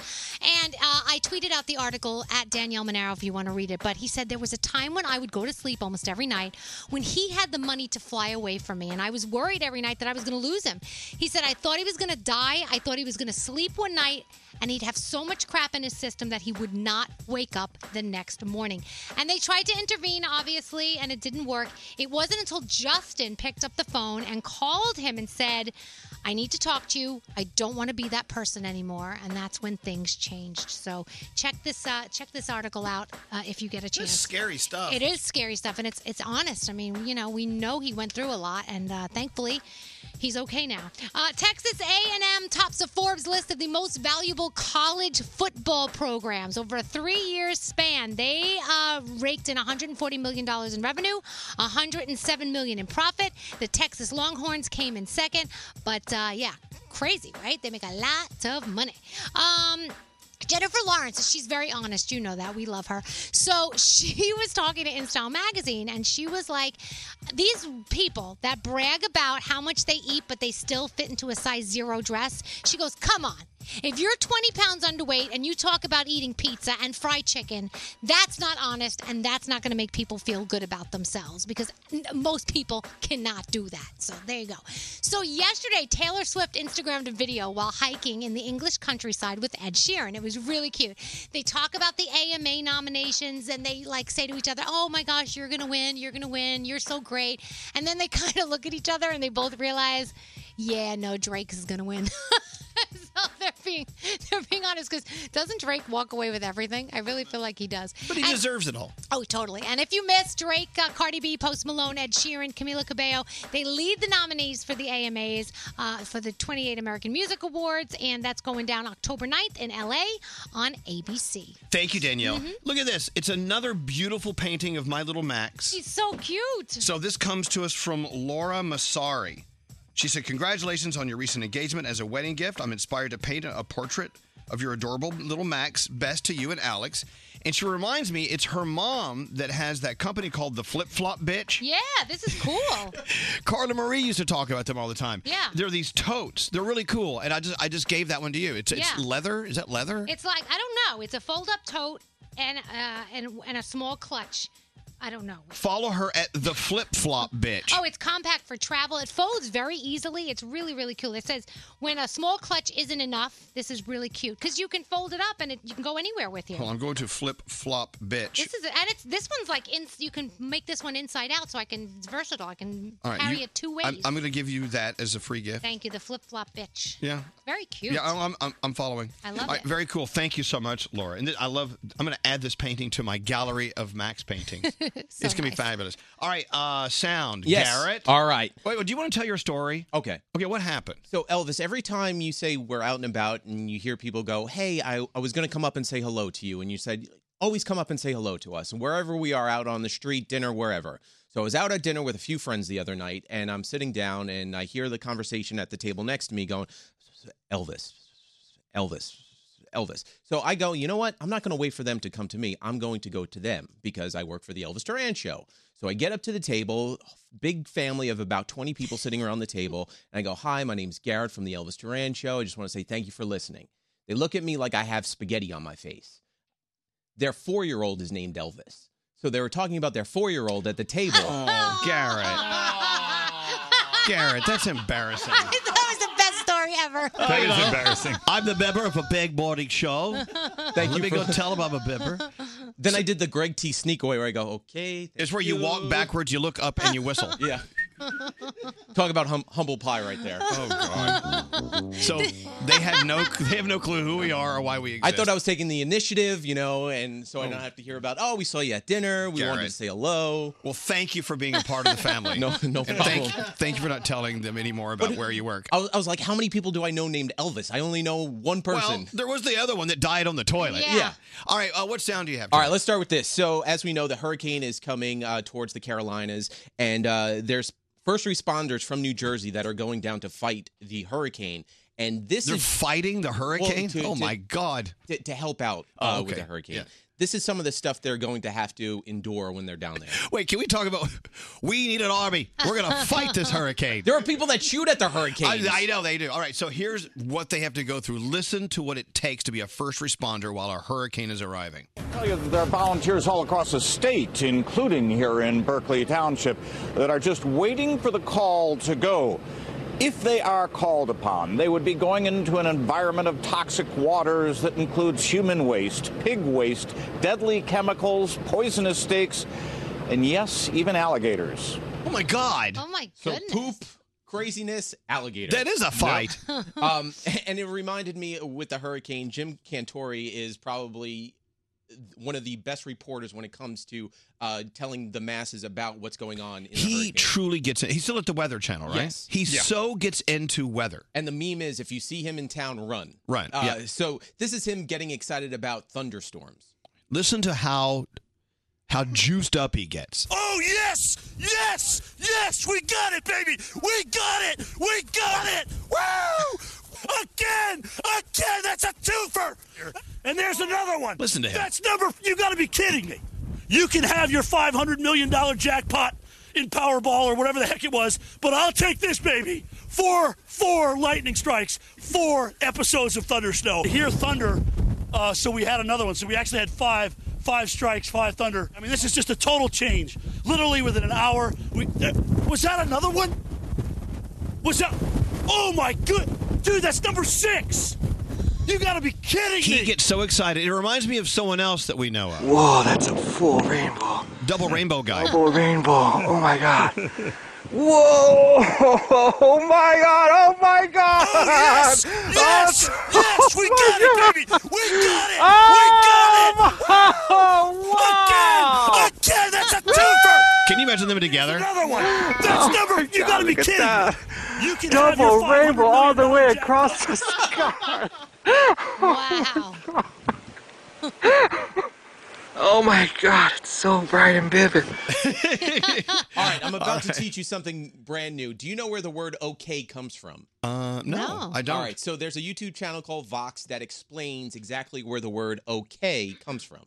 And uh, I tweeted out the article at Danielle Monero if you want to read it. But he said there was a time when I would go to sleep almost every night when he had the money to fly away from me. And I was worried every night that I was going to lose him. He said, I thought he was going to die. I thought he was going to sleep one night and he'd have so much crap in his system that he would not wake up the next morning. And they tried to intervene, obviously, and it didn't work. It wasn't until Justin picked up the phone and called him and said, I need to talk to you. I don't want to be that person anymore. And that's when things changed. So check this uh, check this article out uh, if you get a chance. scary stuff. It is scary stuff, and it's it's honest. I mean, you know, we know he went through a lot, and uh, thankfully, he's okay now. Uh, Texas A&M tops the Forbes list of the most valuable college football programs over a three-year span. They uh, raked in 140 million dollars in revenue, 107 million in profit. The Texas Longhorns came in second, but uh, yeah, crazy, right? They make a lot of money. Um, Jennifer Lawrence, she's very honest. You know that. We love her. So she was talking to InStyle magazine and she was like, These people that brag about how much they eat, but they still fit into a size zero dress, she goes, Come on. If you're 20 pounds underweight and you talk about eating pizza and fried chicken, that's not honest and that's not going to make people feel good about themselves because n- most people cannot do that. So there you go. So yesterday, Taylor Swift Instagrammed a video while hiking in the English countryside with Ed Sheeran. It was really cute. They talk about the AMA nominations and they like say to each other, "Oh my gosh, you're gonna win! You're gonna win! You're so great!" And then they kind of look at each other and they both realize, "Yeah, no, Drake is gonna win." so they're being they're being honest because doesn't Drake walk away with everything? I really feel like he does. But he And- deserves it all. Oh, totally. And if you missed Drake, uh, Cardi B, Post Malone, Ed Sheeran, Camila Cabello, they lead the nominees for the AMAs uh, for the 28 American Music Awards, and that's going down October 9th in LA on ABC. Thank you, Danielle. Mhm. Look at this. It's another beautiful painting of my little Max. She's so cute. So this comes to us from Laura Masari. She said, "Congratulations on your recent engagement as a wedding gift. I'm inspired to paint a portrait of your adorable little Max. Best to you and Alex." And she reminds me, it's her mom that has that company called the Flip Flop Bitch. Yeah, this is cool. Carla Marie used to talk about them all the time. Yeah. they're these totes. They're really cool. And I just, I just gave that one to you. It's, Yeah. it's leather. Is that leather? it's like I don't know. It's a fold-up tote and uh, and and a small clutch. I don't know. Follow her at the flip flop bitch. Oh, it's compact for travel. It folds very easily. It's really, really cool. It says when a small clutch isn't enough, this is really cute because you can fold it up and it, you can go anywhere with you. Well, I'm going to flip flop bitch. This is and it's this one's like in, you can make this one inside out, so I can it's versatile. I can All right, carry you- it two ways. I'm, I'm going to give you that as a free gift. Thank you, the flip flop bitch. Yeah. Very cute. Yeah, I'm, I'm- I'm, I'm following. I love All right, it. Very cool. Thank you so much, Laura. And th- I love. I'm going to add this painting to my gallery of Max paintings. it's going to be fabulous. All right, uh, sound. Yes. Garrett. All right. Wait, do you want to tell your story? Okay. Okay, what happened? So, Elvis, every time you say we're out and about and you hear people go, hey, I, I was going to come up and say hello to you, and you said, always come up and say hello to us, and wherever we are out on the street, dinner, wherever. So, I was out at dinner with a few friends the other night, and I'm sitting down and I hear the conversation at the table next to me going, Elvis, Elvis, Elvis. So I go, you know what? I'm not going to wait for them to come to me. I'm going to go to them because I work for the Elvis Duran show. So I get up to the table, big family of about 20 people sitting around the table, and I go, "Hi, my name's Garrett from the Elvis Duran show. I just want to say thank you for listening." They look at me like I have spaghetti on my face. Their 4-year-old is named Elvis. So they were talking about their 4-year-old at the table. Oh, Garrett. Garrett, that's embarrassing. that was the best story ever. Oh, embarrassing. I'm the member of a big morning show. Thank Let you me for- go tell him I'm a member. Then I did the Greg T sneak away where I go, "Okay." It's where you walk backwards, you look up, and you whistle. yeah. Talk about hum- humble pie right there. Oh God! So they have no they have no clue who we are or why we exist. I thought I was taking the initiative, you know, and so I don't have to hear about, oh, we saw you at dinner. We wanted Garrett. to say hello. Well, thank you for being a part of the family. no, no problem. And thank, thank you for not telling them any more about where you work. I was, I was like, how many people do I know named Elvis? I only know one person. Well, there was the other one that died on the toilet. Yeah. Yeah. All right. Uh, what sound do you have? All right, let's start with this. So, as we know, the hurricane is coming uh, towards the Carolinas, and uh, there's first responders from New Jersey that are going down to fight the hurricane. And this They're is fighting the hurricane? Oh, my God! To, to help out Oh, uh, with okay. the hurricane. Yeah. This is some of the stuff they're going to have to endure when they're down there. Wait, can we talk about? We need an army. We're gonna fight this hurricane. There are people that shoot at the hurricanes. I, I know they do. All right, so here's what they have to go through. Listen to what it takes to be a first responder while a hurricane is arriving. tell you that there are volunteers all across the state, including here in Berkeley Township, that are just waiting for the call to go. If they are called upon, they would be going into an environment of toxic waters that includes human waste, pig waste, deadly chemicals, poisonous snakes, and yes, even alligators. Oh my God! Oh my So poop, craziness, alligator. That is a fight. Yep. um, and it reminded me with the hurricane. Jim Cantori is probably one of the best reporters when it comes to uh, telling the masses about what's going on. In the He hurricane. truly gets it. He's still at the Weather Channel, right? Yes. He Yeah. so gets into weather. And the meme is if you see him in town, run. Run, Uh, yeah. So this is him getting excited about thunderstorms. Listen to how how juiced up he gets. Oh, yes! Yes! Yes! We got it, baby! We got it! We got it! Woo! Again! Again! That's a twofer! And there's another one! Listen to him. That's number. You gotta be kidding me! You can have your $500 million jackpot in Powerball or whatever the heck it was, but I'll take this, baby! Four, four lightning strikes, four episodes of Thunder Snow. Hear thunder, uh, so we had another one. So we actually had five five strikes, five thunder. I mean, this is just a total change. Literally within an hour, we uh, was that another one? Was that? Oh my good, dude, that's number six. You gotta be kidding He me! gets so excited. It reminds me of someone else that we know of. Whoa, that's a full rainbow. Double rainbow guy. Double rainbow. Oh my God. Whoa! Oh my God! Oh my God! Oh, yes! Yes! yes! We got it, baby! We got it! we got it! Oh, Again! Again! That's a twofer! Can you imagine them together? Another one! That's never. You gotta be Oh Look at kidding! that. me. You can have your Double five rainbow all the way across the sky. Wow. Oh my God, it's so bright and vivid. Oh All right, I'm about All to right. teach you something brand new. Do you know where the word okay comes from? Um, Uh, no, I don't. All right, so there's a YouTube channel called Vox that explains exactly where the word okay comes from.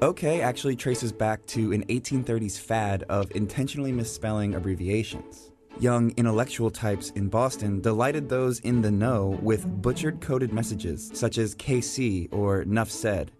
OK actually traces back to an 1830s fad of intentionally misspelling abbreviations. Young intellectual types in Boston delighted those in the know with butchered coded messages such as KC or Nuff said.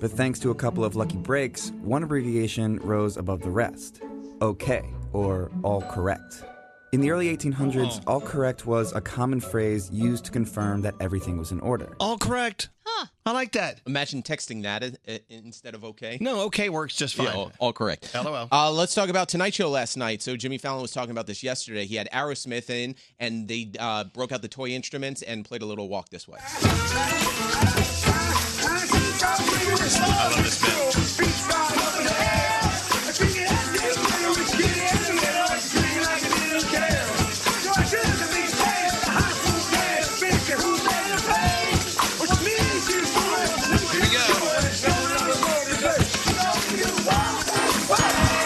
But thanks to a couple of lucky breaks, one abbreviation rose above the rest OK, or all correct. In the early 1800s, Oh. all correct was a common phrase used to confirm that everything was in order. All correct. Huh. I like that. Imagine texting that i- i- instead of okay. No, okay works just fine. Yeah, all, all correct. LOL. Uh, let's talk about Tonight Show last night. So Jimmy Fallon was talking about this yesterday. He had Aerosmith in, and they uh, broke out the toy instruments and played a little walk this way. I love this bit.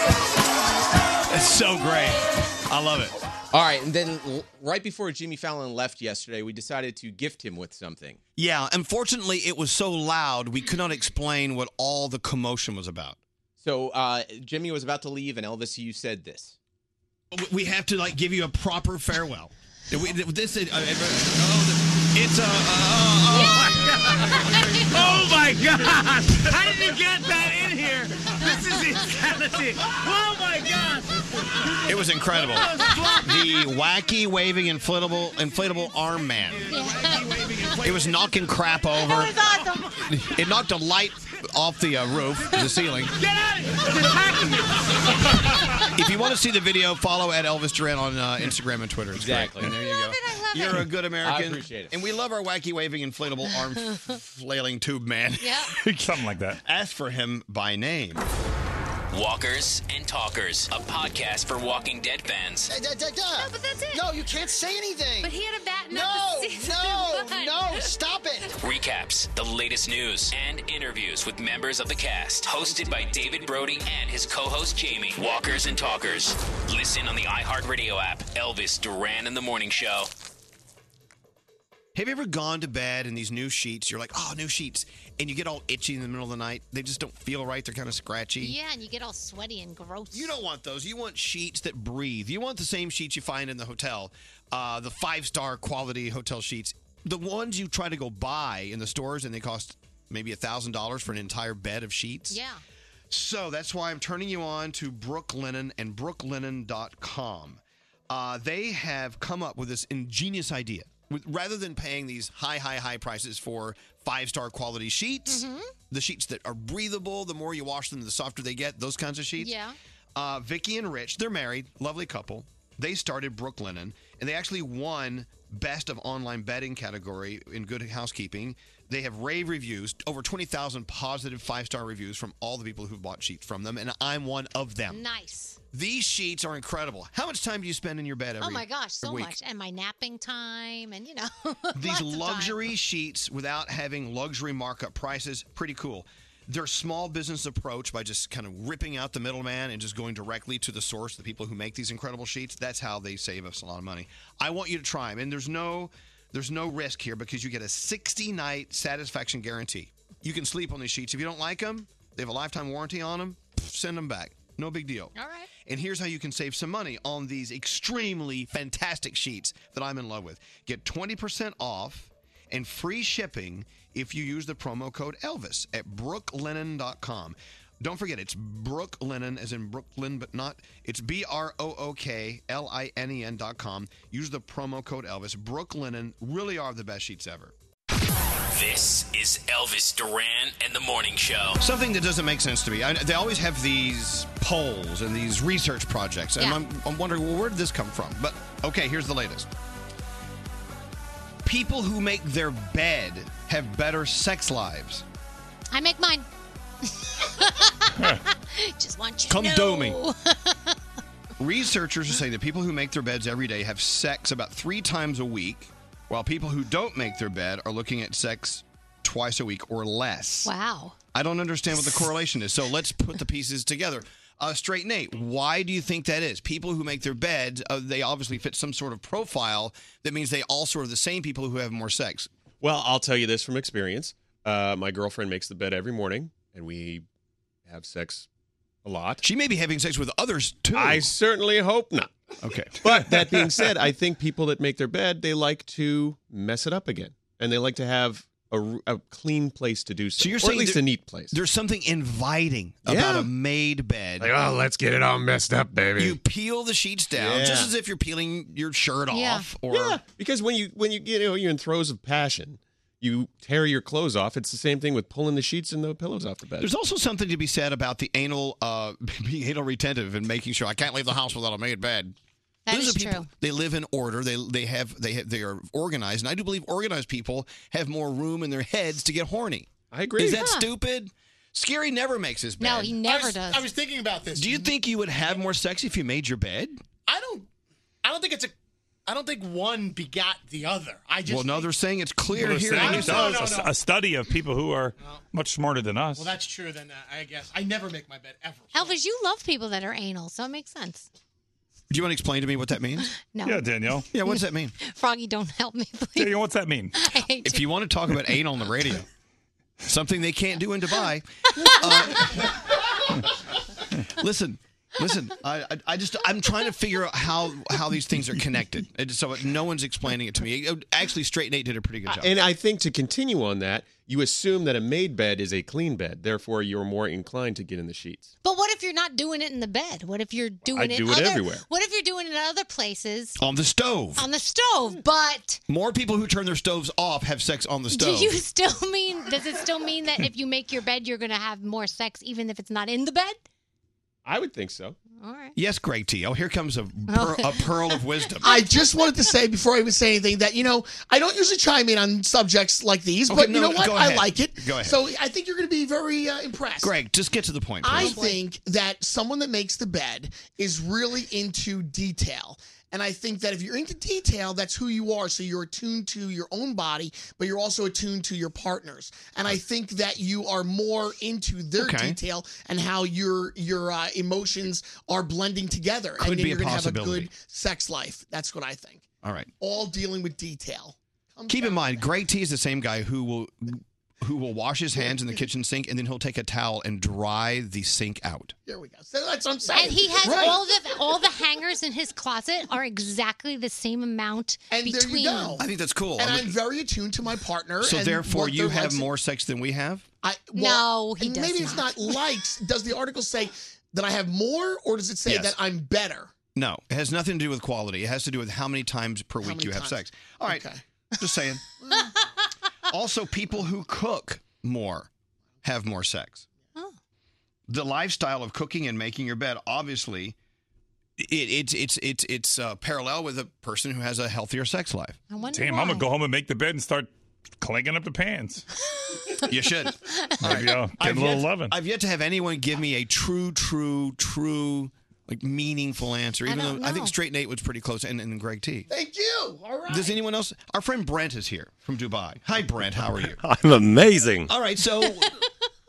It's so great. I love it. All right, and then l- right before Jimmy Fallon left yesterday, we decided to gift him with something. Yeah, unfortunately, it was so loud we could not explain what all the commotion was about. So uh, Jimmy was about to leave, and Elvis, you said this. W- We have to like give you a proper farewell. We- This is uh, oh, it's a. Uh, uh, uh, Oh my gosh! How did you get that in here? This is insanity! Oh my gosh! It was incredible. the wacky waving inflatable inflatable arm man. It was knocking crap over. It knocked a light off the uh, roof, the ceiling. If you want to see the video, follow at Elvis Duran on uh, Instagram and Twitter. It's great. Exactly. And there you go. You're a good American. I appreciate it. And we love our wacky waving inflatable arm f- flailing tube man. Yeah. Something like that. Ask for him by name. Walkers and Talkers, a podcast for Walking Dead fans. Da, da, da. No, but that's it. No, you can't say anything. But he had a bat. No, no, no! Stop it. Recaps, the latest news, and interviews with members of the cast. Hosted by David Brody and his co host Jamie. Walkers and Talkers. Listen on the iHeartRadio app. Elvis Duran and the Morning Show. Have you ever gone to bed and these new sheets, you're like, oh, new sheets, and you get all itchy in the middle of the night? They just don't feel right. They're kind of scratchy. Yeah, and you get all sweaty and gross. You don't want those. You want sheets that breathe. You want the same sheets you find in the hotel, uh, the five star quality hotel sheets. The ones you try to go buy in the stores and they cost maybe $1,000 for an entire bed of sheets. Yeah. So that's why I'm turning you on to Brook Linen and brooklinen.com. Uh, they have come up with this ingenious idea. With, rather than paying these high, high, high prices for five star quality sheets, Mm-hmm. the sheets that are breathable, the more you wash them, the softer they get, those kinds of sheets. Yeah. Uh, Vicky and Rich, they're married, lovely couple. They started Brook Linen, and they actually won Best of Online Betting category in Good Housekeeping. They have rave reviews, over 20,000 positive five star reviews from all the people who've bought sheets from them, and I'm one of them. Nice. These sheets are incredible. How much time do you spend in your bed every oh my gosh, so week? much. And my napping time, and you know. These luxury sheets without having luxury markup prices, pretty cool. Their small business approach by just kind of ripping out the middleman and just going directly to the source, the people who make these incredible sheets. That's how they save us a lot of money. I want you to try them, and there's no there's no risk here because you get a 60 night satisfaction guarantee. You can sleep on these sheets. If you don't like them, they have a lifetime warranty on them. Send them back. No big deal. All right. And here's how you can save some money on these extremely fantastic sheets that I'm in love with. Get 20% off and free shipping if you use the promo code Elvis at brooklinen.com. Don't forget, it's Brooklinen, as in Brooklyn, but not. It's B R O O K L I N E N dot com. Use the promo code Elvis. Brooklinen really are the best sheets ever. This is Elvis Duran and the Morning Show. Something that doesn't make sense to me. I, they always have these polls and these research projects, and Yeah. I'm, I'm wondering, well, where did this come from? But okay, here's the latest. People who make their bed have better sex lives. I make mine. Just want you Come to know. do me. Researchers are saying that people who make their beds every day have sex about three times a week, while people who don't make their bed are looking at sex twice a week or less. Wow. I don't understand what the correlation is. So let's put the pieces together. Uh, straight Nate, why do you think that is? People who make their beds, uh, they obviously fit some sort of profile that means they also are the same people who have more sex. Well, I'll tell you this from experience. Uh, my girlfriend makes the bed every morning, and we have sex a lot. She may be having sex with others too. I certainly hope not. Okay. But that being said, I think people that make their bed, they like to mess it up again, and they like to have a, r- a clean place to do so. So you're or saying at least there- a neat place. There's something inviting about Yeah. a made bed. Like, oh, let's get it all messed up, baby. You peel the sheets down Yeah. just as if you're peeling your shirt off. Or yeah, because when you when you you know you're in throes of passion, you tear your clothes off. It's the same thing with pulling the sheets and the pillows off the bed. there's also something to be said about the anal uh, being anal retentive and making sure I can't leave the house without a made bed. That Those is are people- true. They live in order. They they have they have, they are organized, and I do believe organized people have more room in their heads to get horny. I agree. Is that Huh. stupid? Scary never makes his bed. No, he never was- does. I was thinking about this. Do you think you would have more sex if you made your bed? I don't. I don't think it's a. I don't think one begot the other. I just. well, no, they're saying it's clear Well, here. they're saying No, it no, no, does. no. A, a study of people who are much smarter than us. Well, that's true. Then uh, I guess I never make my bed ever. Elvis, you love people that are anal, so it makes sense. Do you want to explain to me what that means? No. Yeah, Danielle. Yeah, what does that mean? Froggy, don't help me, please. Danielle, what's that mean? I hate If you want to talk about anal on the radio, something they can't do in Dubai. uh, listen, listen. I, I, I just I'm trying to figure out how how these things are connected. And so no one's explaining it to me. Actually, Straight Nate did a pretty good job. And I think to continue on that, you assume that a made bed is a clean bed, therefore you're more inclined to get in the sheets. But what if you're not doing it in the bed? What if you're doing it? do it other, everywhere. What if you're doing it in other places on the stove. on the stove? But More people who turn their stoves off have sex on the do stove. you still mean? Does it still mean that if you make your bed, you're going to have more sex, even if it's not in the bed? I would think so. All right. Yes, Greg T. Oh, here comes a pearl, a pearl of wisdom. I just wanted to say before I even say anything that you know I don't usually chime in on subjects like these, Okay, but you no, know what? go I ahead. like it. Go ahead. So I think you're going to be very uh, impressed. Greg, just get to the point. I Please. think that someone that makes the bed is really into detail. And I think that if you're into detail, that's who you are. So you're attuned to your own body, but you're also attuned to your partners. And I think that you are more into their Okay. detail and how your your uh, emotions are blending together. Could and be then a you're gonna have a possibility. good sex life. That's what I think. All right. All dealing with detail. Keep in mind, Greg T is the same guy who will who will wash his hands in the kitchen sink and then he'll take a towel and dry the sink out. There we go. So that's what I'm saying. And he has Right. all the all the hangers in his closet are exactly the same amount And there you between. go. I think that's cool. And I'm- I'm very attuned to my partner. so and therefore, what you their have likes and- more sex than we have. I no, he and does maybe it's not likes. Does the article say that I have more, or does it say Yes. that I'm better? No, it has nothing to do with quality. It has to do with how many times per week many you have times? sex. All right, Okay. just saying. also, people who cook more have more sex. Oh. The lifestyle of cooking and making your bed, obviously, it, it's it's it's it's uh, parallel with a person who has a healthier sex life. I wonder Damn, I'm why. gonna go home and make the bed and start clanking up the pants. You should. Maybe I'll get I've a little yet, loving. I've yet to have anyone give me a true, true, true, like meaningful answer. I Even though don't I think know. Straight Nate was pretty close, and, and Greg T. Thank you. All right. Does anyone else? Our friend Brent is here from Dubai. Hi, Brent. How are you? I'm amazing. All right, so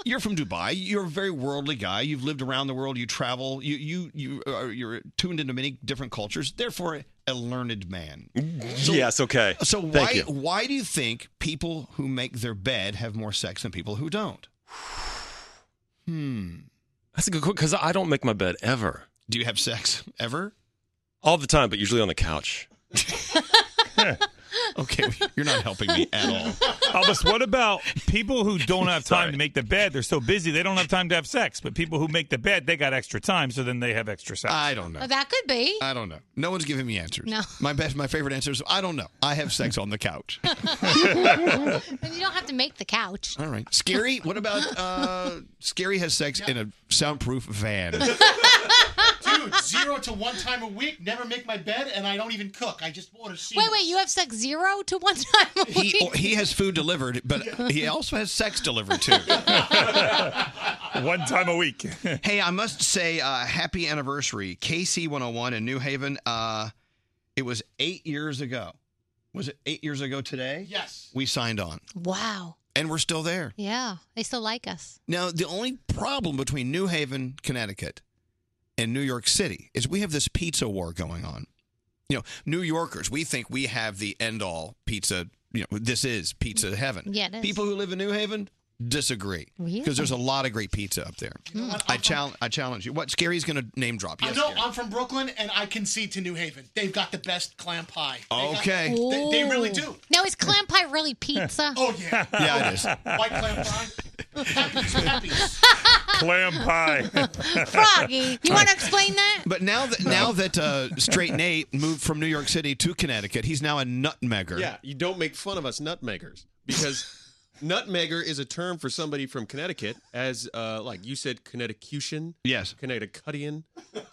you're from Dubai. You're a very worldly guy. You've lived around the world. You travel. You you you are, you're tuned into many different cultures. Therefore, a learned man. So- yes, Mm-hmm. okay. So why Thank you. why do you think people who make their bed have more sex than people who don't? Hmm. That's a good question because I don't make my bed ever. Do you have sex ever? All the time, but usually on the couch. okay, you're not helping me at all. Elvis, what about people who don't have time to make the bed? They're so busy they don't have time to have sex. But people who make the bed, they got extra time, so then they have extra sex. I don't know. Oh, that could be. Uh, I don't know. No one's giving me answers. No. My best, my favorite answer is I don't know. I have sex on the couch. and you don't have to make the couch. All right. Scary. What about uh, Scary has sex in a soundproof van? Dude, zero to one time a week. Never make my bed, and I don't even cook. I just order. Seamless. Wait, wait, you have sex zero to one time a week. He, he has food delivered, but he also has sex delivered too. One time a week. hey, I must say, uh, happy anniversary, KC 101 in New Haven. Uh, it was eight years ago. Was it eight years ago today? Yes. We signed on, Wow. and we're still there. Yeah, they still like us. Now, the only problem between New Haven, Connecticut, and New York City is we have this pizza war going on. You know, New Yorkers, we think we have the end all pizza. You know, this is pizza heaven. Yeah, it is. People who live in New Haven, Disagree. Really? Because there's a lot of great pizza up there. I challenge. I challenge you. What? Scary's going to name drop. Yes. no, I'm from Brooklyn, and I concede to New Haven. They've got the best clam pie. They got- Okay. they, they really do. Now is clam pie really pizza? oh yeah. Yeah, it is. White clam pie. Happy's Happy's. Clam pie. Froggy, you want to explain that? But now that now that uh, Straight Nate moved from New York City to Connecticut, he's now a nutmegger. Yeah, you don't make fun of us nutmeggers because nutmegger is a term for somebody from Connecticut, as uh, like you said, Connecticutian. Yes. Connecticutian.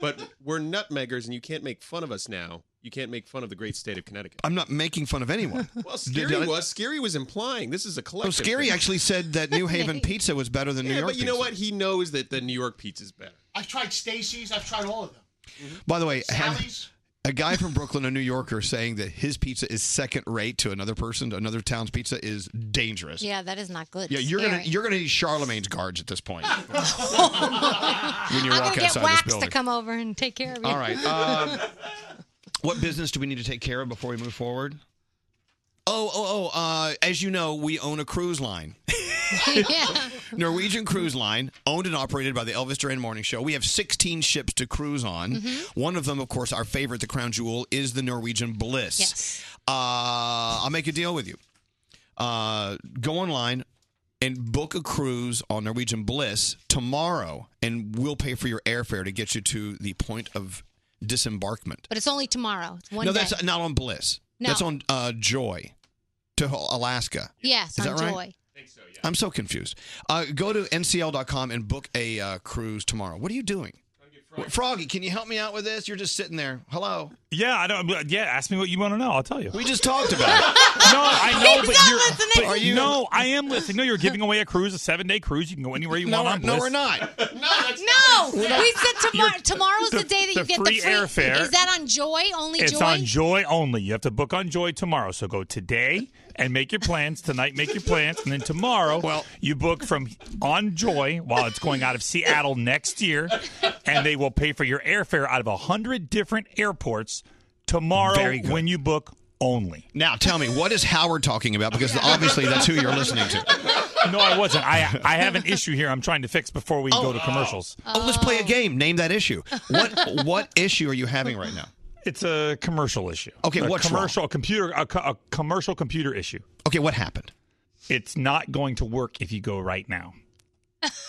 But we're nutmeggers, and you can't make fun of us now. You can't make fun of the great state of Connecticut. I'm not making fun of anyone. Well, scary was scary was implying this is a Oh, collective. Scary thing. actually said that New Haven pizza was better than New Yeah, York. but you know what? He knows that the New York pizza's better. I've tried Stacy's. I've tried all of them. By the way, have- a guy from Brooklyn, a New Yorker, saying that his pizza is second rate to another person, to another town's pizza is dangerous. Yeah, that is not good. Yeah, you're Scary. gonna you're gonna need Charlemagne's guards at this point when you I'm walk gonna get outside this wax to building. come over and take care of you. All right. Um, what business do we need to take care of before we move forward? Oh, oh, oh! Uh, as you know, we own a cruise line. yeah. Norwegian Cruise Line, owned and operated by the Elvis Duran Morning Show. We have 16 ships to cruise on. Mm-hmm. Mhm. One of them, of course, our favorite, the crown jewel, is the Norwegian Bliss. Yes. Uh, I'll make a deal with you. Uh, go online and book a cruise on Norwegian Bliss tomorrow, and we'll pay for your airfare to get you to the point of disembarkment. But it's only tomorrow. It's one no, day. that's not on Bliss. No. That's on uh, Joy to Alaska. yes, Is on that right? Joy. I'm so confused. Uh, go to ncl.com and book a uh, cruise tomorrow. What are you doing? Froggy. can you help me out with this? You're just sitting there. Hello. Yeah, I don't. Yeah, ask me what you want to know. I'll tell you. We just talked about it. No, I know, He's but not you're. listening. but Are you- No, I am listening. No, you're giving away a cruise, a seven day cruise. You can go anywhere you No, want. we're- no, on Bliss. we're not. No, we We're not- said tomorrow. You're- Tomorrow's the, the- day that the you get free the free airfare. Is that on Joy? Only It's Joy. on Joy only. You have to book on Joy tomorrow. So go today and make your plans. Tonight, make your plans, and then tomorrow, well, you book from on Joy while it's going out of Seattle next year, and they will pay for your airfare out of a hundred different airports tomorrow when you book only. Now, tell me, what is Howard talking about? Because obviously that's who you're listening to. No, I wasn't. I I have an issue here. I'm trying to fix before we go to commercials. Oh, let's play a game. Name that issue. What what issue are you having right now? It's a commercial issue. Okay, a what's wrong? commercial a computer a, co- a commercial computer issue? Okay, what happened? It's not going to work if you go right now.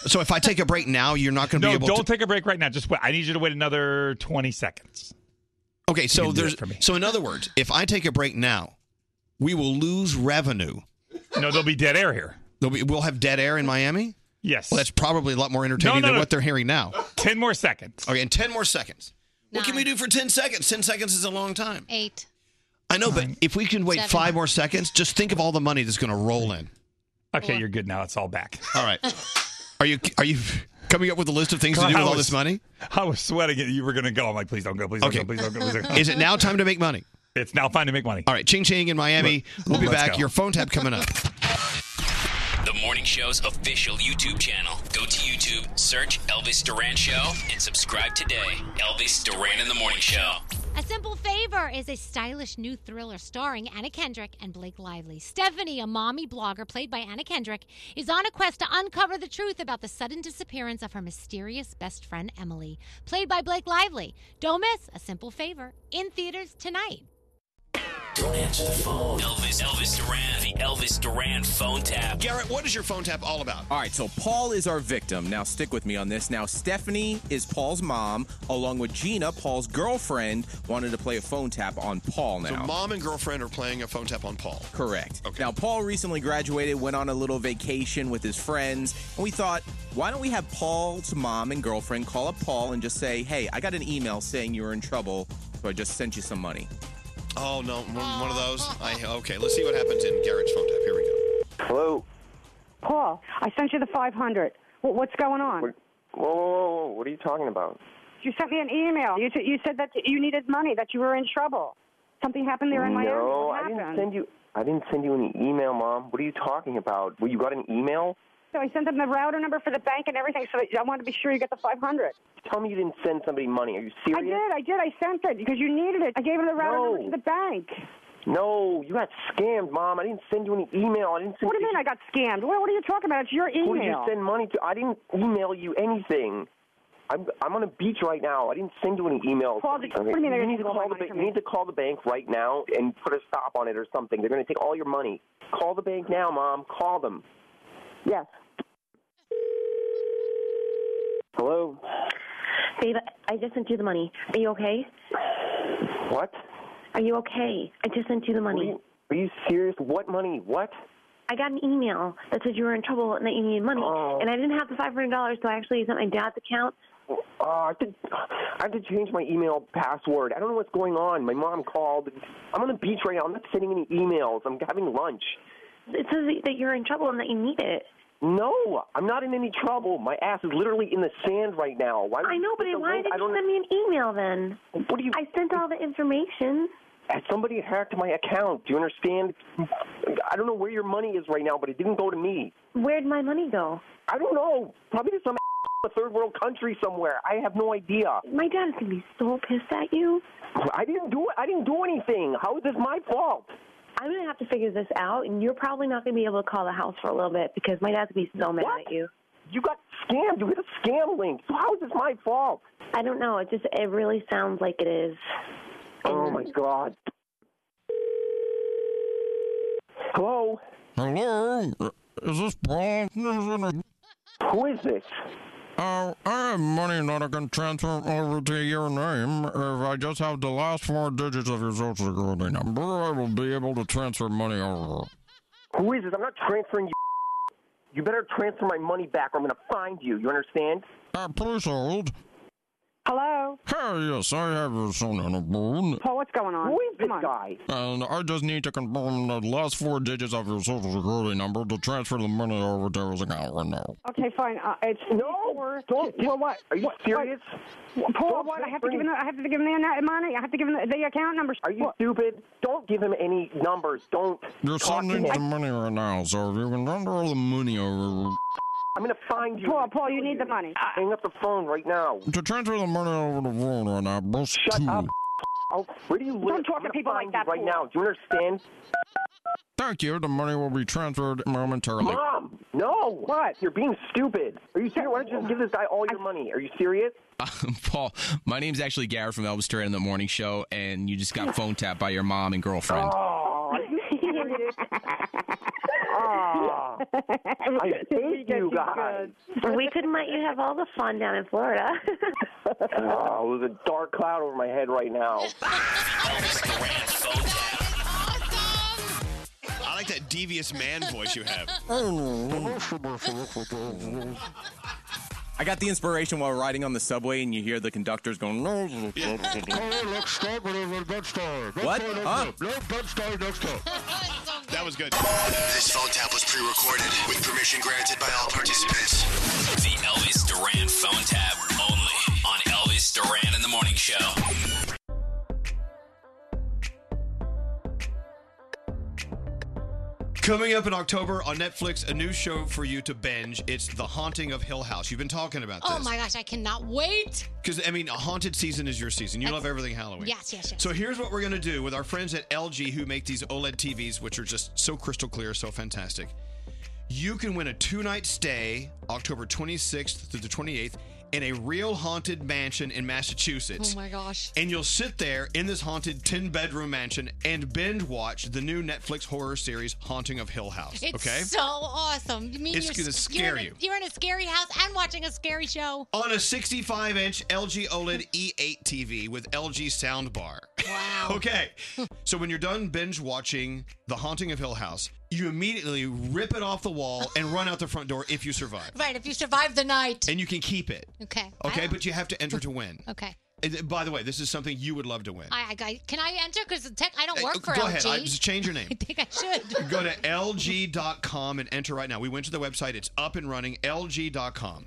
So if I take a break now, you're not going to No, be able don't to. take a break right now. Just wait. I need you to wait another twenty seconds. Okay, so can do it there's for me. so in other words, if I take a break now, we will lose revenue. No, there'll be dead air here. There'll be, we'll have dead air in Miami. Yes. Well, that's probably a lot more entertaining No, no, than no. what they're hearing now. Ten more seconds. Okay, and ten more seconds. What can we do for ten seconds? Ten seconds is a long time. Eight. I know, but if we can wait Seven. five more seconds, just think of all the money that's going to roll in. Okay, you're good now. It's all back. All right. Are you are you coming up with a list of things to do with all this money? I was sweating. it. You were going to go. I'm like, please don't go. Please don't Okay. go. Please don't go. Please don't go. Is it now time to make money? It's now time to make money. All right, Ching Ching in Miami. We'll be Let's back. go. Your phone tap coming up. The morning show's official YouTube channel. Go to YouTube, search Elvis Duran Show, and subscribe today. Elvis Duran in the Morning Show. A Simple Favor is a stylish new thriller starring Anna Kendrick and Blake Lively. Stephanie, a mommy blogger played by Anna Kendrick, is on a quest to uncover the truth about the sudden disappearance of her mysterious best friend Emily, played by Blake Lively. Don't miss A Simple Favor in theaters tonight. Don't answer the phone. Elvis, Elvis Duran, the Elvis Duran phone tap. Garrett, what is your phone tap all about? All right, so Paul is our victim. Now, stick with me on this. Now, Stephanie is Paul's mom, along with Gina, Paul's girlfriend, wanted to play a phone tap on Paul now. So mom and girlfriend are playing a phone tap on Paul. Correct. Now, Paul recently graduated, went on a little vacation with his friends, and we thought, why don't we have Paul's mom and girlfriend call up Paul and just say, hey, I got an email saying you were in trouble, so I just sent you some money. Oh no, one, one of those. I okay. Let's see what happens in Garrett's phone tap. Here we go. Hello. Paul, I sent you the 500. Well, what's going on? Whoa, whoa, whoa, whoa! What are you talking about? You sent me an email. You, t- you said that you needed money, that you were in trouble. Something happened there in Miami. no, what I happened? didn't send you. I didn't send you any email, Mom. What are you talking about? Well, you got an email? So I sent them the router number for the bank and everything, so I wanted to be sure you got the 500. Tell me you didn't send somebody money. Are you I serious? did, I did. I sent it because you needed it. I gave her the router number to the bank. No, you got scammed, Mom. I didn't send you any email. I didn't send What do you mean I got scammed? What, what are you talking about? It's your email. Who did you send money to? I didn't email you anything. I'm I'm on a beach right now. I didn't send you any email. Paul, did- what do you mean they're you gonna need take to all my call the money bank. from You me? need to call the bank right now and put a stop on it or something. They're going to take all your money. Call the bank now, Mom. Call them. Yes. Hello. Babe, I just sent you the money. Are you okay? What? Are you okay? I just sent you the money. Are you serious? What money? What? I got an email that said you were in trouble and that you needed money. And I didn't have the five hundred dollars, so I actually used my dad's account. Oh, I had, to, I had to change my email password. I don't know what's going on. My mom called. I'm on the beach right now. I'm not sending any emails. I'm having lunch. It says that you're in trouble and that you need it. No, I'm not in any trouble. My ass is literally in the sand right now. Why would I know, you but put the why link- did I you don't, send me an email then? What do you? I sent all the information. Somebody hacked my account. Do you understand? I don't know where your money is right now, but it didn't go to me. Where'd my money go? I don't know. Probably to some a third world country somewhere. I have no idea. My dad is gonna be so pissed at you. I didn't do it. I didn't do anything. How is this my fault? I'm gonna have to figure this out, and you're probably not gonna be able to call the house for a little bit because my dad's gonna be so mad at you. You got scammed. You hit a scam link. So how is this my fault? I don't know. It just it really sounds like it is. Oh my god. Hello. Hello. Is this Paul? Who is this? Uh, I have money that I can transfer over to your name. If I just have the last four digits of your social security number, I will be able to transfer money over. Who is this? I'm not transferring you. You better transfer my money back or I'm going to find you. You understand? Uh, please hold. Hello. Hey, yes, I have your son on the phone. Paul, what's going on? Who is this Come on. guy? And I just need to confirm the last four digits of your social security number to transfer the money over to his account right now. Okay, fine. Uh, it's no. don't. Well, what? Are you serious? What, Paul, Don't what? I have transfer to give him. I have to give him the money. I have to give him the, the account numbers. Are you stupid? Don't give him any numbers. Don't. Your son needs the money right now, so if you can transfer the money over. I'm going to find you. Paul, Paul, you need the money. Hang up the phone right now. To transfer the money over the phone right now, boss. Shut two. up. Oh, where do you live? Don't talk to people like that. Right now. Do you understand? Thank you. The money will be transferred momentarily. Mom, no. What? You're being stupid. Are you serious? Why don't you just give this guy all your money? Are you serious? Paul, my name's actually Garrett from Elvis Duran in the Morning Show, and you just got phone tapped by your mom and girlfriend. Oh, are you serious? oh, I hate you guys. We couldn't let you have all the fun down in Florida. Oh, there's a dark cloud over my head right now. I like that devious man voice you have. I got the inspiration while riding on the subway, and you hear the conductors going. next stop, next stop. What? stop, next Huh? Next stop, next stop. That was good. This phone tap was pre-recorded with permission granted by all participants. The Elvis Duran phone tap only on Elvis Duran in the Morning Show. Coming up in October on Netflix, a new show for you to binge. It's The Haunting of Hill House. You've been talking about Oh this. my gosh, I cannot wait. Because, I mean, a haunted season is your season. You love everything Halloween. Yes, yes, yes. So here's what we're going to do with our friends at LG who make these E OLED TVs, which are just so crystal clear, so fantastic. You can win a two night stay October 26th through the 28th in a real haunted mansion in Massachusetts. Oh my gosh. And you'll sit there in this haunted 10 bedroom mansion and binge watch the new Netflix horror series, Haunting of Hill House. It's okay? so awesome. You mean It's you're, gonna s- scare you're in a- you. You're in a scary house and watching a scary show. on a 65 inch LG OLED E8 TV with LG soundbar. Wow. okay. So when you're done binge watching The Haunting of Hill House, you immediately rip it off the wall and run out the front door if you survive. Right, if you survive the night. And you can keep it. Okay. Okay, but you have to enter to win. Okay. And by the way, this is something you would love to win. I, I, I can I enter because the tech I don't work Hey, for Go LG. ahead. I, just change your name. I think I should. Go to lg.com and enter right now. We went to the website. It's up and running. lg.com.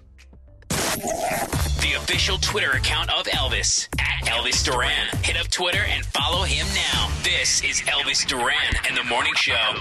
The official Twitter account of Elvis at Elvis Duran. Hit up Twitter and follow him now. This is Elvis Duran and the Morning Show.